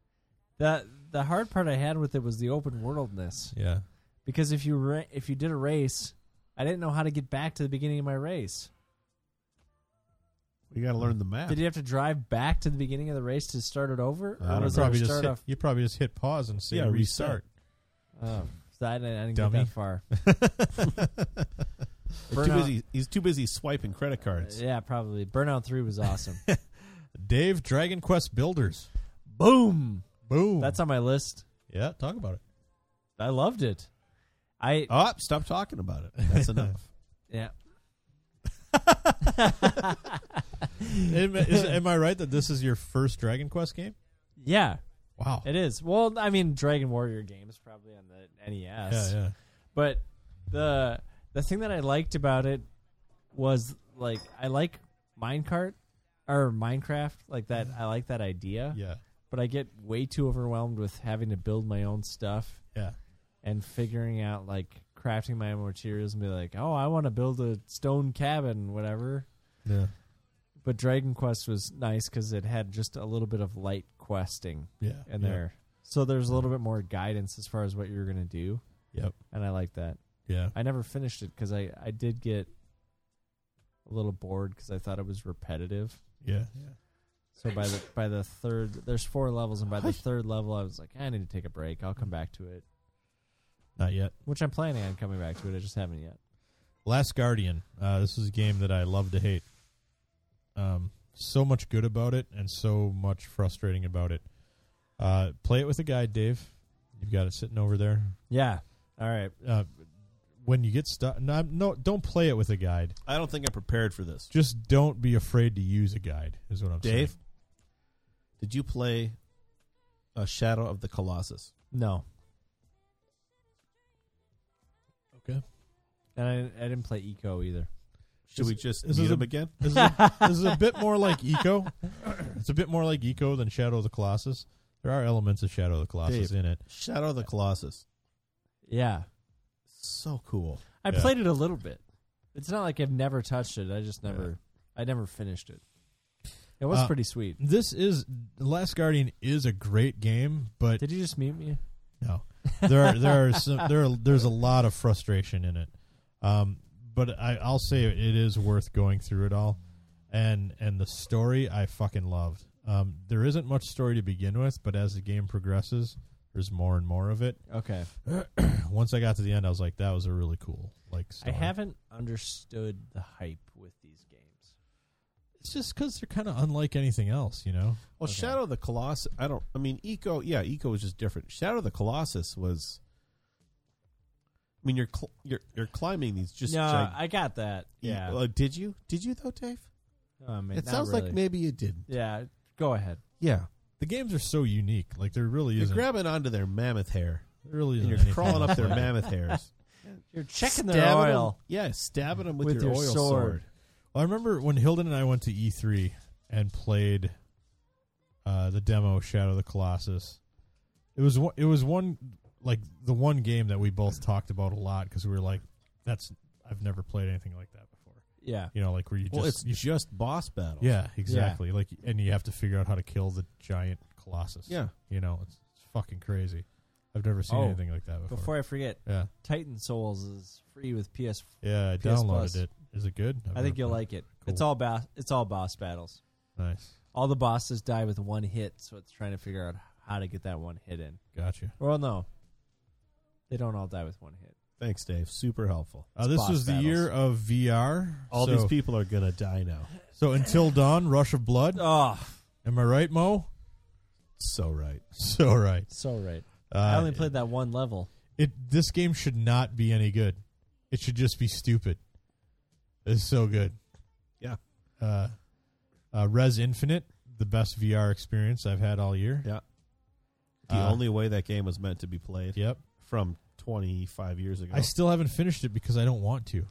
The the hard part I had with it was the open worldness
Yeah.
because if you ra- if you did a race, I didn't know how to get back to the beginning of my race.
We got to learn the map.
Did you have to drive back to the beginning of the race to start it over?
I don't
was
know.
there a
Probably just
start
hit,
off?
you probably just hit pause and say
Yeah,
restart.
Oh, so I didn't, I didn't
Dummy.
get that
(laughs)
far.
He's too
Burnout-
busy. He's too busy swiping credit cards.
Yeah, probably. Burnout Three was
(laughs)
awesome.
Dave Dragon Quest Builders.
Boom.
Boom.
That's on my list.
yeah, talk about it.
I loved it. I
Oh, stop talking about it.
(laughs)
That's enough.
yeah.
Am, is- am I right that this is your first Dragon Quest game?
Yeah,
Wow.
it is. Well, I mean, Dragon Warrior games probably on the NES.
Yeah, yeah.
But the the thing that I liked about it was like I like minecart or Minecraft like that. I like that idea,
Yeah.
but I get way too overwhelmed with having to build my own stuff
Yeah.
and figuring out like crafting my own materials and be like, oh, I want to build a stone cabin, whatever.
Yeah.
But Dragon Quest was nice because it had just a little bit of light questing
Yeah.
in there, so there's a little bit more guidance as far as what you're gonna do,
Yep.
and I like that.
Yeah.
I never finished it because I, I did get a little bored because I thought it was repetitive.
Yeah.
So by the by the third, there's four levels, and by the third level, I was like, I need to take a break. I'll come back to it,
Not yet.
which I'm planning on coming back to it. I just haven't yet.
Last Guardian. Uh, this is a game that I love to hate. Um, so much good about it, and so much frustrating about it. Uh, play it with a guide, Dave. You've got it sitting over there.
Yeah. All right.
Uh, when you get stuck, no, no, don't play it with a guide.
I don't think I'm prepared for this.
Just don't be afraid to use a guide. Is what I'm
Dave,
saying.
did you play a Shadow of the Colossus?
No,
Okay.
and I, didn't- I didn't play Eco either.
Should we just
this
meet
is a-
him again?
This is, a, this is a bit more like Eco. It's a bit more like Eco than Shadow of the Colossus. There are elements of Shadow of the Colossus
Dave.
in it.
Shadow of the Colossus.
Yeah,
So cool.
I
Yeah.
played it a little bit. It's not like I've never touched it. I just never, I never finished it. It was
Uh,
pretty sweet.
This is The Last Guardian is a great game, but
Did you just mute me?
No, there are, there are some there are, there's a lot of frustration in it, um, but I, I'll say it is worth going through it all, and and the story I fucking loved. Um, there isn't much story to begin with, but as the game progresses, there's more and more of it.
Okay.
Once I got to the end, I was like, that was a really cool like.
I
Story.
haven't understood the hype with these games.
It's just because they're kind of unlike anything else, you know.
Well, Shadow of the Colossus. I don't. I mean, Eco. Yeah, Eco was just different. Shadow of the Colossus was. I mean, you're cl- you're you're climbing these just.
no,
gig-
I got that. Yeah.
Uh, did you? Did you though, Dave?
I mean,
It
Oh, not
sounds like
really.
maybe you didn't.
Yeah. Go ahead.
Yeah,
The games are so unique. Like there really
you're
isn't.
grabbing onto their mammoth hair.
there really
And
isn't.
you're
anything
crawling up
else
their
like it.
mammoth hairs.
You're checking
Stabbing
their
'em-
oil.
yeah, stabbing them with,
With
your,
your
oil sword.
sword.
Well, I remember when Hilden and I went to E3 and played uh, the demo of Shadow of the Colossus. It was one, it was one like the one game that we both talked about a lot because we were like, "That's I've never played anything like that before."
Yeah.
You know, like where you
Well, it's
just you-
just boss battles.
yeah, exactly. Like, and you have to figure out how to kill the giant Colossus.
yeah.
you know, it's, it's fucking crazy. I've never seen
Oh,
anything like that before.
Before I forget,
yeah,
Titan Souls is free with PS.
yeah, I
PS
downloaded
Plus.
it. Is it good? I've
I think
never
you'll
played
like it.
Cool.
It's all boss. It's all boss battles.
it. Nice,
All the bosses die with one hit, so it's trying to figure out how to get that one hit in.
gotcha.
Well, no, they don't all die with one hit.
Thanks, Dave. Super helpful.
Uh, this
boss
was the
battles.
year of VR.
All
so,
these people are gonna die now.
So until dawn, rush of blood.
Oh,
Am I right, Mo?
So right.
So right.
so right.
Uh,
I only played that one level.
it. This game should not be any good. It should just be stupid. It's so good.
Yeah.
Uh, uh, Res Infinite, the best VR experience I've had all year.
Yeah. The
Uh,
only way that game was meant to be played
Yep.
from 25 years ago.
I still haven't finished it because I don't want to.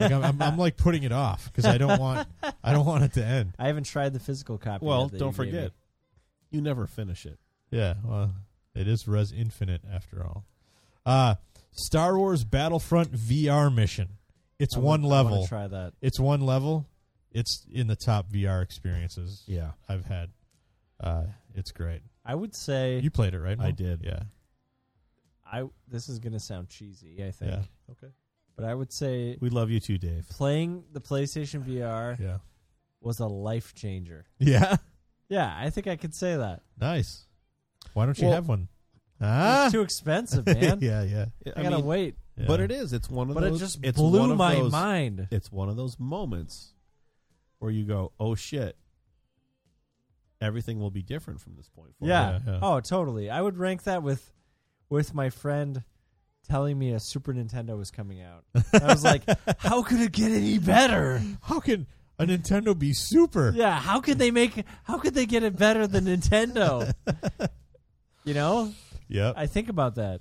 Like I'm, I'm, I'm like putting it off because I
(laughs)
don't want I don't want it to end.
I haven't tried the physical copy.
well,
yet that
don't
you gave me.
forget, you never finish it.
Yeah, well, it is Res Infinite after all. Uh Star Wars Battlefront VR mission. It's
I wanna-
one
I wanna
level.
Try that.
It's one level. It's in the top VR experiences
Yeah.
I've had. Uh, it's great.
I would say
You played it, right?
I
Mo?
did.
Yeah.
I. This is gonna sound cheesy, I think,
Yeah.
but I would say
We love you too, Dave.
playing the PlayStation VR
Yeah. (laughs)
was a life changer.
Yeah.
Yeah, I think I could say that.
Nice. Why don't you
Well-
have one?
It's
Ah.
(laughs)
too expensive,
(laughs)
man.
yeah, yeah,
I gotta
mean,
wait.
yeah.
But it is. It's one of
But
those.
it just
it's one
blew
of
my
those-
mind.
It's one of those moments where you go, "Oh shit." Everything will be different from this point forward.
Yeah.
yeah.
Oh, totally. I would rank that with with my friend telling me a Super Nintendo was coming out. I
(laughs)
was like, how could it get any better?
How can a Nintendo
(laughs)
be super?
Yeah, how could they make how could they get it better
(laughs)
than Nintendo? you know?
Yep.
I think about that.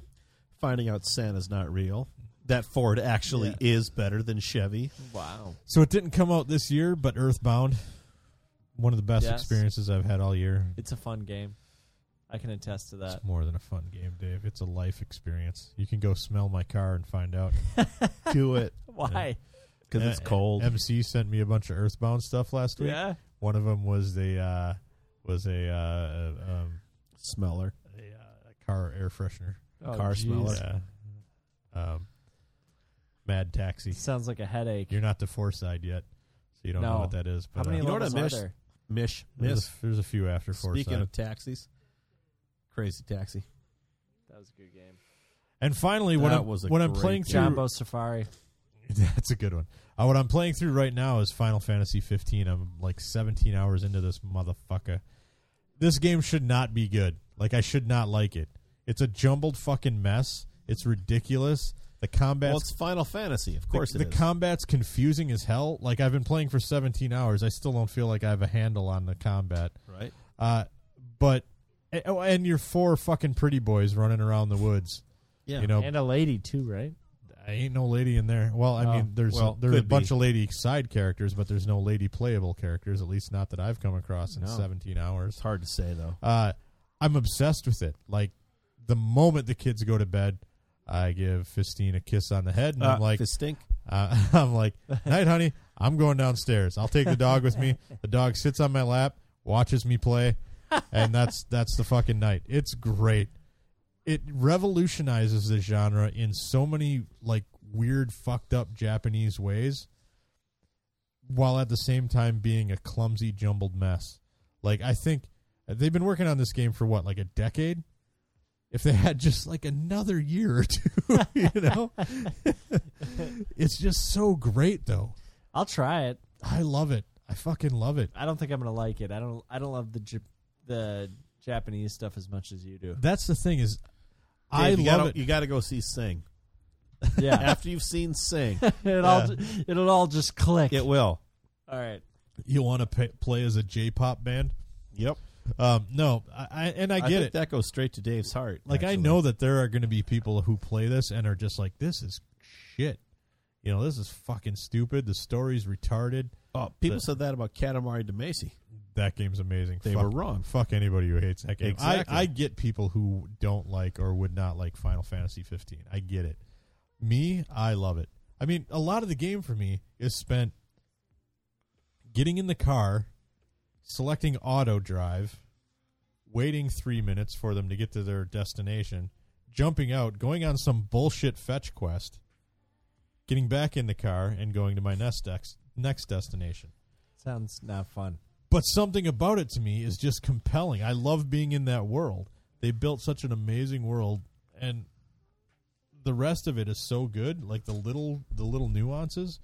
Finding out Santa's not real. That Ford actually is better than Chevy.
Wow.
So it didn't come out this year, but Earthbound, one of the best
Yes.
experiences I've had all year.
It's a fun game. I can attest to that.
It's more than a fun game, Dave. It's a life experience. You can go smell my car and find
(laughs)
out.
(laughs)
Do it
Why?
because it's
Uh,
cold.
MC sent me a bunch of Earthbound stuff last week.
Yeah.
One of them was the uh, was a, uh, um,
Smeller.
a, uh, a car air freshener.
Oh,
Car
geez.
smeller.
Yeah. Um, Mad Taxi.
Sounds like a headache.
You're not to Forside yet, so you don't know
No.
what that is.
How
But
many
You know
uh,
what I
levels are
missed?
there?
Mish.
there's,
Miss.
a, there's a few after Forside.
Speaking of taxis, crazy taxi.
That was a good game.
And finally, when
That
I'm,
was a
when I'm
great
playing
game.
through,
Jumbo Safari.
(laughs) that's a good one. Uh, what I'm playing through right now is Final Fantasy 15. I'm like 17 hours into this motherfucker. This game should not be good. Like I should not like it. It's a jumbled fucking mess. It's ridiculous. The combat's
Well, it's Final Fantasy, of
the-
course.
the,
it is.
combat's confusing as hell. Like I've been playing for 17 hours. I still don't feel like I have a handle on the combat.
right?
Uh, but and- oh, and you're four fucking pretty boys running around the woods.
Yeah.
You know,
And a lady too, right?
(laughs)
I ain't no lady in there. Well, I
Oh,
mean, there's
well,
there's a
could
bunch
be.
of lady side characters, but there's no lady playable characters. At least not that I've come across in
No.
17 hours.
It's hard to say though.
Uh, I'm obsessed with it. Like the moment the kids go to bed, I give Fistine a kiss on the head, and
Uh,
I'm like,
the stink.
uh, (laughs) I'm like, night, honey. I'm going downstairs. I'll take the dog with me. The dog sits on my lap, watches me play, and that's that's the fucking night. It's great. It revolutionizes the genre in so many like weird, fucked up Japanese ways, while at the same time being a clumsy, jumbled mess. Like I think they've been working on this game for what, like a decade. If they had just like another year or two, (laughs) you know, it's just so great though.
(laughs) I'll try it.
I love it. I I fucking love it.
I don't think I'm gonna like it. I don't. I don't love the Jap- the Japanese stuff as much as you
(laughs)
do.
That's the thing is, I
Dave,
love
you gotta,
it.
You got to go see (laughs) Sing.
Yeah,
After you've seen (laughs) Sing,
(laughs) it all it'll all just click.
it will.
all right.
You want to pay, play as a J-pop band?
Yep.
Um, no, I, I and I
I,
get
think
it.
that goes straight to Dave's heart.
like I
actually.
know that there are going to be people who play this and are just like, "This is shit." You know, this is fucking stupid. The story's retarded.
Oh, people
that-
said that about Katamari Damacy.
That game's amazing.
They
Fuck-
were wrong.
Fuck anybody who hates that game.
Exactly.
I, I get people who don't like or would not like Final Fantasy 15. I get it. Me, I love it. I mean, a lot of the game for me is spent getting in the car, selecting auto drive, waiting three minutes for them to get to their destination, jumping out, going on some bullshit fetch quest, getting back in the car, and going to my next ex- next destination
Sounds not fun.
but something about it to me is just compelling. I love being in that world. They built such an amazing world, and the rest of it is so good. Like the little the little nuances,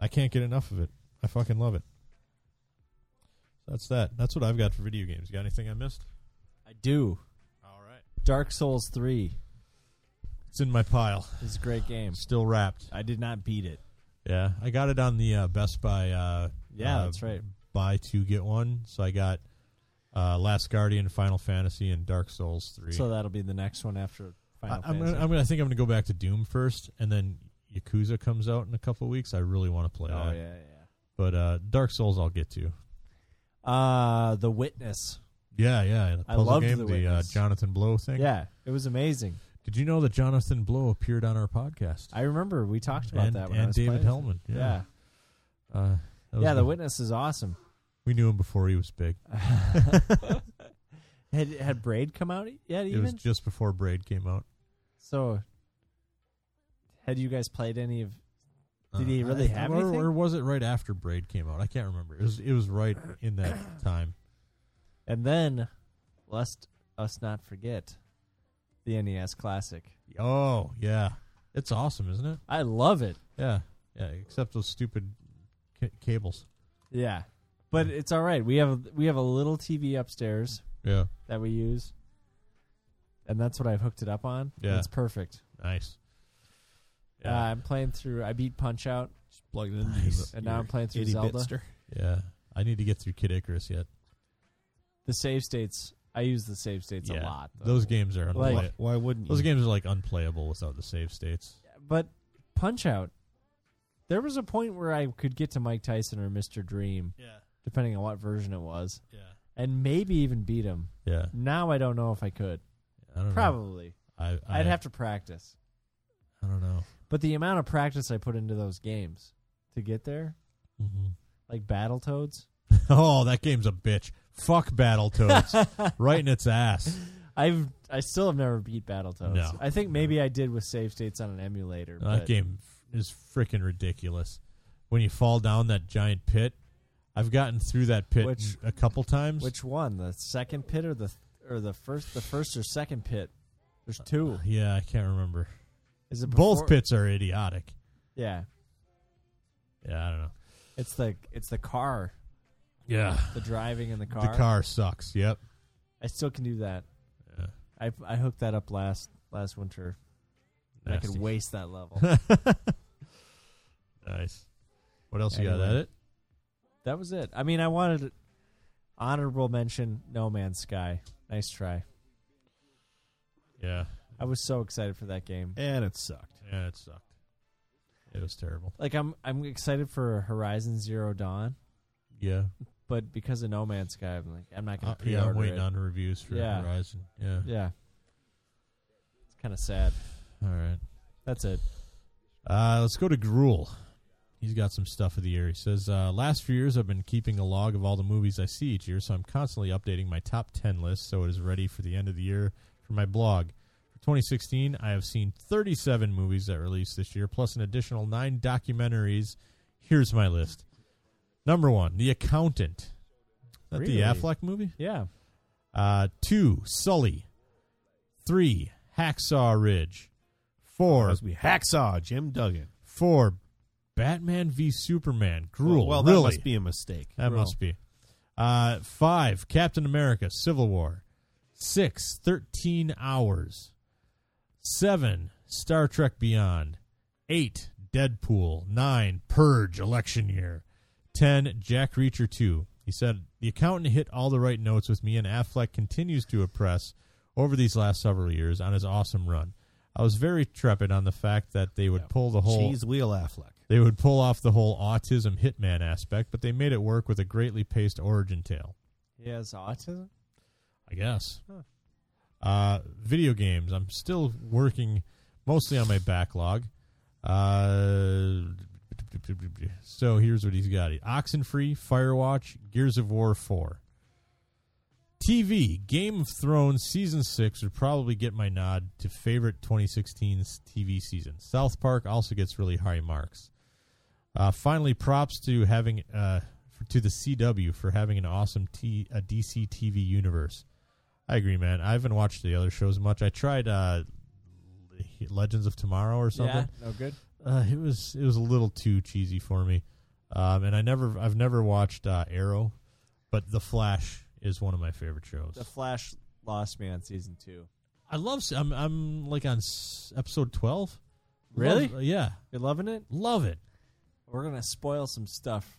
I can't get enough of it. I fucking love it. That's that. That's what I've got for video games. You got anything I missed?
I do.
All right,
Dark Souls Three
it's in my pile,
is a great
(laughs)
game.
still wrapped.
I did not beat it.
Uh,
Yeah, I got it on the uh, Best Buy. Uh,
Yeah,
uh,
that's right.
Buy two get one. So I got uh, Last Guardian, Final Fantasy, and Dark Souls three.
So that'll be the next one after Final
I, am
Fantasy.
gonna, I'm gonna I think I'm gonna go back to Doom first, and then Yakuza comes out in a couple weeks. I really want to play
oh
that,
yeah,
but uh, Dark Souls I'll get to.
yeah. Uh, The Witness.
Yeah, yeah. The
I
puzzle
loved
game,
The
the uh,
Witness.
Jonathan Blow thing.
Yeah, it was amazing.
Did you know that Jonathan Blow appeared on our podcast?
I remember we talked about
and,
that when I
and
was
David
playing.
Hellman.
Yeah,
Yeah, yeah. Uh, that
yeah.
was
The
good.
Witness is
(laughs)
awesome.
We knew him before he was big.
Had had Braid come out e-, yet?
It was
Even
just before Braid came out.
so. Had you guys played any of? Did
Uh,
he really
I-
have
or,
anything?
or was it right after Braid came out? I can't remember. It was it was right in that time.
And then, lest us not forget, the NES Classic.
Oh yeah, it's awesome, isn't it?
I love it.
Yeah, yeah. Except those stupid ca- cables.
Yeah, but it's all right. We have we have a little TV upstairs
Yeah,
that we use, and that's what I've hooked it up on. and
Yeah.
it's perfect.
nice.
Uh, I'm playing through. I beat Punch Out,
Just plugged it in.
Nice.
and now I'm playing through
Itty
Zelda.
bitster.
yeah. I need to get through Kid Icarus yet.
The save states. I use the save states
Yeah.
a lot. though.
Those games are
Oh. Like-
unplayable.
Why, why wouldn't
those
you?
games are like unplayable without the save states.
but Punch Out. There was a point where I could get to Mike Tyson or Mr. Dream,
Yeah,
depending on what version it was,
yeah,
and maybe even beat him.
yeah.
Now I don't know if I could.
I don't know.
Probably.
I, Uh-huh. I,
I'd have to practice.
I don't know.
But the amount of practice I put into those games to get there,
Mhm.
like Battletoads,
(laughs) oh, that game's a bitch.
(laughs)
Fuck Battletoads. right in its ass.
I've I still have never beat Battletoads.
No. Uh,
I think maybe I did with save states on an emulator.
That
but
game is freaking ridiculous. When you fall down that giant pit, I've gotten through that pit
Which-
a couple times.
Which one? The second pit or the or the first the first or second pit? There's two.
yeah, I can't remember.
Is it
Uh, Both
before-
pits are idiotic.
Yeah.
Yeah, I don't know.
It's the it's the car,
Yeah,
the driving in the car.
the car sucks. Yep.
I still can do that.
Yeah.
I I hooked that up last last winter. And I could
Nasty.
waste that
(laughs)
level.
nice. What else you got?
Anyway.
That it?
that was it. I mean, I wanted honorable mention No Man's Sky. Nice try.
Yeah.
I was so excited for that game.
And it sucked.
Yeah, it sucked. It was terrible.
Like I'm I'm excited for Horizon Zero Dawn,
Yeah.
but because of No Man's Sky, I'm like I'm not
Uh,
gonna
yeah,
pre-order
I'm waiting
it.
on reviews for
Yeah.
Horizon. Yeah.
Yeah, it's kind of sad.
All right.
That's it.
Uh, let's go to Gruel. He's got some stuff of the year. He says, uh, Last few years I've been keeping a log of all the movies I see each year, so I'm constantly updating my top 10 list so it is ready for the end of the year for my blog. For 2016, I have seen 37 movies that released this year, plus an additional nine documentaries. Here's my list. Number one, The Accountant. Is that
Really?
the Affleck movie?
Yeah,
Uh, two, Sully. Three, Hacksaw Ridge. Four,
Must be hacksaw Jim Duggan.
Four, Batman v Superman. Gruel.
Oh, well,
really?
that must be a mistake.
That must be. Uh, five, Captain America, Civil War. Six, 13 Hours. Seven, Star Trek Beyond. Eight, Deadpool. Nine, Purge, Election Year. Ten, Jack Reacher 2. He said, The accountant hit all the right notes with me, and Affleck continues to impress over these last several years on his awesome run. I was very trepid on the fact that they would pull the whole
Cheese wheel Affleck.
they would pull off the whole autism hitman aspect, but they made it work with a greatly paced origin tale.
He has autism.
I guess. Uh, video games. I'm still working mostly on my backlog. Uh, so here's what he's got: Oxenfree, Firewatch, Gears of War Four. TV Game of Thrones season six would probably get my nod to favorite 2016 TV season. South Park also gets really high marks. Uh, finally, props to having uh, f- to the CW for having an awesome T, a DC TV universe. I agree, man. I haven't watched the other shows much. I tried uh, Legends of Tomorrow or something.
No good.
Uh, it was it was a little too cheesy for me, um, and I never I've never watched uh, Arrow, but The Flash is one of my favorite shows.
The Flash lost me on season two.
I love s- I'm I'm like on s- episode twelve.
Really?
Love- uh, yeah,
You're loving it.
love it.
We're gonna spoil some stuff,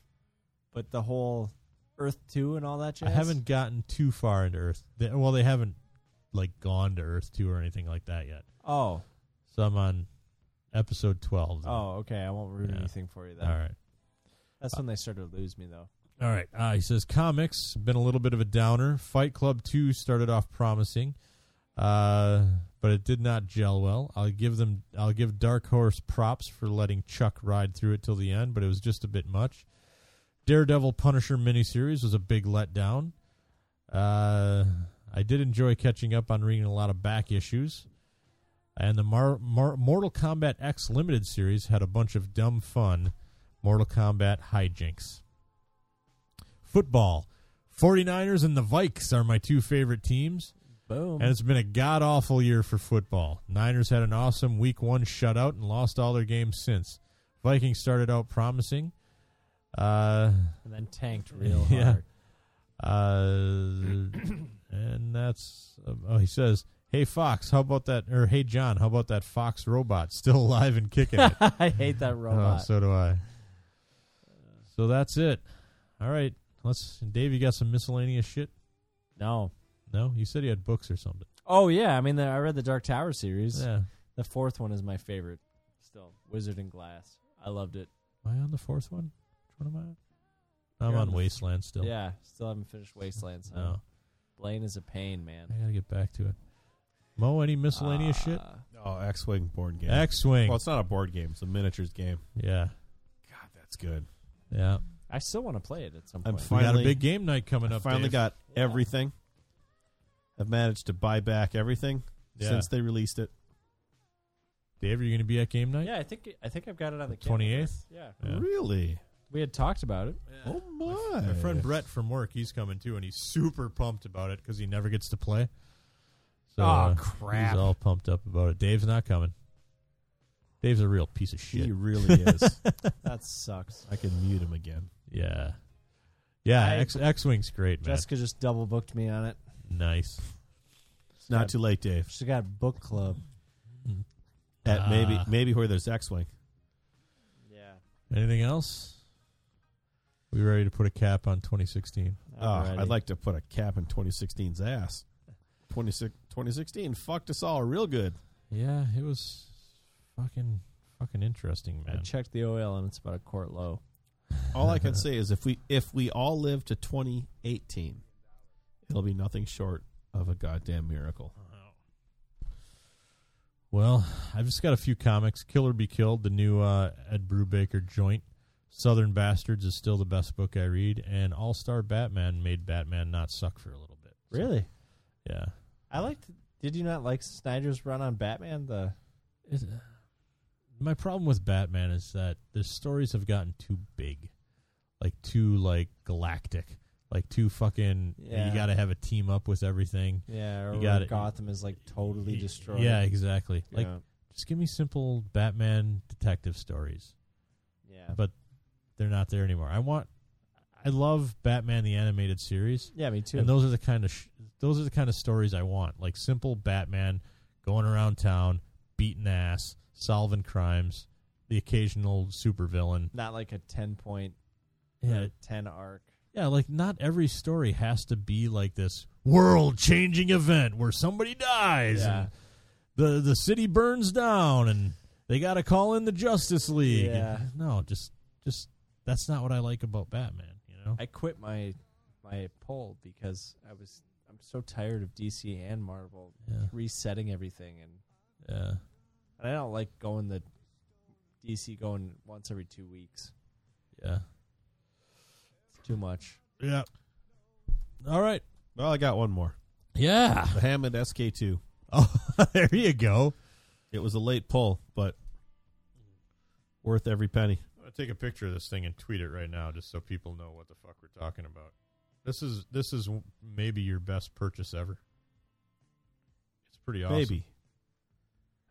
but the whole Earth two and all that. Jazz,
I haven't gotten too far into Earth. They, well, they haven't like gone to Earth two or anything like that yet.
Oh,
So I'm on episode twelve. then.
oh, okay. I won't ruin
Yeah.
anything for you. Then
all right.
that's when they started to lose me though.
All right. Uh, he says comics been a little bit of a downer. Fight Club Two started off promising, uh, but it did not gel well. I'll give them. I'll give Dark Horse props for letting Chuck ride through it till the end, but it was just a bit much. Daredevil Punisher miniseries was a big letdown. Uh, I did enjoy catching up on reading a lot of back issues. And the Mar- Mar- Mortal Kombat X Limited series had a bunch of dumb fun Mortal Kombat hijinks. Football. 49ers and the Vikes are my two favorite teams,
Boom.
and it's been a god awful year for football. Niners had an awesome week one shutout and lost all their games since. Vikings started out promising. Uh,
And then
(laughs)
tanked real
Yeah.
hard.
uh, and that's oh he says hey fox how about that or hey john how about that fox robot still (laughs) alive and kicking it
I hate that (laughs)
oh,
robot.
so do i so that's it all right let's dave you got some miscellaneous shit
no.
no you said you had books or something
Oh yeah, I mean, the, I read the Dark Tower series.
yeah
The fourth one is my favorite. Still, Wizard and Glass. I loved it.
am i on the fourth one which one am i on i'm
You're
on
on the-
wasteland still
Yeah, still haven't finished Wasteland. So
no
Blaine is a pain, man.
i gotta get back to it mo any miscellaneous shit
Uh,
Oh, X-wing board game.
x-wing
well, it's not a board game; it's a miniatures game.
yeah
God, that's good.
yeah
I still want to play it at some
I'm
point.
fi-
we got a
Finally-
big game night coming
I
up
finally
Dave.
got everything. I've managed to buy back everything
Yeah.
since they released it.
Dave, are you going to be at game night?
yeah, I think I think I've got it on the
The 28th?
calendar. Yeah,
Yeah.
Really?
we had talked about it.
Oh my!
My friend Brett from work, he's coming too, and he's super pumped about it because he never gets to play. So,
Aw,
uh,
crap.
He's all pumped up about it. Dave's not coming. Dave's a real piece of shit.
he really
(laughs)
is.
That sucks.
Oh,
I can mute him again.
yeah. Yeah,
I-
X X Wing's great, man.
Jessica just double booked me on it.
nice.
It's not too late, Dave.
She got book club.
At maybe
Ah.
maybe where there's X-wing.
Yeah,
Anything else? We ready to put a cap on 2016?
Ah, I'd like to put a cap in 2016's ass. 26, 2016 fucked us all real good.
Yeah, it was fucking fucking interesting,
I
man.
checked the OL and it's about a quart low.
All
(laughs)
I can say is if we if we all live to 2018, it'll be nothing short of a goddamn miracle.
Well, I've just got a few comics. Kill or Be Killed, the new uh, Ed Brubaker joint. Southern Bastards is still the best book I read, and All Star Batman made Batman not suck for a little bit. So,
Really?
yeah.
I liked. Did you not like Snyder's run on Batman? The
My problem with Batman is that the stories have gotten too big, like too like galactic, like too fucking.
Yeah.
You got to have a team up with everything.
yeah, or
You got
where
it.
Gotham is like totally
Y-
destroyed.
Yeah, exactly. Like,
yeah.
just give me simple Batman detective stories.
yeah.
Yeah.
but they're not there anymore. I want, I love Batman the animated series,
Yeah, me too.
and those are the kind of sh- those are the kind of stories I want. Like simple Batman going around town, beating ass, solving crimes, the occasional supervillain.
Not like a ten point, uh,
Yeah,
ten arc.
yeah, like not every story has to be like this world changing event where somebody dies and the the city burns down and they got to call in the Justice League.
Yeah.
No, just just that's not what I like about Batman, you know.
I quit my my poll because I was I'm so tired of DC and Marvel
yeah.
resetting everything, and,
Yeah.
and I don't like going the DC going once every two weeks.
Yeah.
It's too much.
Yeah. All right.
Well, I got one more.
Yeah.
The Hammond SK2.
(laughs) Oh, (laughs) there you go.
It was a late pull, but worth every penny.
I'm gonna take a picture of this thing and tweet it right now, just so people know what the fuck we're talking about. This is this is w- maybe your best purchase ever. It's pretty awesome.
Maybe.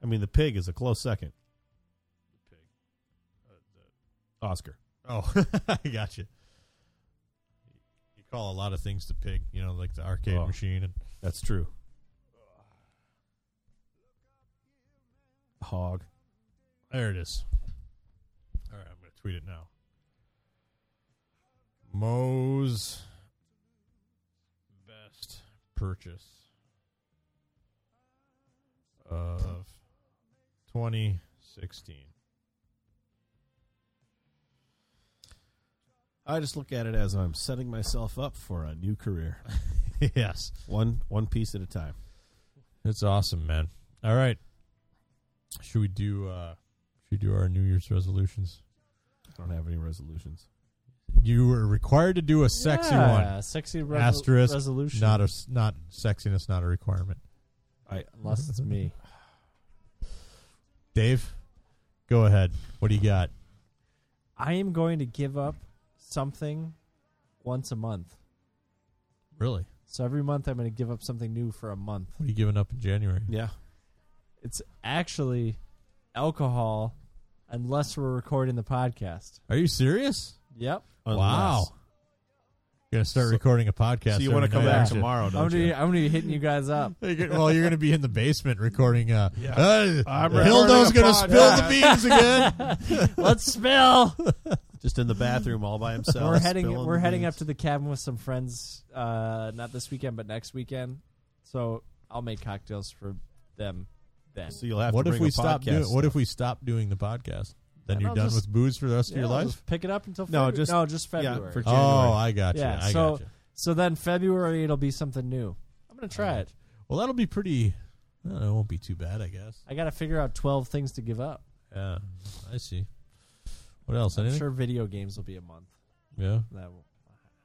I mean, the pig is a close second.
Pig.
Oscar.
Oh, (laughs) I got you. You call a lot of things the pig, you know, like the arcade
Oh.
machine and
That's true. Hog.
There it is. All right, I'm going to tweet it now. Moe's best purchase of 2016.
I just look at it as I'm setting myself up for a new (laughs) career,
(laughs) yes.
one one piece at a time.
That's awesome, man. All right. Should we do uh should we do our New Year's resolutions?
I don't have any resolutions.
You were required to do a sexy
yeah, sexy resol-
Asterisk, one.
resolution.
Not a s- not sexiness not a requirement.
unless it's me.
Dave, go ahead. What do you got?
I am going to give up something once a month.
Really?
So every month I'm going to give up something new for a month.
What are you giving up in January?
Yeah,
It's actually alcohol, unless we're recording the podcast.
Are you serious?
Yep.
Wow. You're gonna start
So-
recording a podcast.
so you
want to
come back
aren't you?
tomorrow?
I'm
Oh, Don't
Oh,
gonna,
you?
be, I'm gonna be hitting you guys up.
well, you're gonna be in the basement recording. Uh,
Yeah.
"Hey,
I'm
Hildo's
recording a
gonna spill the
podcast."
beans
(laughs)
again.
(laughs) Let's spill.
Just in the bathroom all by himself.
we're heading.
spilling
We're
the
heading
beans.
up to the cabin with some friends. Uh, not this weekend, but next weekend. So I'll make cocktails for them then.
So you'll have
what
to
if
bring
we
a
stop doing?
podcast
What if we stop doing the podcast? Then
And
you're
I'll
done
just-
with booze for the rest
Yeah,
of your
I'll
life.
just pick it up until
No,
February.
just-
no, just
yeah,
February.
for January.
Oh, I got you.
Yeah,
I
so-
got you.
So then February it'll be something new. I'm gonna try it.
Well, that'll be pretty. I don't know, it won't be too bad, I guess.
I gotta figure out 12 things to give up.
Yeah, I see. What else?
I'm
Anything?
sure video games will be a month.
Yeah.
That will,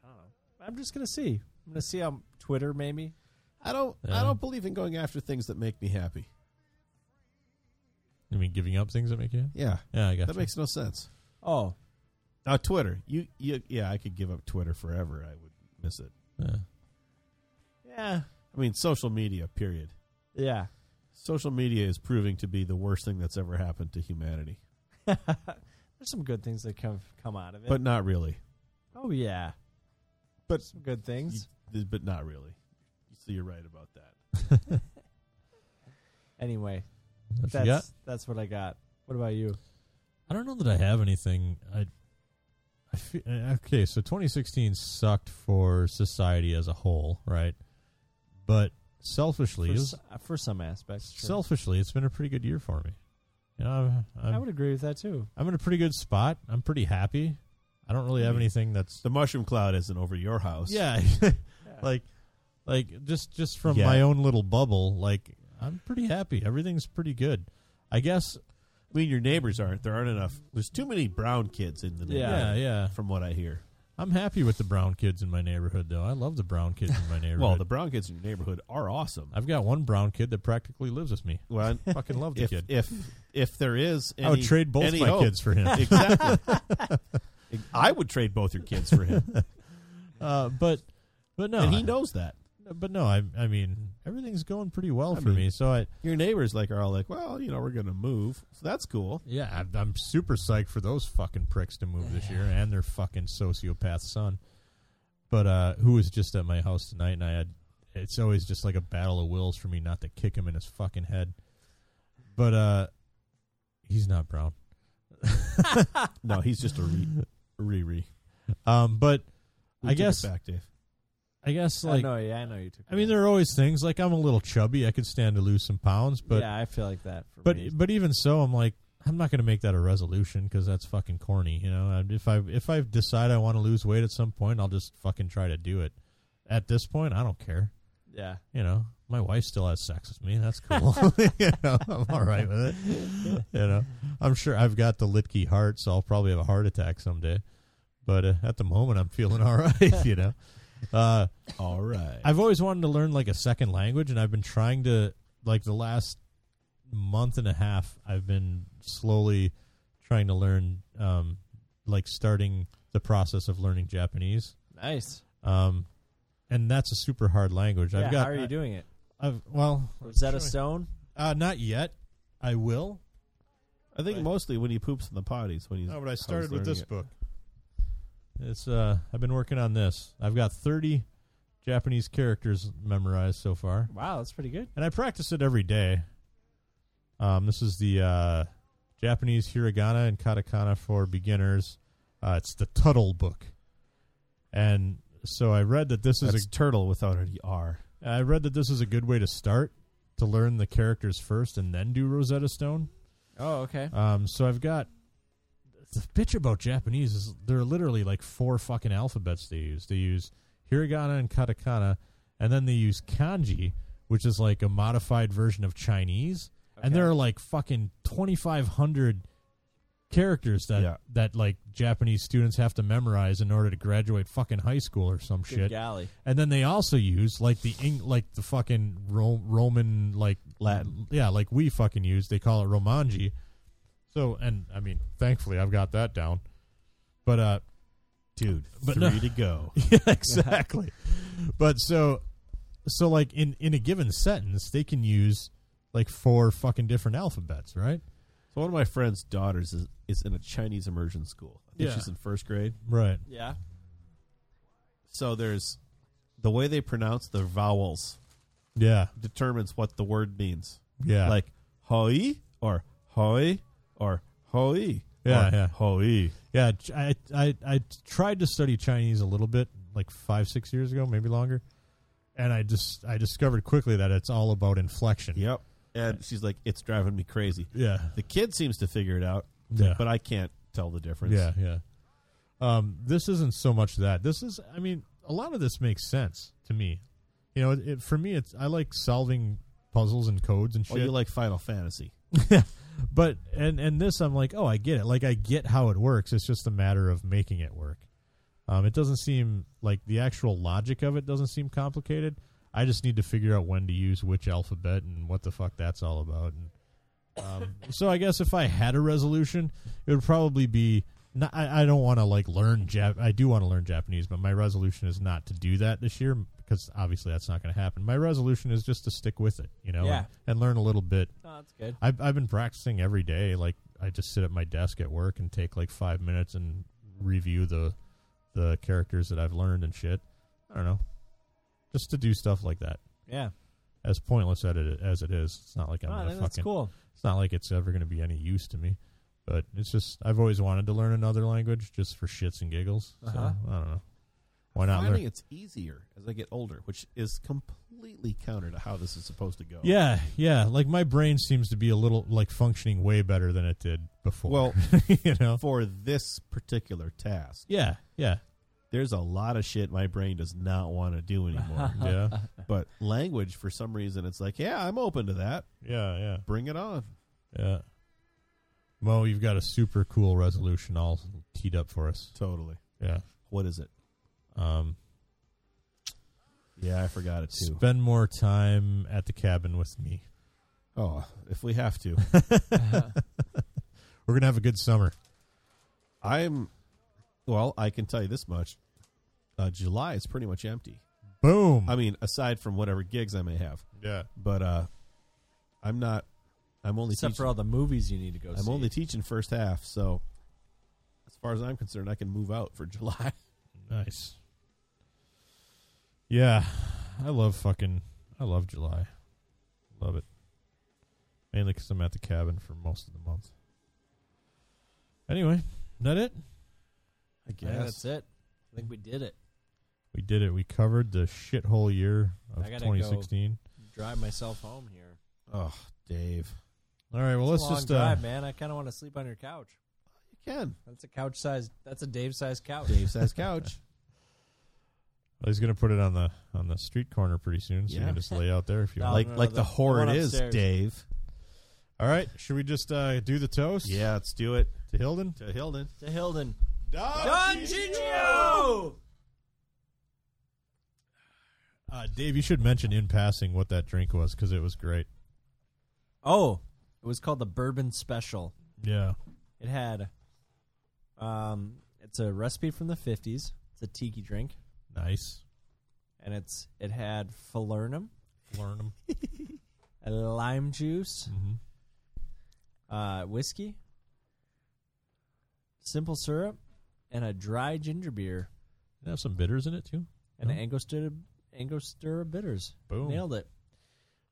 I don't know. I'm just gonna see. I'm gonna see on Twitter maybe.
I don't.
Yeah.
I don't believe in going after things that make me happy.
You mean giving up things that make you? happy?
Yeah,
Yeah, I got
that makes no sense.
Oh,
Now Twitter, you, you, yeah, I could give up Twitter forever. I would miss it.
Yeah.
yeah,
I mean, social media. Period.
yeah. (laughs)
Social media is proving to be the worst thing that's ever happened to humanity,
There's some good things that come come out of it.
but not really.
oh yeah,
But-
some good things.
You- but not really. So you're right about that.
(laughs) Anyway,
That's what
that's
you got?
that's what I got. What about you?
I don't know that I have anything. I, I fe- uh, okay. So 2016 sucked for society as a whole, right? But selfishly,
For,
it was-
s- uh, for some aspects, sure.
selfishly, it's been a pretty good year for me. You know, I'm,
I
I'm,
would agree with that too.
I'm in a pretty good spot. I'm pretty happy. I don't really have anything that's
The mushroom cloud isn't over your house.
yeah, (laughs) like like just just from
Yeah.
my own little bubble. Like I'm pretty happy. Everything's pretty good. I guess.
I mean, your neighbors aren't. There aren't enough. There's too many brown kids in the
Yeah,
neighborhood,
yeah.
from what I hear.
I'm happy with the brown kids in my neighborhood, though. I love the brown kids
(laughs)
in my neighborhood.
Well, the brown kids in your neighborhood are awesome.
I've got one brown kid that practically lives with me.
Well,
Fucking love the
if,
kid.
if if there is, any,
I would trade both
any
my
hope-
kids for him.
(laughs) Exactly. I would trade both your kids for him,
Uh, but but no,
and he knows that.
I- but no, I I mean everything's going pretty well
I
for
mean-
me. So I
Your neighbors like are all like, well, you know, we're gonna move, so that's cool.
yeah, I'm, I'm super psyched for those fucking pricks to move this year and their fucking sociopath son. But uh, who was just at my house tonight, and I had it's always just like a battle of wills for me not to kick him in his fucking head. But uh, he's
(laughs)
not brown. (laughs)
No, he's just a re Riri.
Um, but
We
I
took it
guess
back, Dave.
I guess
I
like
know, yeah, I know you took.
I mean, there are always things like I'm a little chubby. I could stand to lose some pounds, but
yeah, I feel like that. For
but
me.
but even so, I'm like I'm not going to make that a resolution because that's fucking corny. You know, And if I if I decide I want to lose weight at some point, I'll just fucking try to do it. At this point, I don't care.
yeah,
You know, my wife still has sex with me. That's cool. (laughs) you know, I'm all right with it. You know, I'm sure I've got the Litke heart, so I'll probably have a heart attack someday. But uh, at the moment, I'm feeling all (laughs) right. You know. Uh,
All right.
I've always wanted to learn like a second language, and I've been trying to like the last month and a half. I've been slowly trying to learn, um, like starting the process of learning Japanese.
nice.
Um, and that's a super hard language.
Yeah,
I've got.
how are you doing it?
I've well,
Is that a
sure.
stone?
uh, not yet. I will.
I think
Right. Oh,
mostly when he poops in the potties when he's.
No, but I
was
started with
learning
this
it.
book. It's uh, I've been working on this. I've got thirty Japanese characters memorized so far.
Wow, that's pretty good.
and I practice it every day. Um, this is the uh, Japanese hiragana and katakana for beginners. Uh, it's the Tuttle book, and so I read that this
That's
is
turtle without an R.
a I read that this is a good way to start to learn the characters first and then do Rosetta Stone.
Oh, okay.
Um, so I've got the bitch about Japanese is there are literally like four fucking alphabets they use. They use hiragana and katakana, and then they use kanji, which is like a modified version of Chinese. And there are like fucking twenty five hundred characters that
Yeah.
that like Japanese students have to memorize in order to graduate fucking high school or some
Good
shit.
galley.
And then they also use like the Eng- like the fucking Ro- Roman like
Latin.
yeah, like we fucking use. They call it Romanji. So, and I mean, thankfully, I've got that down. But uh,
Dude,
But
three
no.
to go.
(laughs) yeah, exactly. but so, so like in in a given sentence, they can use like four fucking different alphabets, right?
So one of my friend's daughters is, is in a Chinese immersion school. I think
Yeah.
she's in first grade.
Right.
Yeah.
So there's the way they pronounce their vowels
Yeah.
determines what the word means.
Yeah.
Like hoi or hoi or hoi.
Yeah,
or
yeah.
Hoi.
Yeah, Ch- I, I I tried to study Chinese a little bit, like five six years ago, maybe longer, and I just I discovered quickly that it's all about inflection.
Yep. And she's like, it's driving me crazy.
Yeah,
The kid seems to figure it out,
Yeah.
but I can't tell the difference.
yeah, yeah. Um, this isn't so much that. This is, I mean, a lot of this makes sense to me. You know, it, it, for me, it's I like solving puzzles and codes and shit.
Well, you like Final Fantasy.
but and and this i'm like oh i get it like i get how it works it's just a matter of making it work um it doesn't seem like the actual logic of it doesn't seem complicated i just need to figure out when to use which alphabet and what the fuck that's all about and um, (laughs) so i guess if i had a resolution it would probably be not, I, I don't want to like learn Jap- i do want to learn japanese but my resolution is not to do that this year because obviously that's not going to happen my resolution is just to stick with it you know
Yeah.
and- and learn a little bit
Oh, that's good.
I've, I've been practicing every day. Like I just sit at my desk at work and take like five minutes and review the the characters that I've learned and shit. I don't know, just to do stuff like that.
Yeah.
As pointless as it as it is, it's not like I'm
Oh, I
gonna
think that's
fucking.
cool.
It's not like it's ever gonna be any use to me. But it's just I've always wanted to learn another language just for shits and giggles.
Uh-huh.
So I don't know. Why not
Finding
learn?
it's easier as I get older, which is completely counter to how this is supposed to go.
Yeah, yeah. Like my brain seems to be a little like functioning way better than it did before.
Well,
(laughs) you know.
for this particular task,
Yeah, yeah,
there's a lot of shit my brain does not want to do anymore.
(laughs)
Uh-huh.
yeah.
but language, for some reason, it's like, yeah, I'm open to that.
Yeah, yeah,
Bring it on.
yeah. Mo, you've got a super cool resolution all teed up for us.
Totally.
Yeah.
What is it?
Um,
Yeah, I forgot it too.
spend more time at the cabin with me.
Oh, if we have to,
We're gonna have a good summer.
I'm. Well, I can tell you this much: uh, July is pretty much empty.
Boom.
I mean, aside from whatever gigs I may have,
yeah.
but uh, I'm not. I'm only
Except
teaching,
for all the movies you need to go
I'm
see.
only teaching first half, so as far as I'm concerned, I can move out for (laughs) July.
Nice. Yeah, I love fucking. I love July. Love it. Mainly because I'm at the cabin for most of the month. Anyway, that it. I
I think that's it. I think we did it.
we did it. We covered the shithole year of
I gotta go.
2016.
Drive myself home here.
Oh, Dave,
All right. Well,
It's
let's
a long
just.
drive,
uh,
man. I kind of want to sleep on your couch.
you can
That's a couch size. That's a Dave sized couch.
Dave says couch.
well, he's gonna put it on the on the street corner pretty soon, so you
Yeah.
can just lay out there if you
No,
(laughs)
want.
like
no,
like
the-
the horror
the one
it is,
upstairs.
Dave.
All right. Should we just uh, do the toast?
Yeah, let's do it
To Hilden.
to Hilden.
(laughs) To Hilden.
Don Uh, Dave, you should mention in passing what that drink was because it was great.
Oh, it was called the Bourbon Special.
Yeah.
It had, um, it's a recipe from the fifties. It's a tiki drink,
Nice.
and it's it had falernum,
Learn
(laughs)
them.
lime juice,
hmm
uh, whiskey, simple syrup, and a dry ginger beer
have some bitters in it too.
and
Yeah.
Angostura Angostura bitters.
Boom.
Nailed it.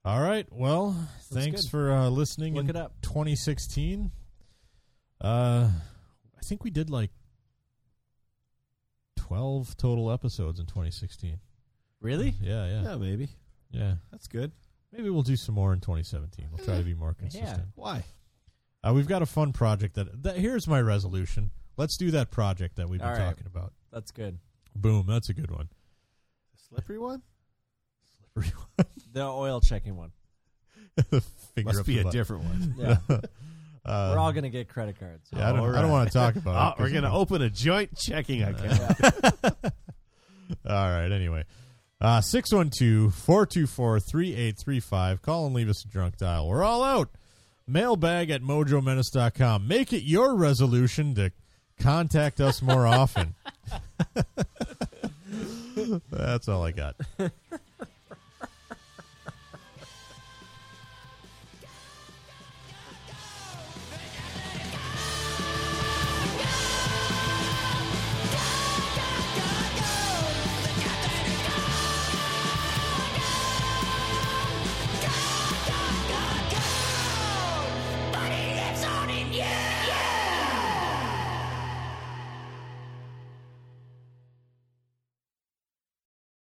All right. Well, thanks
good.
for uh, listening.
Look
in
it up.
2016. Uh, I think we did like 12 total episodes in 2016.
Really?
Yeah, yeah, yeah.
Yeah, maybe that's good.
Maybe we'll do some more in 2017. We'll try to be
Mm-hmm.
more consistent.
Why?
Uh, we've got a fun project that, that. Here's my resolution. Let's do that project that we've been
All right.
talking about.
That's good.
Boom. That's a good one. (laughs)
slippery one
The oil checking one.
the finger
must
up
be
the
a
butt.
different one.
Yeah.
(laughs) Uh,
We're all gonna get credit cards.
yeah, I don't,
All
I don't
right.
want to talk about
Oh,
it. 'cause
we're gonna
it-
open a joint checking account.
(laughs)
(laughs)
All right. Anyway, Uh, 612 424 3835. Call and leave us a drunk dial. We're all out. Mailbag at mojomenace.com. Make it your resolution to
(laughs)
contact (laughs) us more often. That's all I got.